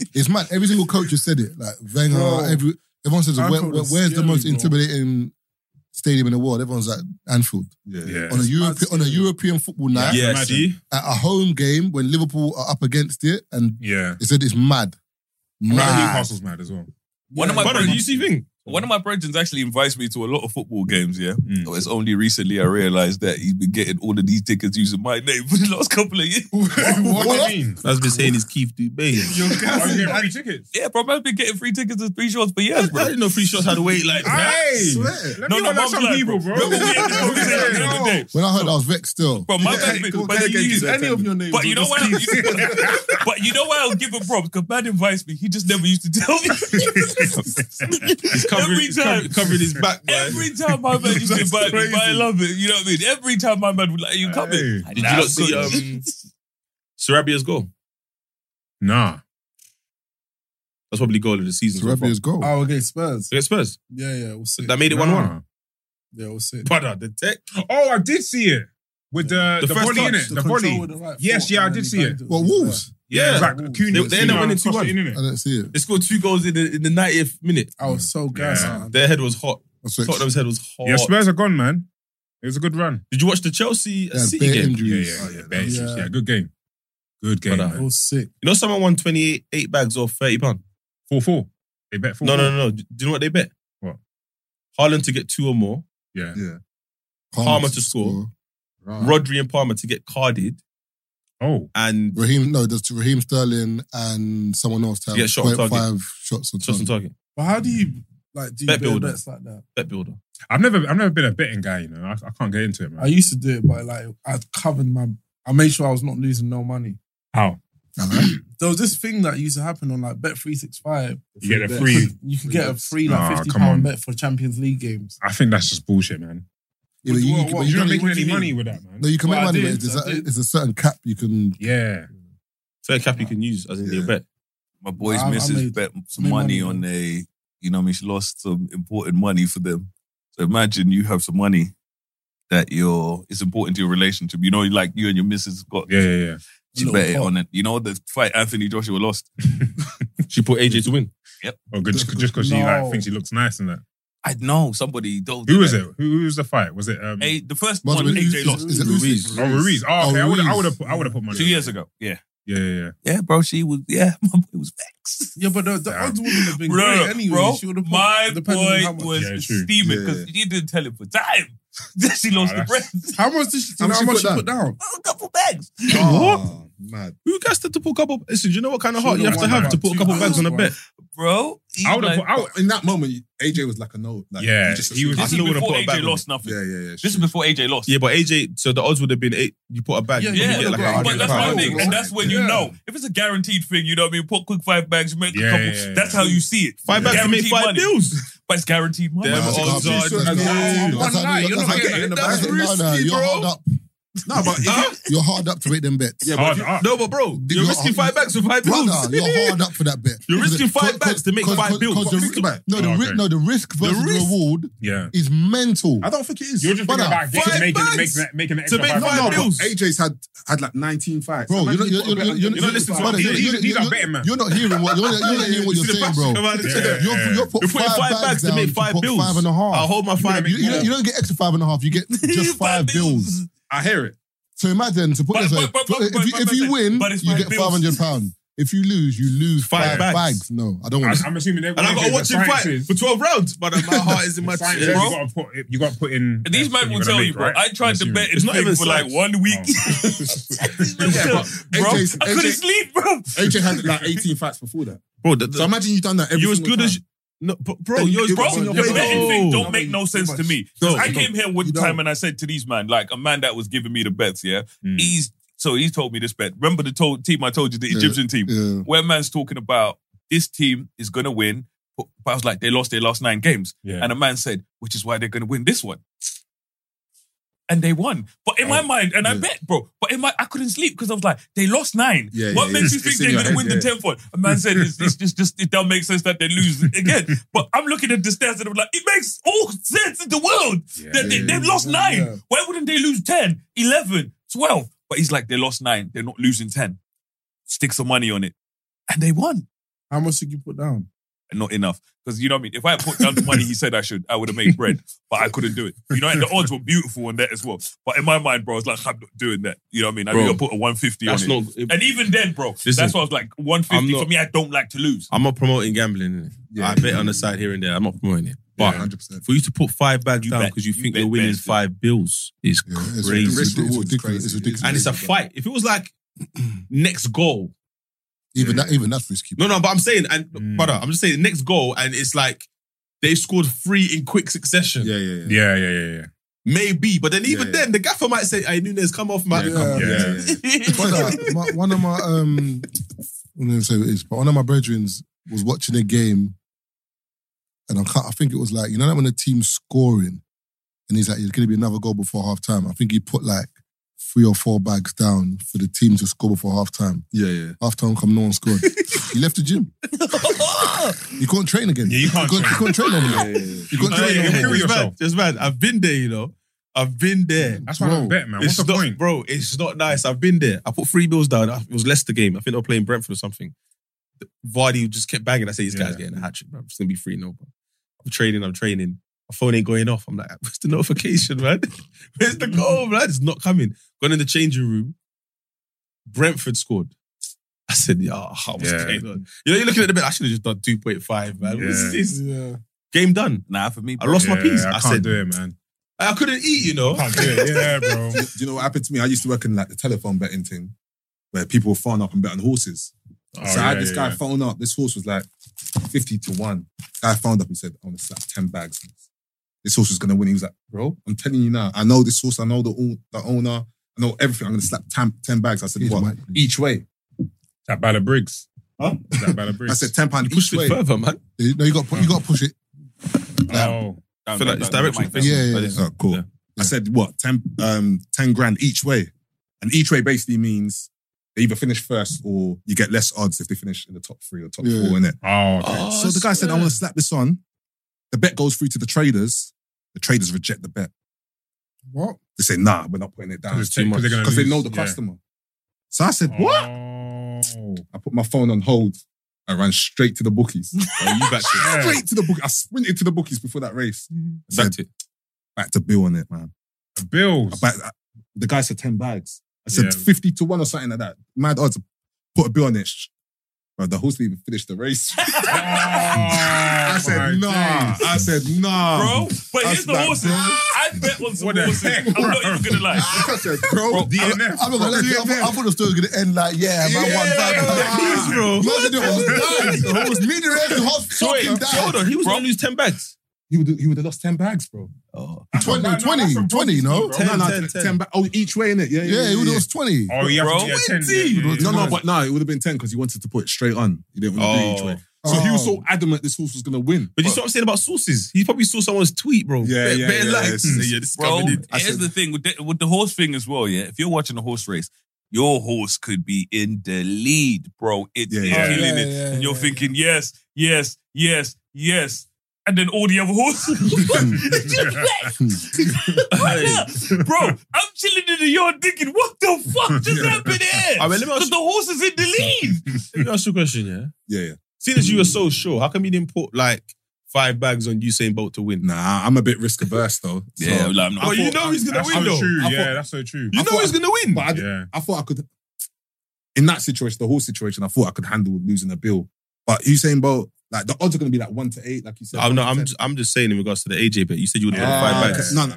[SPEAKER 10] It's mad. Every single coach has said it. Like Wenger,
[SPEAKER 7] Bro.
[SPEAKER 10] every everyone says, where,
[SPEAKER 7] Anfield
[SPEAKER 10] where-
[SPEAKER 7] is
[SPEAKER 10] "Where's the
[SPEAKER 7] scary,
[SPEAKER 10] most
[SPEAKER 7] bro.
[SPEAKER 10] intimidating stadium in the world?" Everyone's like Anfield
[SPEAKER 5] Yeah.
[SPEAKER 10] on a Europe,
[SPEAKER 7] mad
[SPEAKER 10] on a European football night
[SPEAKER 4] Yeah,
[SPEAKER 5] imagine.
[SPEAKER 4] see?
[SPEAKER 10] at a home game when Liverpool are up against it, and
[SPEAKER 5] Yeah.
[SPEAKER 10] they said it's mad,
[SPEAKER 5] Nah.
[SPEAKER 10] mad.
[SPEAKER 5] Newcastle's mad as well.
[SPEAKER 6] One of my
[SPEAKER 4] But
[SPEAKER 6] friends-
[SPEAKER 4] you see thing.
[SPEAKER 6] One of my brethren actually invites me to a lot of football games, yeah.
[SPEAKER 4] Hmm.
[SPEAKER 6] Oh, It's only recently I realized that he's been getting all of these tickets using my name for the last couple of years.
[SPEAKER 5] What do you mean?
[SPEAKER 4] That's been saying is Keith Dubé.
[SPEAKER 5] Are you getting free tickets?
[SPEAKER 6] yeah, bro, I've been getting free tickets and free shots for
[SPEAKER 4] I
[SPEAKER 6] years, bro.
[SPEAKER 4] didn't know free shots had weight like that.
[SPEAKER 5] Hey,
[SPEAKER 10] swear.
[SPEAKER 5] let
[SPEAKER 6] No,
[SPEAKER 5] me
[SPEAKER 6] no,
[SPEAKER 5] no,
[SPEAKER 6] mum's
[SPEAKER 5] some
[SPEAKER 6] like,
[SPEAKER 5] people,
[SPEAKER 6] bro.
[SPEAKER 5] bro.
[SPEAKER 6] Remember we had this conversation the other day?
[SPEAKER 10] When I heard, that, I was vexed still.
[SPEAKER 6] Bro, my man's been- but you- you-
[SPEAKER 7] Any of your names?
[SPEAKER 6] But you
[SPEAKER 7] on
[SPEAKER 6] know
[SPEAKER 7] this
[SPEAKER 6] what? You
[SPEAKER 7] team.
[SPEAKER 6] know, but you know why I'll give him props because man invites me. He just never used to tell me.
[SPEAKER 4] He's covering,
[SPEAKER 6] every
[SPEAKER 4] he's
[SPEAKER 6] time,
[SPEAKER 4] covering, covering his back, man.
[SPEAKER 6] every time my man used to
[SPEAKER 5] That's
[SPEAKER 6] invite me, but I
[SPEAKER 5] crazy.
[SPEAKER 6] love it. You know what I mean? Every time my man would like, you coming?
[SPEAKER 5] Hey.
[SPEAKER 6] I
[SPEAKER 4] Did
[SPEAKER 6] nah,
[SPEAKER 4] you
[SPEAKER 6] I'm
[SPEAKER 4] not see
[SPEAKER 6] good.
[SPEAKER 4] um, Sarabia's goal?
[SPEAKER 5] Nah.
[SPEAKER 4] That's probably goal of the season. So far.
[SPEAKER 10] Sarabia's goal.
[SPEAKER 7] Oh, against Spurs.
[SPEAKER 4] Against Spurs.
[SPEAKER 7] Yeah, yeah, we'll see.
[SPEAKER 4] That made it 1 1.
[SPEAKER 7] Yeah, we'll see.
[SPEAKER 4] Brother, the tech.
[SPEAKER 5] Oh, I did see it with the
[SPEAKER 4] The
[SPEAKER 5] the,
[SPEAKER 4] first
[SPEAKER 5] volley
[SPEAKER 4] touch,
[SPEAKER 5] in it. The,
[SPEAKER 7] control
[SPEAKER 5] volley.
[SPEAKER 7] with the right
[SPEAKER 5] Yes,
[SPEAKER 7] foot
[SPEAKER 5] yeah, I
[SPEAKER 7] and
[SPEAKER 5] did
[SPEAKER 7] then
[SPEAKER 5] see
[SPEAKER 7] he
[SPEAKER 5] it.
[SPEAKER 7] banged
[SPEAKER 10] What Wolves?
[SPEAKER 5] Yeah, it was
[SPEAKER 4] Yeah.
[SPEAKER 5] like Cunha
[SPEAKER 4] They-
[SPEAKER 5] was
[SPEAKER 4] they ended up
[SPEAKER 5] sitting
[SPEAKER 4] winning
[SPEAKER 5] around, crossed
[SPEAKER 4] 2-1.
[SPEAKER 5] it in, innit?
[SPEAKER 10] I didn't see it.
[SPEAKER 4] They scored two goals in the, in the 90th minute.
[SPEAKER 7] I was so gassed,
[SPEAKER 5] Yeah.
[SPEAKER 7] man.
[SPEAKER 4] Their head was hot.
[SPEAKER 10] I was vexed.
[SPEAKER 4] Tottenham's head was hot.
[SPEAKER 5] Yeah, Spurs are gone, man. It was a good run.
[SPEAKER 4] Did you watch the Chelsea
[SPEAKER 10] They had
[SPEAKER 4] City
[SPEAKER 10] bare
[SPEAKER 4] game?
[SPEAKER 5] Yeah,
[SPEAKER 10] injuries.
[SPEAKER 5] yeah, yeah. bare issues.
[SPEAKER 7] Oh, Yeah.
[SPEAKER 5] Yeah, good game. Good game,
[SPEAKER 4] Brother.
[SPEAKER 5] man.
[SPEAKER 7] We'll see.
[SPEAKER 4] You know someone won 28 eight bags off £30? pound?
[SPEAKER 5] Four four. They bet four.
[SPEAKER 4] No, no, no, no. Do you know what they bet?
[SPEAKER 5] What?
[SPEAKER 4] Haaland to get two or more.
[SPEAKER 5] Yeah.
[SPEAKER 4] Palmer to score. Rodri and Palmer to get carded.
[SPEAKER 5] Oh,
[SPEAKER 4] And
[SPEAKER 10] Raheem, no, there's Raheem Sterling and someone else to have
[SPEAKER 4] Yeah, shot on target.
[SPEAKER 10] 0.5 shots on
[SPEAKER 4] just on
[SPEAKER 10] target.
[SPEAKER 4] target.
[SPEAKER 7] But how do you like do you
[SPEAKER 4] Bet
[SPEAKER 7] build
[SPEAKER 4] builder.
[SPEAKER 7] bets like that?
[SPEAKER 4] Bet builder.
[SPEAKER 5] I've never, I've never been a betting guy. You know, I, I can't get into it,
[SPEAKER 7] I
[SPEAKER 5] man.
[SPEAKER 7] used to do it, but like I covered my. I made sure I was not losing no money.
[SPEAKER 5] How?
[SPEAKER 7] There was this thing that used to happen on like Bet Three Six Five.
[SPEAKER 5] You get a free.
[SPEAKER 7] You could get a free like
[SPEAKER 5] Nah,
[SPEAKER 7] fifty
[SPEAKER 5] come on.
[SPEAKER 7] pound bet for Champions League games.
[SPEAKER 5] I think that's just bullshit, man.
[SPEAKER 10] Yeah, but you-
[SPEAKER 7] What-
[SPEAKER 10] you-
[SPEAKER 7] what-
[SPEAKER 10] but
[SPEAKER 5] You're
[SPEAKER 10] you
[SPEAKER 5] not
[SPEAKER 10] can-
[SPEAKER 5] making
[SPEAKER 7] what
[SPEAKER 5] any
[SPEAKER 7] do you
[SPEAKER 5] money
[SPEAKER 7] mean?
[SPEAKER 5] with that, man.
[SPEAKER 10] No, you can make
[SPEAKER 7] Well, I
[SPEAKER 10] money,
[SPEAKER 7] did,
[SPEAKER 10] but it's,
[SPEAKER 7] I did.
[SPEAKER 10] a, it's a certain cap you can.
[SPEAKER 5] Yeah.
[SPEAKER 4] Fair cap you can use as in your
[SPEAKER 10] Yeah.
[SPEAKER 4] bet.
[SPEAKER 6] My boys,
[SPEAKER 7] I- I
[SPEAKER 6] missus
[SPEAKER 7] made-
[SPEAKER 6] bet some
[SPEAKER 7] made
[SPEAKER 6] money
[SPEAKER 7] money,
[SPEAKER 6] on a, you know, what I mean, she lost some important money for them. So imagine you have some money that you're, it's important to your relationship. You know, like you and your missus have got,
[SPEAKER 5] Yeah, yeah, yeah.
[SPEAKER 6] she
[SPEAKER 7] Little
[SPEAKER 6] bet it
[SPEAKER 7] pot.
[SPEAKER 6] on it. You know, the fight Anthony Joshua lost.
[SPEAKER 4] She put AJ to win.
[SPEAKER 5] Oh, good. Just because she
[SPEAKER 7] No.
[SPEAKER 5] like thinks she looks nice and that.
[SPEAKER 6] I know somebody. Don't
[SPEAKER 5] Who was it? Who, who was the fight? Was it? Um,
[SPEAKER 6] Hey, the first
[SPEAKER 10] Must
[SPEAKER 6] one,
[SPEAKER 10] have been-
[SPEAKER 6] AJ lost
[SPEAKER 10] is- is it Usyk?
[SPEAKER 5] Oh, Ruiz. Oh, okay. I would, I would have, put, I would have put money.
[SPEAKER 6] two years ago. Yeah.
[SPEAKER 5] Yeah, yeah,
[SPEAKER 6] yeah. bro. She was, yeah, my boy was vexed.
[SPEAKER 7] Yeah, but the, the odds wouldn't have been
[SPEAKER 6] Bro,
[SPEAKER 7] great anyway.
[SPEAKER 6] bro,
[SPEAKER 7] she would have
[SPEAKER 6] my
[SPEAKER 7] depending on how
[SPEAKER 6] boy was
[SPEAKER 7] much. Yeah, true.
[SPEAKER 6] steaming
[SPEAKER 7] Yeah,
[SPEAKER 6] because he didn't tell him for time. she lost the breath.
[SPEAKER 7] How much did she?
[SPEAKER 6] How much
[SPEAKER 7] how
[SPEAKER 6] she
[SPEAKER 7] much
[SPEAKER 6] put
[SPEAKER 7] she
[SPEAKER 6] down?
[SPEAKER 7] put down?
[SPEAKER 6] A couple bags.
[SPEAKER 4] What?
[SPEAKER 10] Mad.
[SPEAKER 4] Who guessed it to put a couple? Listen, do you know what kind of heart you have to
[SPEAKER 10] won
[SPEAKER 4] have
[SPEAKER 10] about
[SPEAKER 4] to put a
[SPEAKER 10] two
[SPEAKER 4] couple bags on
[SPEAKER 10] hours,
[SPEAKER 4] a
[SPEAKER 10] bro.
[SPEAKER 4] bet?
[SPEAKER 6] Bro,
[SPEAKER 10] I would have.
[SPEAKER 6] like-
[SPEAKER 10] put- I would- in that moment, AJ was like a no. Like,
[SPEAKER 4] Yeah, he was-
[SPEAKER 10] I
[SPEAKER 4] This
[SPEAKER 10] still
[SPEAKER 4] is
[SPEAKER 10] would've
[SPEAKER 4] before
[SPEAKER 10] put a
[SPEAKER 4] AJ
[SPEAKER 10] bag on
[SPEAKER 6] lost
[SPEAKER 10] it.
[SPEAKER 6] nothing.
[SPEAKER 10] Yeah, yeah, yeah.
[SPEAKER 6] This is before AJ lost.
[SPEAKER 4] Yeah, but AJ, so the odds would have been eight. You put a bag, you
[SPEAKER 6] Yeah,
[SPEAKER 4] get like a
[SPEAKER 6] but
[SPEAKER 4] hundred
[SPEAKER 6] that's my
[SPEAKER 4] pounds.
[SPEAKER 6] thing. And that's when you know. If it's a guaranteed thing, you know what I mean? Put quick five bags, make a
[SPEAKER 4] Yeah,
[SPEAKER 6] couple.
[SPEAKER 4] yeah, yeah.
[SPEAKER 6] That's how you see it.
[SPEAKER 4] Five bags to make
[SPEAKER 6] Guaranteed
[SPEAKER 4] five
[SPEAKER 6] money.
[SPEAKER 4] deals.
[SPEAKER 6] But it's guaranteed money.
[SPEAKER 4] Them
[SPEAKER 6] That's
[SPEAKER 4] odds
[SPEAKER 6] how-
[SPEAKER 4] are-
[SPEAKER 6] that's how-
[SPEAKER 4] that's how-
[SPEAKER 6] One
[SPEAKER 10] That's how-
[SPEAKER 6] lie,
[SPEAKER 10] that's
[SPEAKER 6] you're
[SPEAKER 10] how-
[SPEAKER 6] not getting that in the
[SPEAKER 10] that's-
[SPEAKER 6] bag.
[SPEAKER 10] no, no,
[SPEAKER 6] Risky,
[SPEAKER 10] you're
[SPEAKER 6] bro.
[SPEAKER 10] hard up. No, but if you- you're hard up to make them bets.
[SPEAKER 4] Yeah, but if you- no, but bro, you're risking five bags for five bills.
[SPEAKER 10] Brother, you're hard up for that bet.
[SPEAKER 4] You're risking five bags to make
[SPEAKER 10] Cause-
[SPEAKER 4] five
[SPEAKER 10] cause-
[SPEAKER 4] bills.
[SPEAKER 10] cause the-
[SPEAKER 4] Think about it.
[SPEAKER 10] No, the
[SPEAKER 4] Oh,
[SPEAKER 10] ri-
[SPEAKER 4] okay.
[SPEAKER 10] no, the risk versus the reward
[SPEAKER 5] Yeah.
[SPEAKER 10] is mental. I
[SPEAKER 8] don't think it is.
[SPEAKER 10] You're just
[SPEAKER 8] Brother,
[SPEAKER 10] about
[SPEAKER 8] five bags
[SPEAKER 5] making an
[SPEAKER 8] to
[SPEAKER 5] extra
[SPEAKER 8] make
[SPEAKER 5] five
[SPEAKER 8] five
[SPEAKER 5] bucks.
[SPEAKER 8] bills. AJ's had had like 19 fights.
[SPEAKER 10] Bro, you're
[SPEAKER 8] Imagine
[SPEAKER 10] not,
[SPEAKER 8] you put
[SPEAKER 10] you're, you're,
[SPEAKER 8] a bet
[SPEAKER 10] you're,
[SPEAKER 8] on-
[SPEAKER 10] you're,
[SPEAKER 8] you're not listening to
[SPEAKER 10] brother,
[SPEAKER 8] what I'm
[SPEAKER 10] you're-
[SPEAKER 8] saying.
[SPEAKER 10] you're-
[SPEAKER 8] These are
[SPEAKER 10] you're-
[SPEAKER 8] betting men.
[SPEAKER 10] You're not hearing what you're, not- you're not hearing what
[SPEAKER 8] You
[SPEAKER 10] you're
[SPEAKER 8] see the
[SPEAKER 10] saying,
[SPEAKER 8] pressure
[SPEAKER 10] bro.
[SPEAKER 8] come out of this nigga?
[SPEAKER 10] You're, you're, put
[SPEAKER 8] You're putting
[SPEAKER 10] five,
[SPEAKER 8] five
[SPEAKER 10] bags
[SPEAKER 8] bags to
[SPEAKER 10] down
[SPEAKER 8] make
[SPEAKER 10] to
[SPEAKER 8] five
[SPEAKER 10] put
[SPEAKER 8] bills.
[SPEAKER 10] Five and a half.
[SPEAKER 8] I'll hold my
[SPEAKER 10] You
[SPEAKER 8] five-
[SPEAKER 10] don't- You, don't- you don't get extra five and a half. You get just five bills.
[SPEAKER 8] I hear it.
[SPEAKER 10] So imagine to put
[SPEAKER 8] But-
[SPEAKER 10] it this way:
[SPEAKER 8] but- but-
[SPEAKER 10] if
[SPEAKER 8] but-
[SPEAKER 10] you,
[SPEAKER 8] but-
[SPEAKER 10] if you
[SPEAKER 8] but-
[SPEAKER 10] win,
[SPEAKER 8] but it's
[SPEAKER 10] you
[SPEAKER 8] five
[SPEAKER 10] get
[SPEAKER 8] bills.
[SPEAKER 10] five hundred pounds. If you lose, you lose five,
[SPEAKER 4] Five bags.
[SPEAKER 10] bags. No, I don't want.
[SPEAKER 5] I'm, I'm assuming
[SPEAKER 4] And I got to watch him fight for 12 rounds, but my heart is in my
[SPEAKER 5] Science
[SPEAKER 4] chest.
[SPEAKER 5] says You gotta put, you got to put in.
[SPEAKER 6] These men will tell you, Oh. bro. I tried to bet
[SPEAKER 4] It's
[SPEAKER 6] it's
[SPEAKER 4] not
[SPEAKER 6] thing
[SPEAKER 4] even
[SPEAKER 6] for like
[SPEAKER 4] science.
[SPEAKER 6] one week.
[SPEAKER 8] Yeah, but
[SPEAKER 6] Bro,
[SPEAKER 8] AJ's
[SPEAKER 6] I couldn't sleep, bro.
[SPEAKER 8] AJ had like 18 fights before that.
[SPEAKER 4] Bro,
[SPEAKER 8] so imagine you done that every
[SPEAKER 4] You're as
[SPEAKER 8] single
[SPEAKER 4] good
[SPEAKER 8] time.
[SPEAKER 4] as. No, but bro,
[SPEAKER 8] Then
[SPEAKER 4] you're as
[SPEAKER 8] you're
[SPEAKER 4] bro.
[SPEAKER 8] betting your
[SPEAKER 6] The
[SPEAKER 8] way.
[SPEAKER 6] betting
[SPEAKER 8] No.
[SPEAKER 6] thing don't
[SPEAKER 8] No,
[SPEAKER 6] make no sense to me.
[SPEAKER 4] No,
[SPEAKER 6] 'Cause I
[SPEAKER 4] you
[SPEAKER 6] came here one time and I said to these man, like a man that was giving me the bets, yeah. He's so he's told me this bet. Remember the to- team I told you, the Egyptian team,
[SPEAKER 5] Mm.
[SPEAKER 6] where man's talking about this team is gonna win, but, but I was like, they lost their last nine games.
[SPEAKER 5] Yeah.
[SPEAKER 6] And a man said, which is why they're gonna win this one. And they won. But in my mind, and I bet, bro, but in my I couldn't sleep because I was like, they lost nine.
[SPEAKER 5] Yeah,
[SPEAKER 6] what
[SPEAKER 5] yeah,
[SPEAKER 6] makes
[SPEAKER 5] it's-
[SPEAKER 6] you think
[SPEAKER 5] it's in
[SPEAKER 6] they're
[SPEAKER 5] your
[SPEAKER 6] gonna
[SPEAKER 5] head,
[SPEAKER 6] win
[SPEAKER 5] yeah.
[SPEAKER 6] the 10th one? A man said it's, it's just just it don't make sense that they lose again. but I'm looking at the stats and I'm like, it makes all sense in the world that they, they've lost nine. Why wouldn't they lose 10, 11, 12? But he's like, they lost nine, they're not losing 10. Stick some money on it. And they won.
[SPEAKER 7] How much did you put down?
[SPEAKER 6] Not enough. Because you know what I mean? If I had put down the money he said I should, I would have made bread. But I couldn't do it. You know, and the odds were beautiful on that as well. But in my mind, bro, I was like, I'm not doing that. You know what I mean? I
[SPEAKER 4] Bro,
[SPEAKER 6] think I put a 150 on
[SPEAKER 4] that's
[SPEAKER 6] it.
[SPEAKER 4] not- it-
[SPEAKER 6] and even then, bro,
[SPEAKER 4] Listen,
[SPEAKER 6] that's why I was like, 150
[SPEAKER 4] I'm not-
[SPEAKER 6] for me, I don't like to lose.
[SPEAKER 4] I'm not promoting gambling. innit? I bet on the side here and there. I'm not promoting it. But for you to put five bags down
[SPEAKER 6] bet-
[SPEAKER 4] because you
[SPEAKER 6] you
[SPEAKER 4] think
[SPEAKER 6] bet
[SPEAKER 4] you're winning
[SPEAKER 6] best,
[SPEAKER 4] five bills is
[SPEAKER 10] It's
[SPEAKER 4] crazy.
[SPEAKER 10] ridiculous. It's ridiculous. It's ridiculous.
[SPEAKER 4] and it's a fight. If it was like next goal,
[SPEAKER 10] Even that, even that's risky.
[SPEAKER 4] no, no. But I'm saying, and
[SPEAKER 6] Mm.
[SPEAKER 4] brother, I'm just saying next goal, and it's like they scored three in quick succession. Yeah,
[SPEAKER 8] yeah,
[SPEAKER 5] Yeah, yeah, yeah, yeah.
[SPEAKER 4] Maybe, but then even
[SPEAKER 10] yeah.
[SPEAKER 4] then, the gaffer might say, "Hey, Nunes, come off, man."
[SPEAKER 10] Yeah, yeah, yeah, Brother, my, one of my um, I'm gonna say what it is, but one of my brethrens was watching a game, and I can't, I think it was like you know that when the team's scoring, and he's like, "There's gonna be another goal before half time." I think he put like three or four bags down for the team to score before half time.
[SPEAKER 8] Yeah, yeah.
[SPEAKER 10] Half time come, no one scored. he left the gym. you can't train again. Yeah,
[SPEAKER 5] you can't.
[SPEAKER 10] You can't, you can't train anymore. You can't
[SPEAKER 4] Oh,
[SPEAKER 10] train
[SPEAKER 4] yeah,
[SPEAKER 10] anymore.
[SPEAKER 4] it's mad. It's mad. I've been there, you know. I've been there.
[SPEAKER 5] That's why I don't bet, man. What's
[SPEAKER 4] it's
[SPEAKER 5] the
[SPEAKER 4] not,
[SPEAKER 5] point?
[SPEAKER 4] bro? It's not nice. I've been there. I put three bills down. It was Leicester game. I think they were playing Brentford or something. Vardy just kept banging. I say, "This guy's getting a hat trick, bro. It's gonna be three 0 bro. I'm training. I'm training. My phone ain't going off. I'm like, where's the notification, man? Where's the goal, man? It's not coming. Gone in the changing room. Brentford scored. I said, yeah, what's
[SPEAKER 5] Yeah.
[SPEAKER 4] going on? You know, you're looking at the bit. I should have just done two point five, man. What's
[SPEAKER 5] Yeah.
[SPEAKER 4] this? Game done.
[SPEAKER 6] Nah, for me,
[SPEAKER 4] I lost my
[SPEAKER 5] Yeah,
[SPEAKER 4] peace.
[SPEAKER 5] I,
[SPEAKER 4] I,
[SPEAKER 5] can't
[SPEAKER 4] said,
[SPEAKER 5] do it, man.
[SPEAKER 4] I couldn't eat, you know.
[SPEAKER 5] Can't do it. Yeah, bro.
[SPEAKER 8] Do you know what happened to me? I used to work in like the telephone betting thing, where people would phone up and bet on horses.
[SPEAKER 5] Oh,
[SPEAKER 8] so I had
[SPEAKER 5] yeah,
[SPEAKER 8] this
[SPEAKER 5] yeah,
[SPEAKER 8] guy
[SPEAKER 5] yeah.
[SPEAKER 8] phone up. This horse was like fifty to one. Guy phoned up and said, "I want to slap ten bags." This horse was gonna win. He was like, "Bro, I'm telling you now. I know this horse. I know the own- the owner. I know everything. I'm gonna slap 10, 10 bags." I said, "What? Each way?"
[SPEAKER 5] That by the Briggs.
[SPEAKER 8] Huh?
[SPEAKER 5] That by the Briggs.
[SPEAKER 8] I said ten pound each
[SPEAKER 4] Pushed
[SPEAKER 8] way.
[SPEAKER 4] it further, man.
[SPEAKER 10] No, you got you got to push it.
[SPEAKER 5] Oh.
[SPEAKER 6] Down,
[SPEAKER 4] feel like
[SPEAKER 6] down,
[SPEAKER 4] it's
[SPEAKER 6] down,
[SPEAKER 4] direction
[SPEAKER 6] down,
[SPEAKER 4] facing.
[SPEAKER 10] Yeah, yeah,
[SPEAKER 4] Like
[SPEAKER 10] yeah.
[SPEAKER 4] this.
[SPEAKER 8] Oh, cool. I said what? 10, um, 10 grand each way. And each way basically means they either finish first or you get less odds if they finish in the top three or top
[SPEAKER 10] Yeah.
[SPEAKER 8] four, innit?
[SPEAKER 5] Oh, okay.
[SPEAKER 4] Oh,
[SPEAKER 8] so the guy said, I
[SPEAKER 4] snap.
[SPEAKER 8] want to slap this on. The bet goes through to the traders. The traders reject the bet.
[SPEAKER 7] What?
[SPEAKER 8] They say, nah, we're not putting it down.
[SPEAKER 5] Because it's too much. they're gonna
[SPEAKER 8] Because they
[SPEAKER 5] lose.
[SPEAKER 8] know the
[SPEAKER 5] Yeah.
[SPEAKER 8] customer. So I said, what?
[SPEAKER 5] Oh.
[SPEAKER 8] I put my phone on hold. I ran straight to the bookies.
[SPEAKER 4] Oh, you back to
[SPEAKER 5] Yeah.
[SPEAKER 8] straight to the bookies. I sprinted to the bookies before that race.
[SPEAKER 4] back to it.
[SPEAKER 8] Back to Bill on it, man.
[SPEAKER 5] Bills.
[SPEAKER 10] uh,
[SPEAKER 8] But the guy said 10 bags. I said
[SPEAKER 5] Yeah.
[SPEAKER 8] 50 to 1 or something like that. Mad odds.
[SPEAKER 10] put a bill on it. Sh- Bro, the horse didn't even finish the race. I said, nah. I said, nah.
[SPEAKER 6] Bro, but
[SPEAKER 10] I
[SPEAKER 6] here's
[SPEAKER 10] was
[SPEAKER 6] the
[SPEAKER 10] like,
[SPEAKER 6] horses. I bet on some horses. I'm not even gonna lie.
[SPEAKER 7] I said, bro,
[SPEAKER 6] Bro,
[SPEAKER 7] DNF. I'm not gonna let you. I thought- I thought the story was gonna end like, yeah, man, one five.
[SPEAKER 4] Please, bro.
[SPEAKER 7] Man, the horse died. The horse meteor, the horse
[SPEAKER 4] So wait,
[SPEAKER 7] fucking died.
[SPEAKER 4] so hold on. He was gonna lose ten bags.
[SPEAKER 10] He would he would have lost ten bags, bro.
[SPEAKER 7] 20, 20, 20, no?
[SPEAKER 10] Ten, Oh, no, no, ten, ten ba- oh, each way in it. Yeah, yeah.
[SPEAKER 7] Yeah, it would- it was 20.
[SPEAKER 5] Oh, you have
[SPEAKER 10] Bro,
[SPEAKER 5] to get 10. yeah, yeah,
[SPEAKER 10] No,
[SPEAKER 5] yeah.
[SPEAKER 10] no, but no, it would have been 10 because he wanted to put it straight on. He didn't want to do each way. So he was so adamant this horse was going to win.
[SPEAKER 4] Oh. But you see what I'm saying about sources? He probably saw someone's tweet, bro.
[SPEAKER 10] Yeah,
[SPEAKER 4] Bare-
[SPEAKER 10] yeah,
[SPEAKER 4] bare
[SPEAKER 10] yeah,
[SPEAKER 4] like,
[SPEAKER 10] it's-
[SPEAKER 4] hmm,
[SPEAKER 10] it's-
[SPEAKER 4] yeah, this guy
[SPEAKER 6] Bro,
[SPEAKER 4] did-
[SPEAKER 6] here's the thing with the, with the horse thing as well. Yeah, if you're watching a horse race, your horse could be in the lead, bro. It is
[SPEAKER 10] yeah.
[SPEAKER 6] killing
[SPEAKER 7] Yeah,
[SPEAKER 6] it,
[SPEAKER 7] yeah,
[SPEAKER 6] and you're thinking yes, yes, yes, yes, and then all the other horses, bro. I'm chilling in the yard thinking, what the fuck just happened here?
[SPEAKER 4] I mean, let me
[SPEAKER 6] Because
[SPEAKER 4] ask,
[SPEAKER 6] the horse is in the lead.
[SPEAKER 4] let me ask you a question, yeah.
[SPEAKER 10] Yeah, yeah.
[SPEAKER 4] Seeing as you were
[SPEAKER 10] Hmm.
[SPEAKER 4] so sure, how come you didn't put like five bags on Usain Bolt to win?
[SPEAKER 10] Nah, I'm a bit risk averse though. So
[SPEAKER 6] Yeah, like, I'm not-
[SPEAKER 4] But you
[SPEAKER 10] thought-
[SPEAKER 4] know he's gonna
[SPEAKER 5] That's
[SPEAKER 4] win,
[SPEAKER 5] so
[SPEAKER 4] though.
[SPEAKER 5] true.
[SPEAKER 10] I
[SPEAKER 5] yeah,
[SPEAKER 10] thought-
[SPEAKER 5] that's so true.
[SPEAKER 4] You
[SPEAKER 10] I
[SPEAKER 4] know
[SPEAKER 10] thought-
[SPEAKER 4] he's gonna win.
[SPEAKER 10] but I,
[SPEAKER 5] Yeah.
[SPEAKER 10] I thought I could, in that situation, the whole situation, I thought I could handle losing a bill. But Usain Bolt, like the odds are going to be like one to eight, like you said.
[SPEAKER 4] I'm
[SPEAKER 10] one
[SPEAKER 4] not.
[SPEAKER 10] to
[SPEAKER 4] I'm.
[SPEAKER 10] 10.
[SPEAKER 4] Just, I'm just saying in regards to the AJ bet. You said you would have
[SPEAKER 10] Ah,
[SPEAKER 4] put five
[SPEAKER 10] okay.
[SPEAKER 4] bags.
[SPEAKER 10] No, no.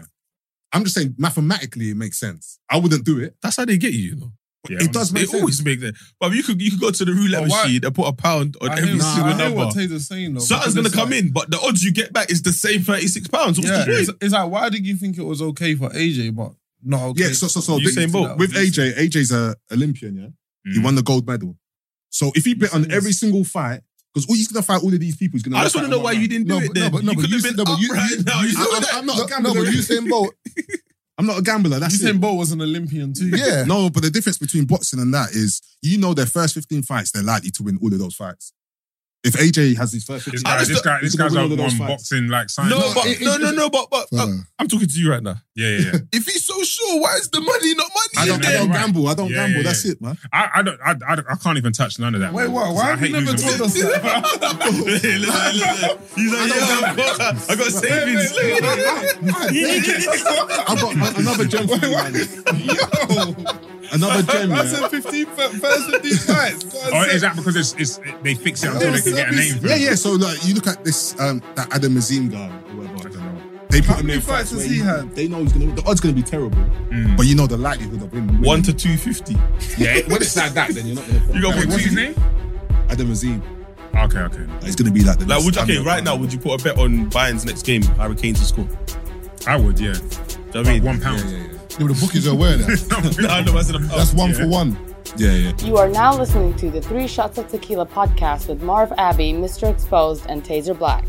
[SPEAKER 10] I'm just saying mathematically it makes sense. I wouldn't do it.
[SPEAKER 4] That's how they get you. You know.
[SPEAKER 10] But
[SPEAKER 5] Yeah,
[SPEAKER 10] it does
[SPEAKER 4] They
[SPEAKER 10] make sense.
[SPEAKER 4] always make that. But you could you could go to the roulette
[SPEAKER 7] But Oh, why-
[SPEAKER 4] machine and put a pound on
[SPEAKER 7] I
[SPEAKER 4] every
[SPEAKER 7] hear-
[SPEAKER 10] nah,
[SPEAKER 4] single
[SPEAKER 7] I hear
[SPEAKER 4] number.
[SPEAKER 7] what Taser's saying though.
[SPEAKER 4] Something's gonna come in, but the odds you get back is the same thirty six pounds. What's
[SPEAKER 7] Yeah,
[SPEAKER 4] the
[SPEAKER 7] it's,
[SPEAKER 4] point?
[SPEAKER 7] it's like, why did you think it was okay for AJ, but not okay?
[SPEAKER 10] Yeah, so so so
[SPEAKER 4] Usain
[SPEAKER 10] this-
[SPEAKER 4] Bolt.
[SPEAKER 10] with AJ, AJ's a Olympian, yeah. He
[SPEAKER 5] Mm.
[SPEAKER 10] won the gold medal. So if he bet on every single fight, because all he's gonna fight all of these people, he's gonna.
[SPEAKER 4] I just want to know why you didn't
[SPEAKER 7] No,
[SPEAKER 4] do
[SPEAKER 7] but-
[SPEAKER 4] it. Then
[SPEAKER 7] no, but- no,
[SPEAKER 4] you
[SPEAKER 7] but
[SPEAKER 4] could have
[SPEAKER 7] you-
[SPEAKER 4] been
[SPEAKER 7] no, but
[SPEAKER 4] up
[SPEAKER 7] you-
[SPEAKER 4] right
[SPEAKER 7] you-
[SPEAKER 4] now. You saw
[SPEAKER 10] I'm-
[SPEAKER 4] that?
[SPEAKER 10] I'm not a
[SPEAKER 7] no,
[SPEAKER 10] gambler.
[SPEAKER 7] but Usain Bolt,
[SPEAKER 10] I'm not a gambler. That's
[SPEAKER 7] Usain
[SPEAKER 10] it.
[SPEAKER 7] Bolt was an Olympian too.
[SPEAKER 10] Yeah. No, but the difference between boxing and that is, you know, their first 15 fights, they're likely to win all of those fights. If AJ has his first 15
[SPEAKER 5] This
[SPEAKER 4] I
[SPEAKER 5] guy,
[SPEAKER 4] just
[SPEAKER 5] this guy,
[SPEAKER 10] he's
[SPEAKER 5] this
[SPEAKER 10] gonna
[SPEAKER 5] guy's
[SPEAKER 10] win
[SPEAKER 5] up
[SPEAKER 10] all of
[SPEAKER 5] on
[SPEAKER 10] those fights.
[SPEAKER 5] boxing like science.
[SPEAKER 4] No,
[SPEAKER 7] No,
[SPEAKER 4] but
[SPEAKER 7] it-
[SPEAKER 4] no,
[SPEAKER 7] it-
[SPEAKER 4] no, no, but but
[SPEAKER 7] Fair.
[SPEAKER 4] uh, I'm talking to you right now.
[SPEAKER 5] yeah, yeah, yeah.
[SPEAKER 4] If he's so sure, why is the money
[SPEAKER 10] I
[SPEAKER 4] not money? in
[SPEAKER 10] don't, I
[SPEAKER 4] there?
[SPEAKER 10] don't
[SPEAKER 5] Right.
[SPEAKER 10] gamble. I don't
[SPEAKER 5] Yeah,
[SPEAKER 10] gamble.
[SPEAKER 5] yeah,
[SPEAKER 10] That's
[SPEAKER 5] yeah.
[SPEAKER 10] it, man.
[SPEAKER 5] I, I don't, I, I, don't- I can't even touch none of that.
[SPEAKER 7] Wait,
[SPEAKER 5] man,
[SPEAKER 7] what?
[SPEAKER 5] because
[SPEAKER 7] Why
[SPEAKER 5] I
[SPEAKER 7] have you
[SPEAKER 5] hate
[SPEAKER 7] never
[SPEAKER 5] losing
[SPEAKER 7] told
[SPEAKER 5] money.
[SPEAKER 7] us that?
[SPEAKER 4] Hey, listen, listen. He's like, yo, I've got- I
[SPEAKER 10] I've got
[SPEAKER 4] got savings.
[SPEAKER 10] a- another gem for you, man. Another gem.
[SPEAKER 7] I
[SPEAKER 10] yeah.
[SPEAKER 7] said 15, first 15 fights.
[SPEAKER 5] Oh, is that because it's, it's they fix it until they can get a name? for
[SPEAKER 10] Yeah,
[SPEAKER 5] it?
[SPEAKER 10] yeah. So like, you look at this um, that Adam Azim guy, whoever. I don't know. They put him
[SPEAKER 7] many
[SPEAKER 10] in
[SPEAKER 7] fights
[SPEAKER 10] fights
[SPEAKER 7] has
[SPEAKER 10] where
[SPEAKER 7] he
[SPEAKER 10] you-
[SPEAKER 7] had?
[SPEAKER 10] They know he's gonna. The odds gonna be terrible, but you know the likelihood of him. winning.
[SPEAKER 4] One to two fifty.
[SPEAKER 10] yeah. When it's like that, then you're not gonna.
[SPEAKER 4] You got
[SPEAKER 5] Wait,
[SPEAKER 4] put
[SPEAKER 5] what's his
[SPEAKER 4] two.
[SPEAKER 5] name?
[SPEAKER 10] Adam Azim.
[SPEAKER 5] Okay, okay.
[SPEAKER 10] Like, It's gonna be like the.
[SPEAKER 4] Like,
[SPEAKER 10] next
[SPEAKER 4] would you, okay,
[SPEAKER 10] Amir
[SPEAKER 4] right
[SPEAKER 10] Khan.
[SPEAKER 4] now, would you put a bet on Bayern's next game, Harry Kane to score? Do
[SPEAKER 5] I would,
[SPEAKER 4] you
[SPEAKER 5] yeah.
[SPEAKER 4] know what I mean?
[SPEAKER 5] One
[SPEAKER 10] Yeah,
[SPEAKER 5] pound.
[SPEAKER 10] yeah,
[SPEAKER 7] Yeah, but the bookies are aware of that.
[SPEAKER 4] no, no, I said
[SPEAKER 6] Oh,
[SPEAKER 4] I'm
[SPEAKER 7] That's one for
[SPEAKER 5] Yeah.
[SPEAKER 7] one.
[SPEAKER 10] yeah, yeah.
[SPEAKER 14] You are now listening to the Three Shots of Tequila podcast with Marv Abbey, Mr. Exposed, and Taser Black.